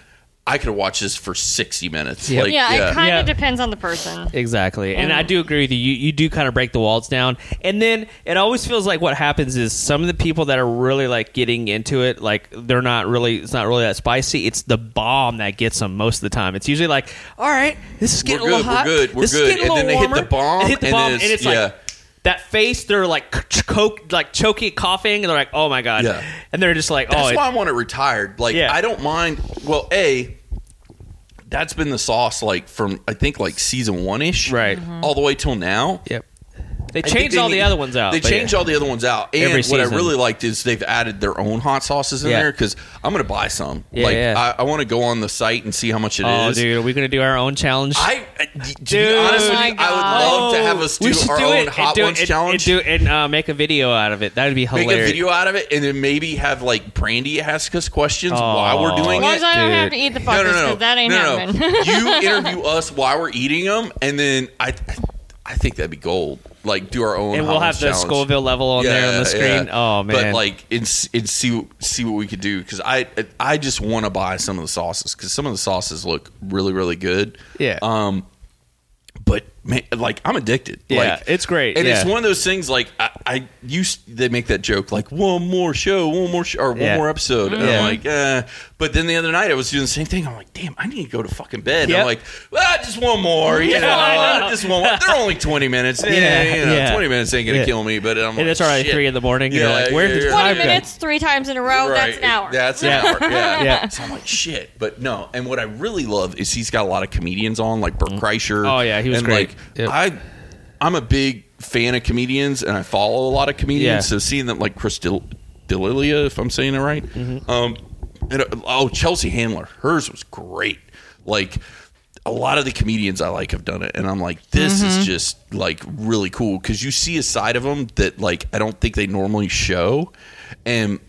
Speaker 2: I could watch this for 60 minutes.
Speaker 1: Yep.
Speaker 2: Like
Speaker 4: yeah, it kind
Speaker 1: Yeah.
Speaker 4: of depends on the person.
Speaker 1: Exactly. And
Speaker 2: Oh.
Speaker 1: I do agree with you. you. You do kind of break the walls down. And then it always feels like what happens is some of the people that are really like getting into it, like they're not really, it's not really that spicy. It's the bomb that gets them most of the time. It's usually like, all right, this is
Speaker 2: We're
Speaker 1: getting
Speaker 2: good,
Speaker 1: a little
Speaker 2: we're
Speaker 1: hot.
Speaker 2: good, we're
Speaker 1: this
Speaker 2: good."
Speaker 1: Is getting a
Speaker 2: And then
Speaker 1: little
Speaker 2: they hit the
Speaker 1: warmer.
Speaker 2: bomb,
Speaker 1: They hit the
Speaker 2: and
Speaker 1: bomb,
Speaker 2: then
Speaker 1: and
Speaker 2: it's-
Speaker 1: it's,
Speaker 2: yeah.
Speaker 1: like, that face, they're like, ch- coke, like choking, coughing, and they're like, oh my God.
Speaker 2: Yeah.
Speaker 1: And they're just like, oh,
Speaker 2: That's
Speaker 1: it-
Speaker 2: why I want it retired. Like
Speaker 1: Yeah.
Speaker 2: I don't mind. Well, a that's been the sauce like from I think like season one ish,
Speaker 1: Right. Mhm.
Speaker 2: all the way till now.
Speaker 1: yep. They
Speaker 2: I think
Speaker 1: changed
Speaker 2: they
Speaker 1: all the
Speaker 2: need-
Speaker 1: other ones out.
Speaker 2: They
Speaker 1: but
Speaker 2: changed
Speaker 1: yeah.
Speaker 2: all the other ones out. And
Speaker 1: Every
Speaker 2: what I
Speaker 1: season.
Speaker 2: really liked is they've added their own hot sauces in
Speaker 1: Yeah.
Speaker 2: there there because I'm going to buy some.
Speaker 1: Yeah,
Speaker 2: like
Speaker 1: yeah.
Speaker 2: I, I want to go on the site and see how much it is.
Speaker 1: Oh, dude, are we gonna do our own challenge?
Speaker 2: I, I- d- to
Speaker 1: Dude.
Speaker 2: be honest, with
Speaker 4: Oh my
Speaker 2: you, I
Speaker 4: God.
Speaker 2: would love to have us do
Speaker 1: Oh, we should
Speaker 2: our
Speaker 1: do
Speaker 2: own
Speaker 1: it and
Speaker 2: hot
Speaker 1: do,
Speaker 2: ones
Speaker 1: and,
Speaker 2: challenge.
Speaker 1: and, do, and uh, make a video out of it. That would be
Speaker 2: Make
Speaker 1: hilarious.
Speaker 2: a video out of it, and then maybe have like Brandy ask us questions
Speaker 1: Oh.
Speaker 2: while we're
Speaker 4: As
Speaker 2: doing
Speaker 4: long
Speaker 2: it.
Speaker 4: as I don't have to
Speaker 1: Dude.
Speaker 4: eat the fuckers, because that ain't happening.
Speaker 2: you interview us while we're eating them, and then I, I think that'd be gold. Like do our own,
Speaker 1: and we'll have
Speaker 2: hot ones
Speaker 1: the
Speaker 2: challenge.
Speaker 1: Scoville level on there on the screen.
Speaker 2: yeah.
Speaker 1: Oh man,
Speaker 2: But like, and, s- and see see what we could do because I I just want to buy some of the sauces because some of the sauces look really really good.
Speaker 1: Yeah.
Speaker 2: Um, but man, like I'm addicted.
Speaker 1: Yeah,
Speaker 2: like,
Speaker 1: it's great,
Speaker 2: and it's
Speaker 1: yeah.
Speaker 2: one of those things. Like I, I used they make that joke like one more show, one more show, or one
Speaker 1: Yeah.
Speaker 2: more episode. And
Speaker 1: Yeah.
Speaker 2: I'm like, eh. but then the other night I was doing the same thing. I'm like, damn, I need to go to fucking bed. And
Speaker 1: Yep.
Speaker 2: I'm like, ah, just one more. Yeah,
Speaker 1: I know.
Speaker 2: just one more. They're only 20 minutes. Yeah,
Speaker 1: Yeah,
Speaker 2: you know,
Speaker 1: yeah.
Speaker 2: 20 minutes ain't gonna
Speaker 1: Yeah.
Speaker 2: kill me. But I'm
Speaker 1: and
Speaker 2: like,
Speaker 1: it's already
Speaker 2: shit.
Speaker 1: three in the morning. you're
Speaker 2: Yeah,
Speaker 1: like, where
Speaker 2: yeah,
Speaker 1: did the
Speaker 2: yeah.
Speaker 1: time
Speaker 4: 20
Speaker 1: go?
Speaker 4: minutes, three times in a row, that's an hour.
Speaker 2: That's an
Speaker 1: Yeah.
Speaker 2: hour. Yeah.
Speaker 1: Yeah.
Speaker 2: So I'm like, shit. But no. And what I really love is he's got a lot of comedians on, like Bert Kreischer.
Speaker 1: Oh, yeah, he was
Speaker 2: and
Speaker 1: great.
Speaker 2: Like,
Speaker 1: Yep.
Speaker 2: I, I'm a big fan of comedians, and I follow a lot of comedians.
Speaker 1: Yeah.
Speaker 2: So seeing them, like Chris Dil- Delilia, if I'm saying it right.
Speaker 1: Mm-hmm.
Speaker 2: Um, and, uh, oh, Chelsea Handler, hers was great. Like. A lot of the comedians I like have done it, and I'm like, this
Speaker 1: Mm-hmm.
Speaker 2: is just like really cool because you see a side of them that like I don't think they normally show, and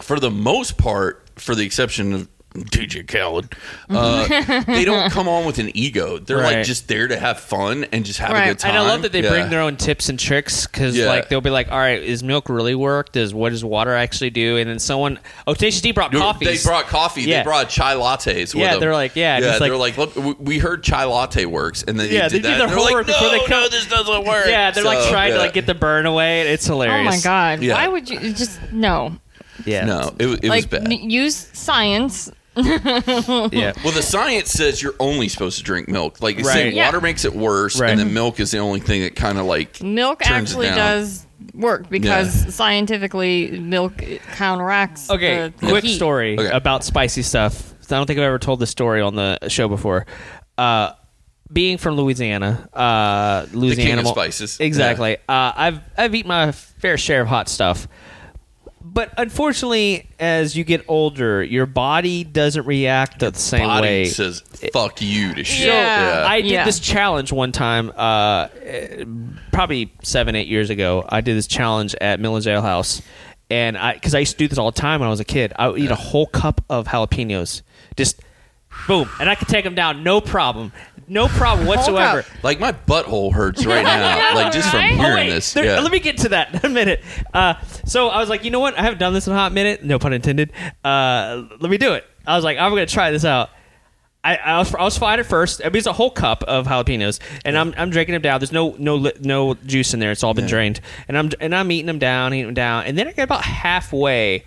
Speaker 2: for the most part, for the exception of DJ Khaled, uh, they don't come on with an ego. They're
Speaker 1: Right.
Speaker 2: like just there to have fun and just have
Speaker 4: Right.
Speaker 2: a good time.
Speaker 1: And I love that they
Speaker 2: Yeah.
Speaker 1: bring their own tips and tricks because
Speaker 2: Yeah.
Speaker 1: like they'll be like, all right, is milk really work? Does what does water actually do? And then someone, oh, Tasha D brought
Speaker 2: Dude,
Speaker 1: coffee.
Speaker 2: They brought coffee.
Speaker 1: Yeah.
Speaker 2: They brought chai lattes. With
Speaker 1: Yeah,
Speaker 2: them.
Speaker 1: they're like, yeah,
Speaker 2: yeah.
Speaker 1: just like-
Speaker 2: they're like, look, we- we heard chai latte works, and then
Speaker 1: Yeah,
Speaker 2: they did
Speaker 1: they do
Speaker 2: that.
Speaker 1: their
Speaker 2: and they're like,
Speaker 1: homework before
Speaker 2: "No,
Speaker 1: they come."
Speaker 2: No, this doesn't work.
Speaker 1: yeah, they're like
Speaker 2: So,
Speaker 1: trying
Speaker 2: yeah.
Speaker 1: to like get the burn away. It's
Speaker 4: Oh
Speaker 1: hilarious.
Speaker 4: my god!
Speaker 2: Yeah.
Speaker 4: Why would you just no?
Speaker 1: Yeah,
Speaker 2: No, it, wa- it was
Speaker 4: Like
Speaker 2: bad.
Speaker 4: n- use science.
Speaker 1: yeah.
Speaker 2: Well, the science says you're only supposed to drink milk. Like, it's
Speaker 1: Right.
Speaker 2: saying
Speaker 4: Yeah.
Speaker 2: water makes it worse,
Speaker 1: Right.
Speaker 2: and then milk is the only thing that kind of like
Speaker 4: Milk
Speaker 2: turns it
Speaker 4: actually
Speaker 2: down.
Speaker 4: does work because scientifically, milk counteracts.
Speaker 1: Okay,
Speaker 4: the, the
Speaker 1: quick
Speaker 4: heat.
Speaker 1: story
Speaker 2: Okay.
Speaker 1: about spicy stuff. I don't think I've ever told this story on the show before. Uh, being from Louisiana, uh, Louisiana
Speaker 2: king of
Speaker 1: animal-
Speaker 2: spices.
Speaker 1: Exactly. Uh, I've I've eaten my fair share of hot stuff, but unfortunately, as you get older, your body doesn't react the same
Speaker 2: Body
Speaker 1: way.
Speaker 2: says "fuck you" to shit.
Speaker 4: Yeah.
Speaker 1: I did
Speaker 4: Yeah.
Speaker 1: this challenge one time, uh, uh, probably seven, eight years ago. I did this challenge at Millen's Ale House, and I because I used to do this all the time when I was a kid. I would eat a whole cup of jalapenos, just boom, and I could take them down, no problem, no problem whatsoever.
Speaker 4: cup.
Speaker 2: Like my butthole hurts right now. like just from
Speaker 4: right?
Speaker 2: hearing
Speaker 1: Oh, wait,
Speaker 2: this.
Speaker 1: there-
Speaker 2: yeah.
Speaker 1: Let me get to that in a minute. Uh, so I was like, you know what? I haven't done this in a hot minute. No pun intended. Uh, let me do it. I was like, I'm going to try this out. I, I was I was fine at first. I mean, it's a whole cup of jalapenos, and I'm I'm drinking them down. There's no no li- no juice in there. It's all been drained, and I'm and I'm eating them down, eating them down, and then I get about halfway,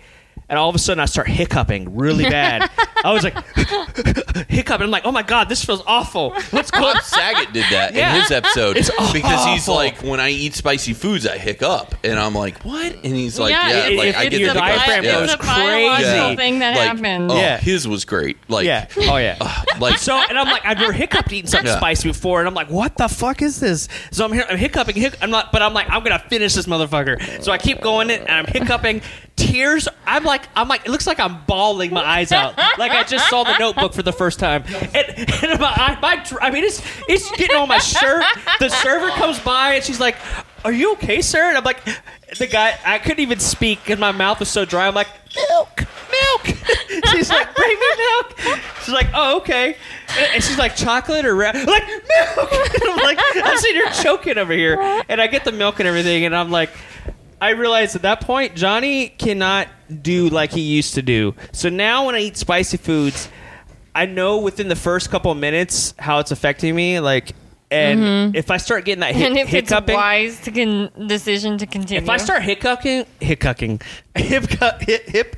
Speaker 1: and all of a sudden I start hiccuping really bad. I was like hiccuping. I'm like, oh my god, this feels awful. What's going?
Speaker 2: Bob Saget did that
Speaker 1: Yeah.
Speaker 2: in his episode
Speaker 1: It's
Speaker 2: because he's
Speaker 1: awful.
Speaker 2: like, when I eat spicy foods, I hiccup, and I'm like, what? And he's like,
Speaker 4: Yeah,
Speaker 2: yeah,
Speaker 4: it-
Speaker 2: like
Speaker 1: it-
Speaker 2: I
Speaker 1: it-
Speaker 2: get
Speaker 1: your
Speaker 2: the hiccups.
Speaker 1: diaphragm
Speaker 2: yeah.
Speaker 1: goes
Speaker 4: It's a biological
Speaker 1: crazy.
Speaker 4: thing that
Speaker 2: like,
Speaker 4: happens.
Speaker 2: Oh,
Speaker 1: Yeah.
Speaker 2: his was great. Like,
Speaker 1: yeah. Oh yeah.
Speaker 2: like
Speaker 1: So and I'm like I've never hiccuped eating something
Speaker 2: Yeah.
Speaker 1: spicy before, and I'm like, what the fuck is this? So I'm here, I'm hiccuping, hic- I'm not, but I'm like, I'm gonna finish this motherfucker. So I keep going it, and I'm hiccuping. Tears. I'm like, I'm like, it looks like I'm bawling my eyes out, like I just saw the Notebook for the first time. And, and my, eye- my, dr- I mean, it's it's getting on my shirt. The server comes by and she's like, "Are you okay, sir?" And I'm like, the guy, I couldn't even speak because my mouth was so dry. I'm like, milk, milk. she's like, bring me milk. She's like, oh, okay. And, and she's like, chocolate or ra-? I'm like milk. And I'm like, I'm sitting here choking over here, and I get the milk and everything, and I'm like. I realized at that point Johnny cannot do like he used to do. So now when I eat spicy foods, I know within the first couple of minutes how it's affecting me. Like, and if I start getting that hic-
Speaker 4: Mm-hmm. and if it's
Speaker 1: hiccuping,
Speaker 4: wise to con- decision to continue,
Speaker 1: if I start hiccuping, hiccuping, hip, hip, hip,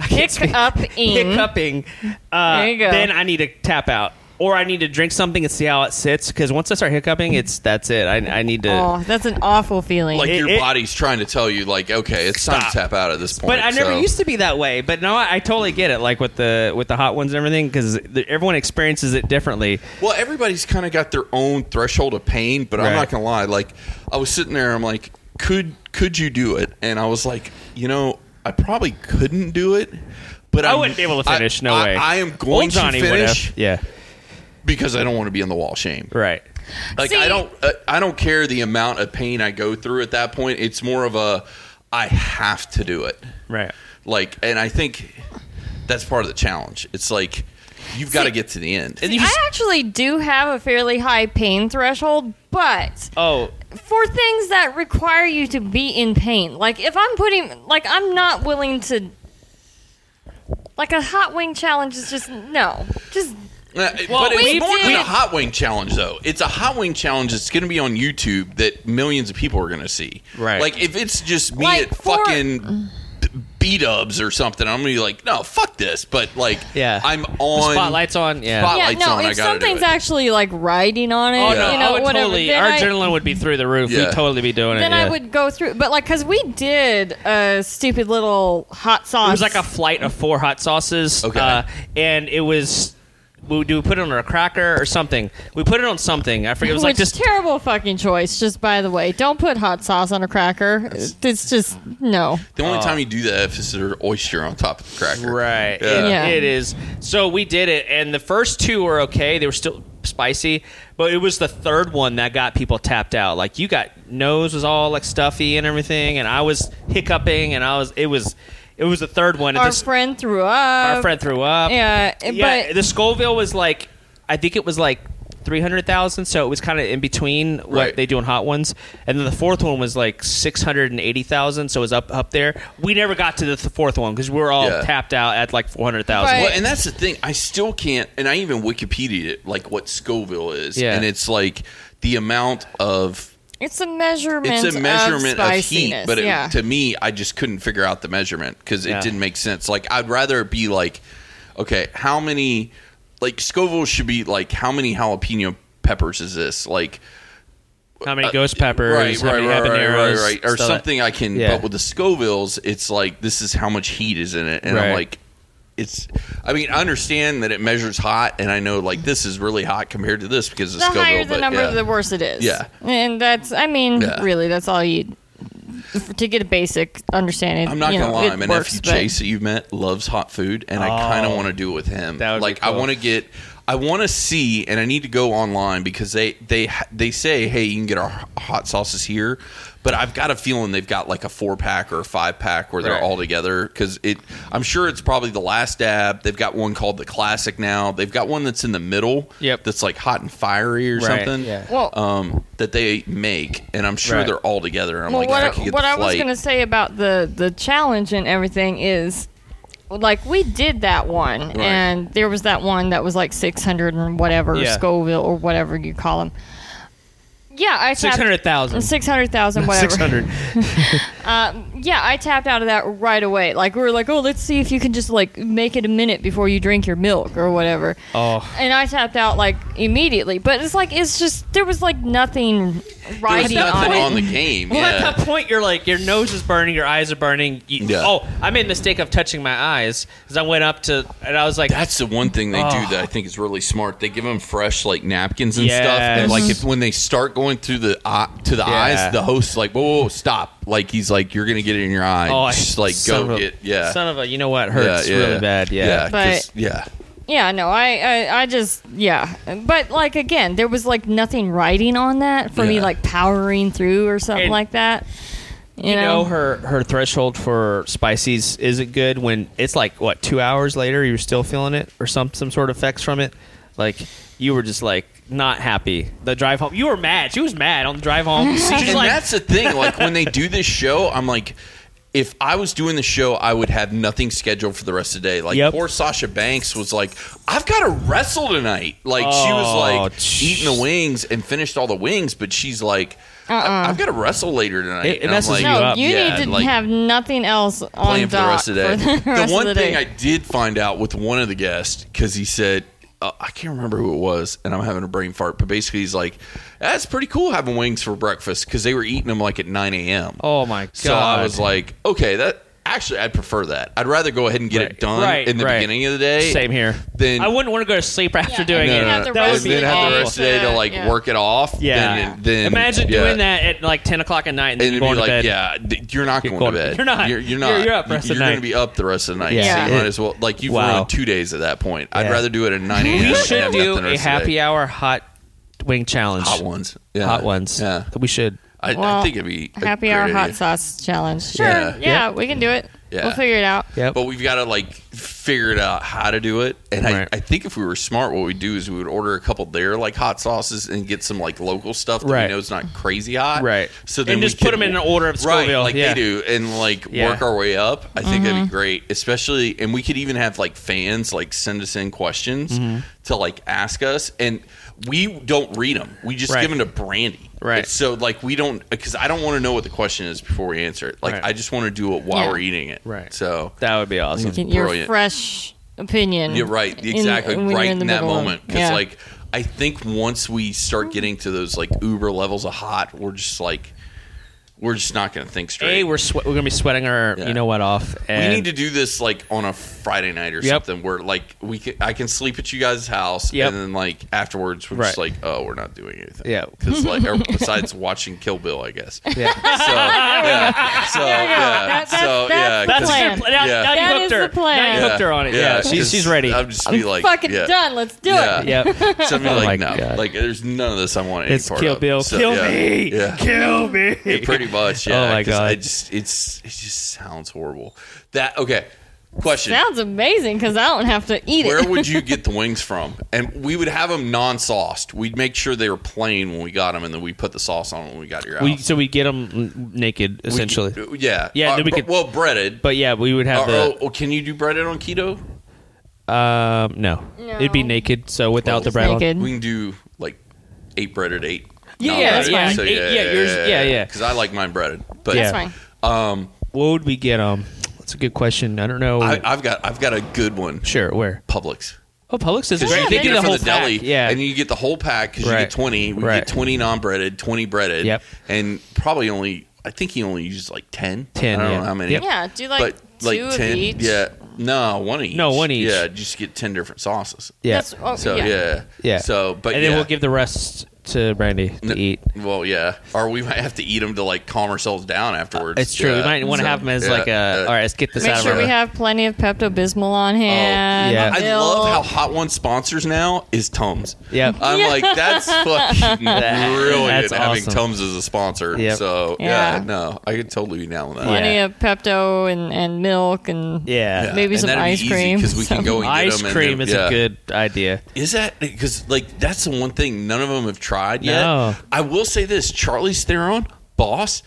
Speaker 1: I can't speak.
Speaker 4: hiccuping,
Speaker 1: hiccuping, uh,
Speaker 4: There you go.
Speaker 1: then I need to tap out. or I need to drink something and see how it sits. Because once I start hiccuping, it's that's it. I, I need to.
Speaker 4: Oh, that's an awful feeling.
Speaker 2: Like
Speaker 1: It-
Speaker 2: your
Speaker 1: it-
Speaker 2: body's trying to tell you, like, okay, it's time
Speaker 1: Stop.
Speaker 2: to tap out at this point.
Speaker 1: But I never
Speaker 2: so-
Speaker 1: used to be that way. But no, I, I totally get it. Like with the with the hot ones and everything, because everyone experiences it differently.
Speaker 2: Well, everybody's kind of got their own threshold of pain, but I'm
Speaker 1: Right.
Speaker 2: not gonna lie. Like, I was sitting there, I'm like, could could you do it? And I was like, you know, I probably couldn't do it. But
Speaker 1: I
Speaker 2: I'm-
Speaker 1: wouldn't be able to
Speaker 2: I-
Speaker 1: finish. no
Speaker 2: I-
Speaker 1: way.
Speaker 2: I am
Speaker 1: Old
Speaker 2: going to
Speaker 1: Johnny would have.
Speaker 2: finish
Speaker 1: Yeah.
Speaker 2: because I don't want to be in the wall of shame.
Speaker 1: Right.
Speaker 2: Like
Speaker 4: See-
Speaker 2: I don't uh, I don't care the amount of pain I go through at that point. It's more of a I have to do it.
Speaker 1: Right.
Speaker 2: Like, and I think that's part of the challenge. It's like you've got to
Speaker 4: See-
Speaker 2: get to the end.
Speaker 1: And you just-
Speaker 4: I actually do have a fairly high pain threshold, but
Speaker 1: oh,
Speaker 4: for things that require you to be in pain, like if I'm putting, like I'm not willing to, like a hot wing challenge is just no, just
Speaker 2: Uh, but
Speaker 4: we
Speaker 2: it's more than
Speaker 4: did-
Speaker 2: a hot wing challenge, though. It's a hot wing challenge that's going to be on YouTube that millions of people are going to see.
Speaker 1: Right.
Speaker 2: Like if it's just me
Speaker 4: Like,
Speaker 2: at
Speaker 4: for-
Speaker 2: fucking B Dubs or something, I'm going to be like, no, fuck this. But like,
Speaker 1: Yeah.
Speaker 2: I'm
Speaker 1: the
Speaker 2: on
Speaker 1: spotlights on. Yeah.
Speaker 2: Spot-
Speaker 4: yeah,
Speaker 2: Spotlight's
Speaker 4: no.
Speaker 2: on, I
Speaker 4: if
Speaker 2: gotta do
Speaker 4: something's
Speaker 2: it.
Speaker 4: actually like riding on it,
Speaker 1: Oh no!
Speaker 4: you know,
Speaker 1: I would
Speaker 4: whatever.
Speaker 1: totally.
Speaker 4: then
Speaker 1: Our
Speaker 4: I-
Speaker 1: adrenaline would be through the roof.
Speaker 2: Yeah.
Speaker 1: We'd totally be doing
Speaker 4: then
Speaker 1: it.
Speaker 4: I
Speaker 1: yeah.
Speaker 4: would go through, but like, cause we did a stupid little hot sauce.
Speaker 1: It was like a flight of four hot sauces.
Speaker 2: Okay.
Speaker 1: Uh, and it was. We, do we put it on a cracker or something? We put it on something. I forget. It was like
Speaker 4: Which
Speaker 1: just
Speaker 4: terrible fucking choice. Just by the way, don't put hot sauce on a cracker. It's just no.
Speaker 2: The only time you do that is if there's oyster on top of the cracker.
Speaker 1: Oh. Right.
Speaker 2: Yeah.
Speaker 1: It-
Speaker 4: Yeah.
Speaker 1: it is. So we did it, and the first two were okay. They were still spicy, but it was the third one that got people tapped out. Like you got nose was all like stuffy and everything, and I was hiccuping, and I was it was it was the third one. and
Speaker 4: Our
Speaker 1: this-
Speaker 4: friend threw up.
Speaker 1: our friend threw up.
Speaker 4: Yeah,
Speaker 1: Yeah,
Speaker 4: but
Speaker 1: the Scoville was like, I think it was like three hundred thousand, so it was kind of in between what
Speaker 2: Right.
Speaker 1: they do in hot ones, and then the fourth one was like six hundred and eighty thousand, so it was up up there. We never got to the th- fourth one because we were all
Speaker 2: Yeah.
Speaker 1: tapped out at like four hundred thousand.
Speaker 4: Right.
Speaker 2: Well, and that's the thing. I still can't, and I even Wikipedia it, like what Scoville is.
Speaker 1: Yeah.
Speaker 2: And it's like the amount of
Speaker 4: it's a measurement.
Speaker 2: it's a measurement
Speaker 4: of,
Speaker 2: of, heat
Speaker 4: spiciness,
Speaker 2: but it,
Speaker 4: yeah.
Speaker 2: to me i just couldn't figure out the measurement because it
Speaker 1: Yeah.
Speaker 2: didn't make sense like i'd rather it be like okay how many like scoville should be like how many jalapeno peppers is this like
Speaker 1: How
Speaker 2: Uh,
Speaker 1: many ghost peppers? how many habaneros,
Speaker 2: or
Speaker 1: stuff like-
Speaker 2: something i can
Speaker 1: Yeah.
Speaker 2: but with the scovilles it's like this is how much heat is in it and i'm
Speaker 1: Right.
Speaker 2: like it's i mean i understand that it measures hot and i know like this is really hot compared to this because of
Speaker 4: the
Speaker 2: scoville
Speaker 4: higher the
Speaker 2: but
Speaker 4: number,
Speaker 2: yeah.
Speaker 4: the worse it is.
Speaker 2: Yeah.
Speaker 4: and that's. I mean,
Speaker 2: Yeah.
Speaker 4: really, that's all you f- to get a basic understanding.
Speaker 2: I'm not
Speaker 4: you know,
Speaker 2: gonna lie,
Speaker 4: it
Speaker 2: man.
Speaker 4: works,
Speaker 2: nephew
Speaker 4: but-
Speaker 2: Chase that you've met loves hot food, and I kind of want to do it with him.
Speaker 1: Oh, That would be
Speaker 2: like I
Speaker 1: cool.
Speaker 2: want to get, I want to see, and I need to go online because they they they say, hey, you can get our hot sauces here, but I've got a feeling they've got like a four pack or a five pack where they're
Speaker 1: Right.
Speaker 2: all together because it. I'm sure it's probably the last dab. They've got one called the classic now. They've got one that's in the middle.
Speaker 1: Yep.
Speaker 2: That's like hot and fiery or
Speaker 1: Right,
Speaker 2: something.
Speaker 1: yeah.
Speaker 4: Well-
Speaker 2: um, that they make, and I'm sure
Speaker 1: Right.
Speaker 2: they're all together. And I'm
Speaker 4: Well,
Speaker 2: like, if I
Speaker 4: what,
Speaker 2: could get
Speaker 4: what
Speaker 2: the
Speaker 4: I was
Speaker 2: flight-
Speaker 4: going to say about the, the challenge and everything is, like, we did that one, and there was that one that was like 600 and whatever,
Speaker 1: Yeah.
Speaker 4: Scoville or whatever you call them. Yeah, I tapped-
Speaker 1: 600,000.
Speaker 4: 600,000, whatever.
Speaker 1: Six hundred.
Speaker 4: Yeah, I tapped out of that right away. Like, we were like, oh, let's see if you can just, like, make it a minute before you drink your milk or whatever.
Speaker 1: Oh,
Speaker 4: And I tapped out, like, immediately. But it's like, it's just, there was, like, nothing
Speaker 2: There was
Speaker 4: riding
Speaker 2: nothing
Speaker 4: on it.
Speaker 2: on the game.
Speaker 1: well,
Speaker 2: yeah.
Speaker 1: at that point, you're like your nose is burning, your eyes are burning. You,
Speaker 2: Yeah.
Speaker 1: Oh, I made the mistake of touching my eyes because I went up to and I was like,
Speaker 2: That's the one thing they
Speaker 1: Oh.
Speaker 2: do that I think is really smart. They give them fresh like napkins and
Speaker 1: Yes.
Speaker 2: stuff, and like if when they start going through the eye to the
Speaker 1: Yeah.
Speaker 2: eyes, the host's like, "Whoa, whoa, whoa, stop!" Like he's like, "You're gonna get it in your eye.
Speaker 1: Oh, I-
Speaker 2: Just like
Speaker 1: son
Speaker 2: go
Speaker 1: of a-
Speaker 2: get yeah."
Speaker 1: Son of a, you know what hurts
Speaker 2: yeah, yeah.
Speaker 1: really bad. Yeah.
Speaker 2: yeah, 'cause-
Speaker 4: But-
Speaker 2: yeah.
Speaker 4: Yeah, no, I, I, I just, yeah. But like again, there was like nothing writing on that for me,
Speaker 2: Yeah.
Speaker 4: like powering through or something
Speaker 1: And-
Speaker 4: like that. You,
Speaker 1: You
Speaker 4: know,
Speaker 1: know her her threshold for spices isn't good when it's like what two hours later you're still feeling it or some some sort of effects from it, like you were just like not happy. The drive home, you were mad. She was mad on the drive home. She's
Speaker 2: and
Speaker 1: like,
Speaker 2: that's the thing. Like when they do this show, I'm like, if I was doing the show, I would have nothing scheduled for the rest of the day. Like
Speaker 1: Yep.
Speaker 2: poor Sasha Banks was like, I've got to wrestle tonight. Like she was
Speaker 1: Oh,
Speaker 2: like
Speaker 1: jeez.
Speaker 2: eating the wings and finished all the wings, but she's like, I- I've got to wrestle later tonight.
Speaker 1: It- it
Speaker 2: And I'm
Speaker 1: messes
Speaker 2: like,
Speaker 1: you
Speaker 4: Uh-uh. no,
Speaker 1: up.
Speaker 4: you
Speaker 2: Yeah,
Speaker 4: need to
Speaker 2: like,
Speaker 4: have nothing else on
Speaker 2: plan for the
Speaker 4: dock
Speaker 2: rest of the day.
Speaker 4: for the rest
Speaker 2: one
Speaker 4: of the
Speaker 2: thing
Speaker 4: day.
Speaker 2: I did find out with one of the guests because he said uh, I can't remember who it was, and I'm having a brain fart. But basically, he's like, "That's pretty cool having wings for breakfast because they were eating them like at 9 a.m."
Speaker 1: Oh my god!
Speaker 2: So I was like, okay, that actually I'd prefer that. I'd rather go ahead and get it
Speaker 1: Right,
Speaker 2: done
Speaker 1: right,
Speaker 2: in the
Speaker 1: right.
Speaker 2: beginning of the day.
Speaker 1: same here.
Speaker 2: Then
Speaker 1: I wouldn't want to go to sleep after
Speaker 4: Yeah,
Speaker 1: doing
Speaker 4: no,
Speaker 1: it.
Speaker 4: no, no.
Speaker 2: and
Speaker 4: That would be
Speaker 2: then have the rest of the day to
Speaker 4: awful.
Speaker 2: like
Speaker 4: Yeah.
Speaker 2: work it off.
Speaker 1: Yeah.
Speaker 2: Then, then
Speaker 1: Imagine
Speaker 2: yeah.
Speaker 1: doing that at like ten o'clock at night and, then
Speaker 2: And it'd
Speaker 1: going
Speaker 2: be
Speaker 1: to
Speaker 2: like,
Speaker 1: bed.
Speaker 2: yeah, th- you're not going
Speaker 1: going
Speaker 2: to
Speaker 1: to-
Speaker 2: bed.
Speaker 1: you're not.
Speaker 2: You're, you're
Speaker 1: You're-
Speaker 2: not.
Speaker 1: you're up the rest of the
Speaker 2: You're gonna
Speaker 1: night.
Speaker 2: be up the rest of the night.
Speaker 1: Yeah.
Speaker 2: So you might as well. Like you've
Speaker 1: Wow.
Speaker 2: ruined two days at that point. I'd
Speaker 1: Yeah.
Speaker 2: rather do it at 9 a.m.
Speaker 1: We
Speaker 2: and
Speaker 1: should
Speaker 2: have
Speaker 1: do
Speaker 2: nothing the
Speaker 1: a
Speaker 2: rest of the
Speaker 1: happy
Speaker 2: day.
Speaker 1: hour hot wing challenge.
Speaker 2: hot ones. Yeah.
Speaker 1: Hot ones.
Speaker 2: Yeah.
Speaker 1: We should.
Speaker 2: I, I
Speaker 4: Well,
Speaker 2: think it'd be a
Speaker 4: Happy hour
Speaker 2: great
Speaker 4: hot
Speaker 2: idea.
Speaker 4: sauce challenge. Sure.
Speaker 2: Yeah.
Speaker 4: Yeah,
Speaker 1: Yeah.
Speaker 4: we can do it.
Speaker 2: Yeah.
Speaker 4: We'll figure it out.
Speaker 1: Yep.
Speaker 2: but we've got to like figure it out how to do it. And
Speaker 1: Right.
Speaker 2: I, I think if we were smart, what we'd do is we would order a couple there, like hot sauces, and get some like local stuff that
Speaker 1: Right.
Speaker 2: we know is not crazy hot.
Speaker 1: Right.
Speaker 2: So then
Speaker 1: and
Speaker 2: we
Speaker 1: just put
Speaker 2: could-
Speaker 1: them in an order of
Speaker 2: Right,
Speaker 1: Scoville.
Speaker 2: like
Speaker 1: yeah. Mm-hmm.
Speaker 2: they do, and like
Speaker 1: Yeah.
Speaker 2: work our way up. I think that'd be great, especially. And we could even have like fans like send us in questions
Speaker 1: Mm-hmm.
Speaker 2: to like ask us, and we don't read them. We just
Speaker 1: Right.
Speaker 2: give them to Brandy.
Speaker 1: Right.
Speaker 2: So like we don't because I don't want to know what the question is before we answer it. Like
Speaker 1: Right.
Speaker 2: I just want to do it while
Speaker 4: Yeah.
Speaker 2: we're eating it.
Speaker 1: Right.
Speaker 2: So
Speaker 1: That would be awesome.
Speaker 4: Get your
Speaker 2: Brilliant.
Speaker 4: fresh opinion.
Speaker 2: You're right.
Speaker 4: in-
Speaker 2: Exactly.
Speaker 4: when you're
Speaker 2: right in,
Speaker 4: the
Speaker 2: that
Speaker 4: middle of-
Speaker 2: moment. Because,
Speaker 4: yeah.
Speaker 2: like, I think once we start getting to those, like, uber levels of hot, we're just like, we're just not going to think straight.
Speaker 1: A, we're swe- we're gonna be sweating our
Speaker 2: Yeah.
Speaker 1: you know what off.
Speaker 2: we
Speaker 1: And
Speaker 2: need to do this, like, on a Friday night or
Speaker 1: Yep.
Speaker 2: something where, like, we can, I can sleep at you guys' house.
Speaker 1: Yep.
Speaker 2: And then, like, afterwards, we're just like,
Speaker 1: Right.
Speaker 2: oh, we're not doing anything.
Speaker 1: Yeah.
Speaker 2: Because, like, or besides watching Kill Bill, I guess. So,
Speaker 1: Yeah.
Speaker 2: yeah. So, yeah.
Speaker 4: That- that's-
Speaker 2: so,
Speaker 4: that's
Speaker 2: yeah. 'cause-
Speaker 4: the
Speaker 1: That's
Speaker 4: plan.
Speaker 1: the plan. Now, now
Speaker 2: Yeah.
Speaker 4: That
Speaker 1: you
Speaker 4: is
Speaker 1: hooked her.
Speaker 4: the plan.
Speaker 1: Now you
Speaker 2: yeah,
Speaker 1: hooked her on it. Yeah, she's
Speaker 2: 'cause
Speaker 1: she's ready.
Speaker 2: I'm just be like,
Speaker 4: fucking
Speaker 2: yeah.
Speaker 4: done. Let's do
Speaker 2: Yeah.
Speaker 4: it.
Speaker 1: yep.
Speaker 2: So I'm
Speaker 1: Oh my
Speaker 2: like, no,
Speaker 1: God.
Speaker 2: like there's none of this I want any
Speaker 1: It's
Speaker 2: part
Speaker 1: Kill
Speaker 2: of.
Speaker 1: Bill.
Speaker 2: So,
Speaker 1: Kill
Speaker 2: yeah.
Speaker 1: me.
Speaker 2: Yeah.
Speaker 1: Kill me.
Speaker 2: It pretty much. Yeah,
Speaker 1: Oh my
Speaker 2: 'cause I
Speaker 1: God.
Speaker 2: just it's it just sounds horrible. That okay. Question:
Speaker 4: Sounds amazing because I don't have to eat
Speaker 2: Where
Speaker 4: it.
Speaker 2: would you get the wings from? And we would have them non-sauced. We'd make sure they were plain when we got them, and then we put the sauce on when we got to your house.
Speaker 1: We, so we get them naked
Speaker 2: We-
Speaker 1: essentially.
Speaker 2: yeah,
Speaker 1: Yeah,
Speaker 2: Uh,
Speaker 1: then we
Speaker 2: br-
Speaker 1: could-
Speaker 2: well breaded.
Speaker 1: but yeah, we would have
Speaker 2: Uh,
Speaker 1: the
Speaker 2: oh, can you do breaded on keto?
Speaker 1: um no.
Speaker 4: No.
Speaker 1: It'd be naked, so without
Speaker 2: Oh.
Speaker 1: the
Speaker 4: Just
Speaker 1: bread on.
Speaker 4: naked.
Speaker 2: We can do like eight breaded, eight.
Speaker 1: Yeah,
Speaker 2: non-breaded.
Speaker 1: yeah, that's
Speaker 4: fine.
Speaker 2: So,
Speaker 1: Eight- yeah, yours- yeah, yeah.
Speaker 2: Because I like mine breaded, but
Speaker 1: Yeah.
Speaker 4: That's fine.
Speaker 2: um,
Speaker 1: What would we get them? That's a good question. I don't know.
Speaker 2: I, I've got I've got a good one.
Speaker 1: sure, where?
Speaker 2: Publix.
Speaker 1: Oh, Publix is
Speaker 2: Because
Speaker 1: great.
Speaker 2: you
Speaker 1: They
Speaker 2: get
Speaker 1: do
Speaker 2: it
Speaker 1: the
Speaker 2: from
Speaker 1: whole
Speaker 2: the deli,
Speaker 1: pack. Yeah,
Speaker 2: and you get the whole pack because you
Speaker 1: Right.
Speaker 2: get twenty. We
Speaker 1: Right.
Speaker 2: get twenty non-breaded, twenty breaded,
Speaker 1: Yep.
Speaker 2: and probably only I think he only uses like ten.
Speaker 1: 10,
Speaker 2: I don't
Speaker 1: yeah.
Speaker 2: know how many.
Speaker 1: Yep.
Speaker 4: Yeah, do like
Speaker 2: but
Speaker 4: two
Speaker 2: like
Speaker 4: of
Speaker 2: ten.
Speaker 4: each.
Speaker 2: Yeah, no, one each.
Speaker 1: No, one each.
Speaker 2: Yeah, just get ten different sauces.
Speaker 1: yeah.
Speaker 4: That's, oh,
Speaker 2: So yeah,
Speaker 4: yeah.
Speaker 2: yeah.
Speaker 1: Yeah.
Speaker 2: So but
Speaker 1: and then
Speaker 2: yeah.
Speaker 1: we'll give the rest to Brandy to
Speaker 2: No-
Speaker 1: eat.
Speaker 2: Well, yeah, or we might have to eat them to like calm ourselves down afterwards.
Speaker 1: It's true.
Speaker 2: Yeah.
Speaker 1: We might want to
Speaker 2: So,
Speaker 1: have them as
Speaker 2: yeah,
Speaker 1: like a.
Speaker 2: yeah.
Speaker 1: all right, let's get this
Speaker 4: Make
Speaker 1: out
Speaker 4: sure
Speaker 1: of
Speaker 4: we
Speaker 1: our.
Speaker 4: have plenty of Pepto Bismol on hand.
Speaker 1: Oh, yeah.
Speaker 2: Oh, I
Speaker 4: Milk.
Speaker 2: love how Hot One sponsors now is Tums.
Speaker 1: Yep.
Speaker 2: I'm like, that's fucking brilliant
Speaker 1: That's
Speaker 2: having
Speaker 1: awesome.
Speaker 2: Tums as a sponsor.
Speaker 1: Yep.
Speaker 2: So yeah.
Speaker 4: Yeah.
Speaker 2: no, I could totally be down with that.
Speaker 1: Yeah.
Speaker 4: plenty of Pepto and, and milk and
Speaker 1: yeah.
Speaker 2: Yeah.
Speaker 4: Maybe
Speaker 2: And
Speaker 4: some
Speaker 2: that'd be
Speaker 4: ice
Speaker 2: easy
Speaker 4: cream,
Speaker 2: 'cause we can
Speaker 4: some
Speaker 2: go and get
Speaker 1: Ice
Speaker 2: 'em and
Speaker 1: cream
Speaker 2: then-
Speaker 1: is
Speaker 2: yeah.
Speaker 1: a good idea.
Speaker 2: Is that because like that's the one thing none of them have tried yet?
Speaker 1: No.
Speaker 2: I will say this: Charlie Theron, boss,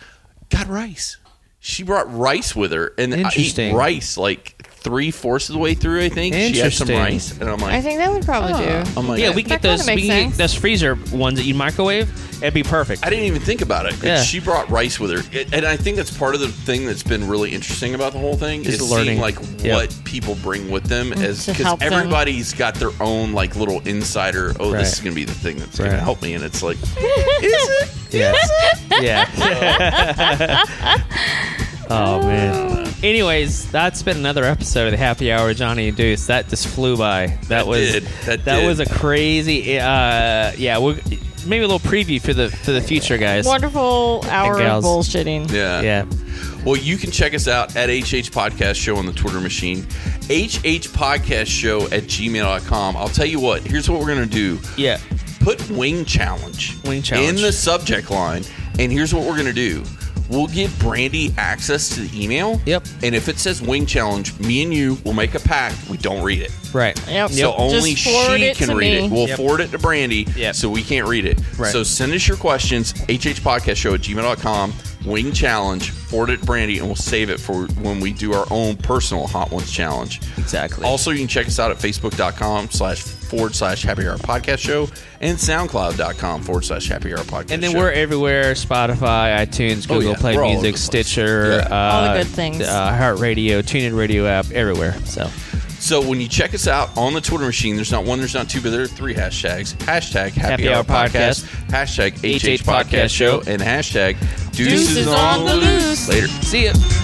Speaker 2: got rice. She brought rice with her, and I ate
Speaker 1: Interesting.
Speaker 2: rice like three fourths of the way through. I think she had some
Speaker 1: Interesting.
Speaker 2: rice, and I'm like,
Speaker 4: I think that would probably do.
Speaker 2: I'm like,
Speaker 1: yeah, we can get
Speaker 4: That kinda
Speaker 1: those.
Speaker 4: makes
Speaker 1: We can get
Speaker 4: sense.
Speaker 1: those freezer ones that you microwave. It'd be perfect.
Speaker 2: I didn't even think about it.
Speaker 1: Yeah.
Speaker 2: She brought rice with her, It- and I think that's part of the thing that's been really interesting about the whole thing
Speaker 1: Just
Speaker 2: is
Speaker 1: learning.
Speaker 2: seeing like
Speaker 1: Yeah.
Speaker 2: what people bring with them, as
Speaker 4: Mm, to
Speaker 2: because
Speaker 4: help them.
Speaker 2: everybody's got their own like little insider. Oh,
Speaker 1: Right.
Speaker 2: this is gonna be the thing that's
Speaker 1: Right.
Speaker 2: gonna help me, and it's like
Speaker 1: Yeah. yeah. oh man. Anyways, that's been another episode of the Happy Hour with Johnny and Deuce. That just flew by. That, was
Speaker 2: did. That
Speaker 1: that,
Speaker 2: did.
Speaker 1: was a crazy. Uh, yeah, we maybe a little preview for the for the future, guys.
Speaker 4: Wonderful hour of
Speaker 1: gals.
Speaker 4: bullshitting.
Speaker 2: yeah,
Speaker 1: Yeah.
Speaker 2: Well, you can check us out at HH Podcast Show on the Twitter machine, HH Podcast Show at gmail.com. I'll tell you what. Here's what we're gonna do.
Speaker 1: Yeah.
Speaker 2: put wing challenge,
Speaker 1: Wing challenge.
Speaker 2: in the subject line. And here's what we're gonna do: we'll give Brandy access to the email.
Speaker 1: Yep.
Speaker 2: And if it says wing challenge, me and you will make a pact. We don't read it.
Speaker 1: Right.
Speaker 4: Yep.
Speaker 2: So only
Speaker 4: Just forward
Speaker 2: she
Speaker 4: it
Speaker 2: can
Speaker 4: to
Speaker 2: read
Speaker 4: me.
Speaker 2: it. We'll
Speaker 1: Yep.
Speaker 2: forward it to Brandy,
Speaker 1: Yep.
Speaker 2: so we can't read it.
Speaker 1: Right.
Speaker 2: So send us your questions, hhpodcastshow at gmail.com, wing challenge, forward it to Brandy, and we'll save it for when we do our own personal Hot Ones challenge.
Speaker 1: Exactly.
Speaker 2: Also, you can check us out at facebook.com slash forward slash happy hour podcast show and soundcloud.com forward slash happy hour podcast
Speaker 1: And then
Speaker 2: show.
Speaker 1: we're everywhere: Spotify, iTunes,
Speaker 2: Oh,
Speaker 1: Google
Speaker 2: yeah.
Speaker 1: Play
Speaker 2: We're all over
Speaker 1: Music,
Speaker 2: the place.
Speaker 1: Stitcher,
Speaker 2: Yeah.
Speaker 1: uh,
Speaker 4: All the good things.
Speaker 1: uh, Heart Radio, TuneIn Radio app, everywhere. So
Speaker 2: So when you check us out on the Twitter machine, there's not one, there's not two, but there are three hashtags. Hashtag Happy,
Speaker 1: Happy
Speaker 2: Hour
Speaker 1: Hour
Speaker 2: Podcast, hashtag HH Podcast Show, and hashtag Deuces,
Speaker 4: Deuces
Speaker 2: on,
Speaker 4: on
Speaker 2: the
Speaker 4: the
Speaker 2: Loose.
Speaker 4: Loose.
Speaker 2: Later.
Speaker 1: See ya.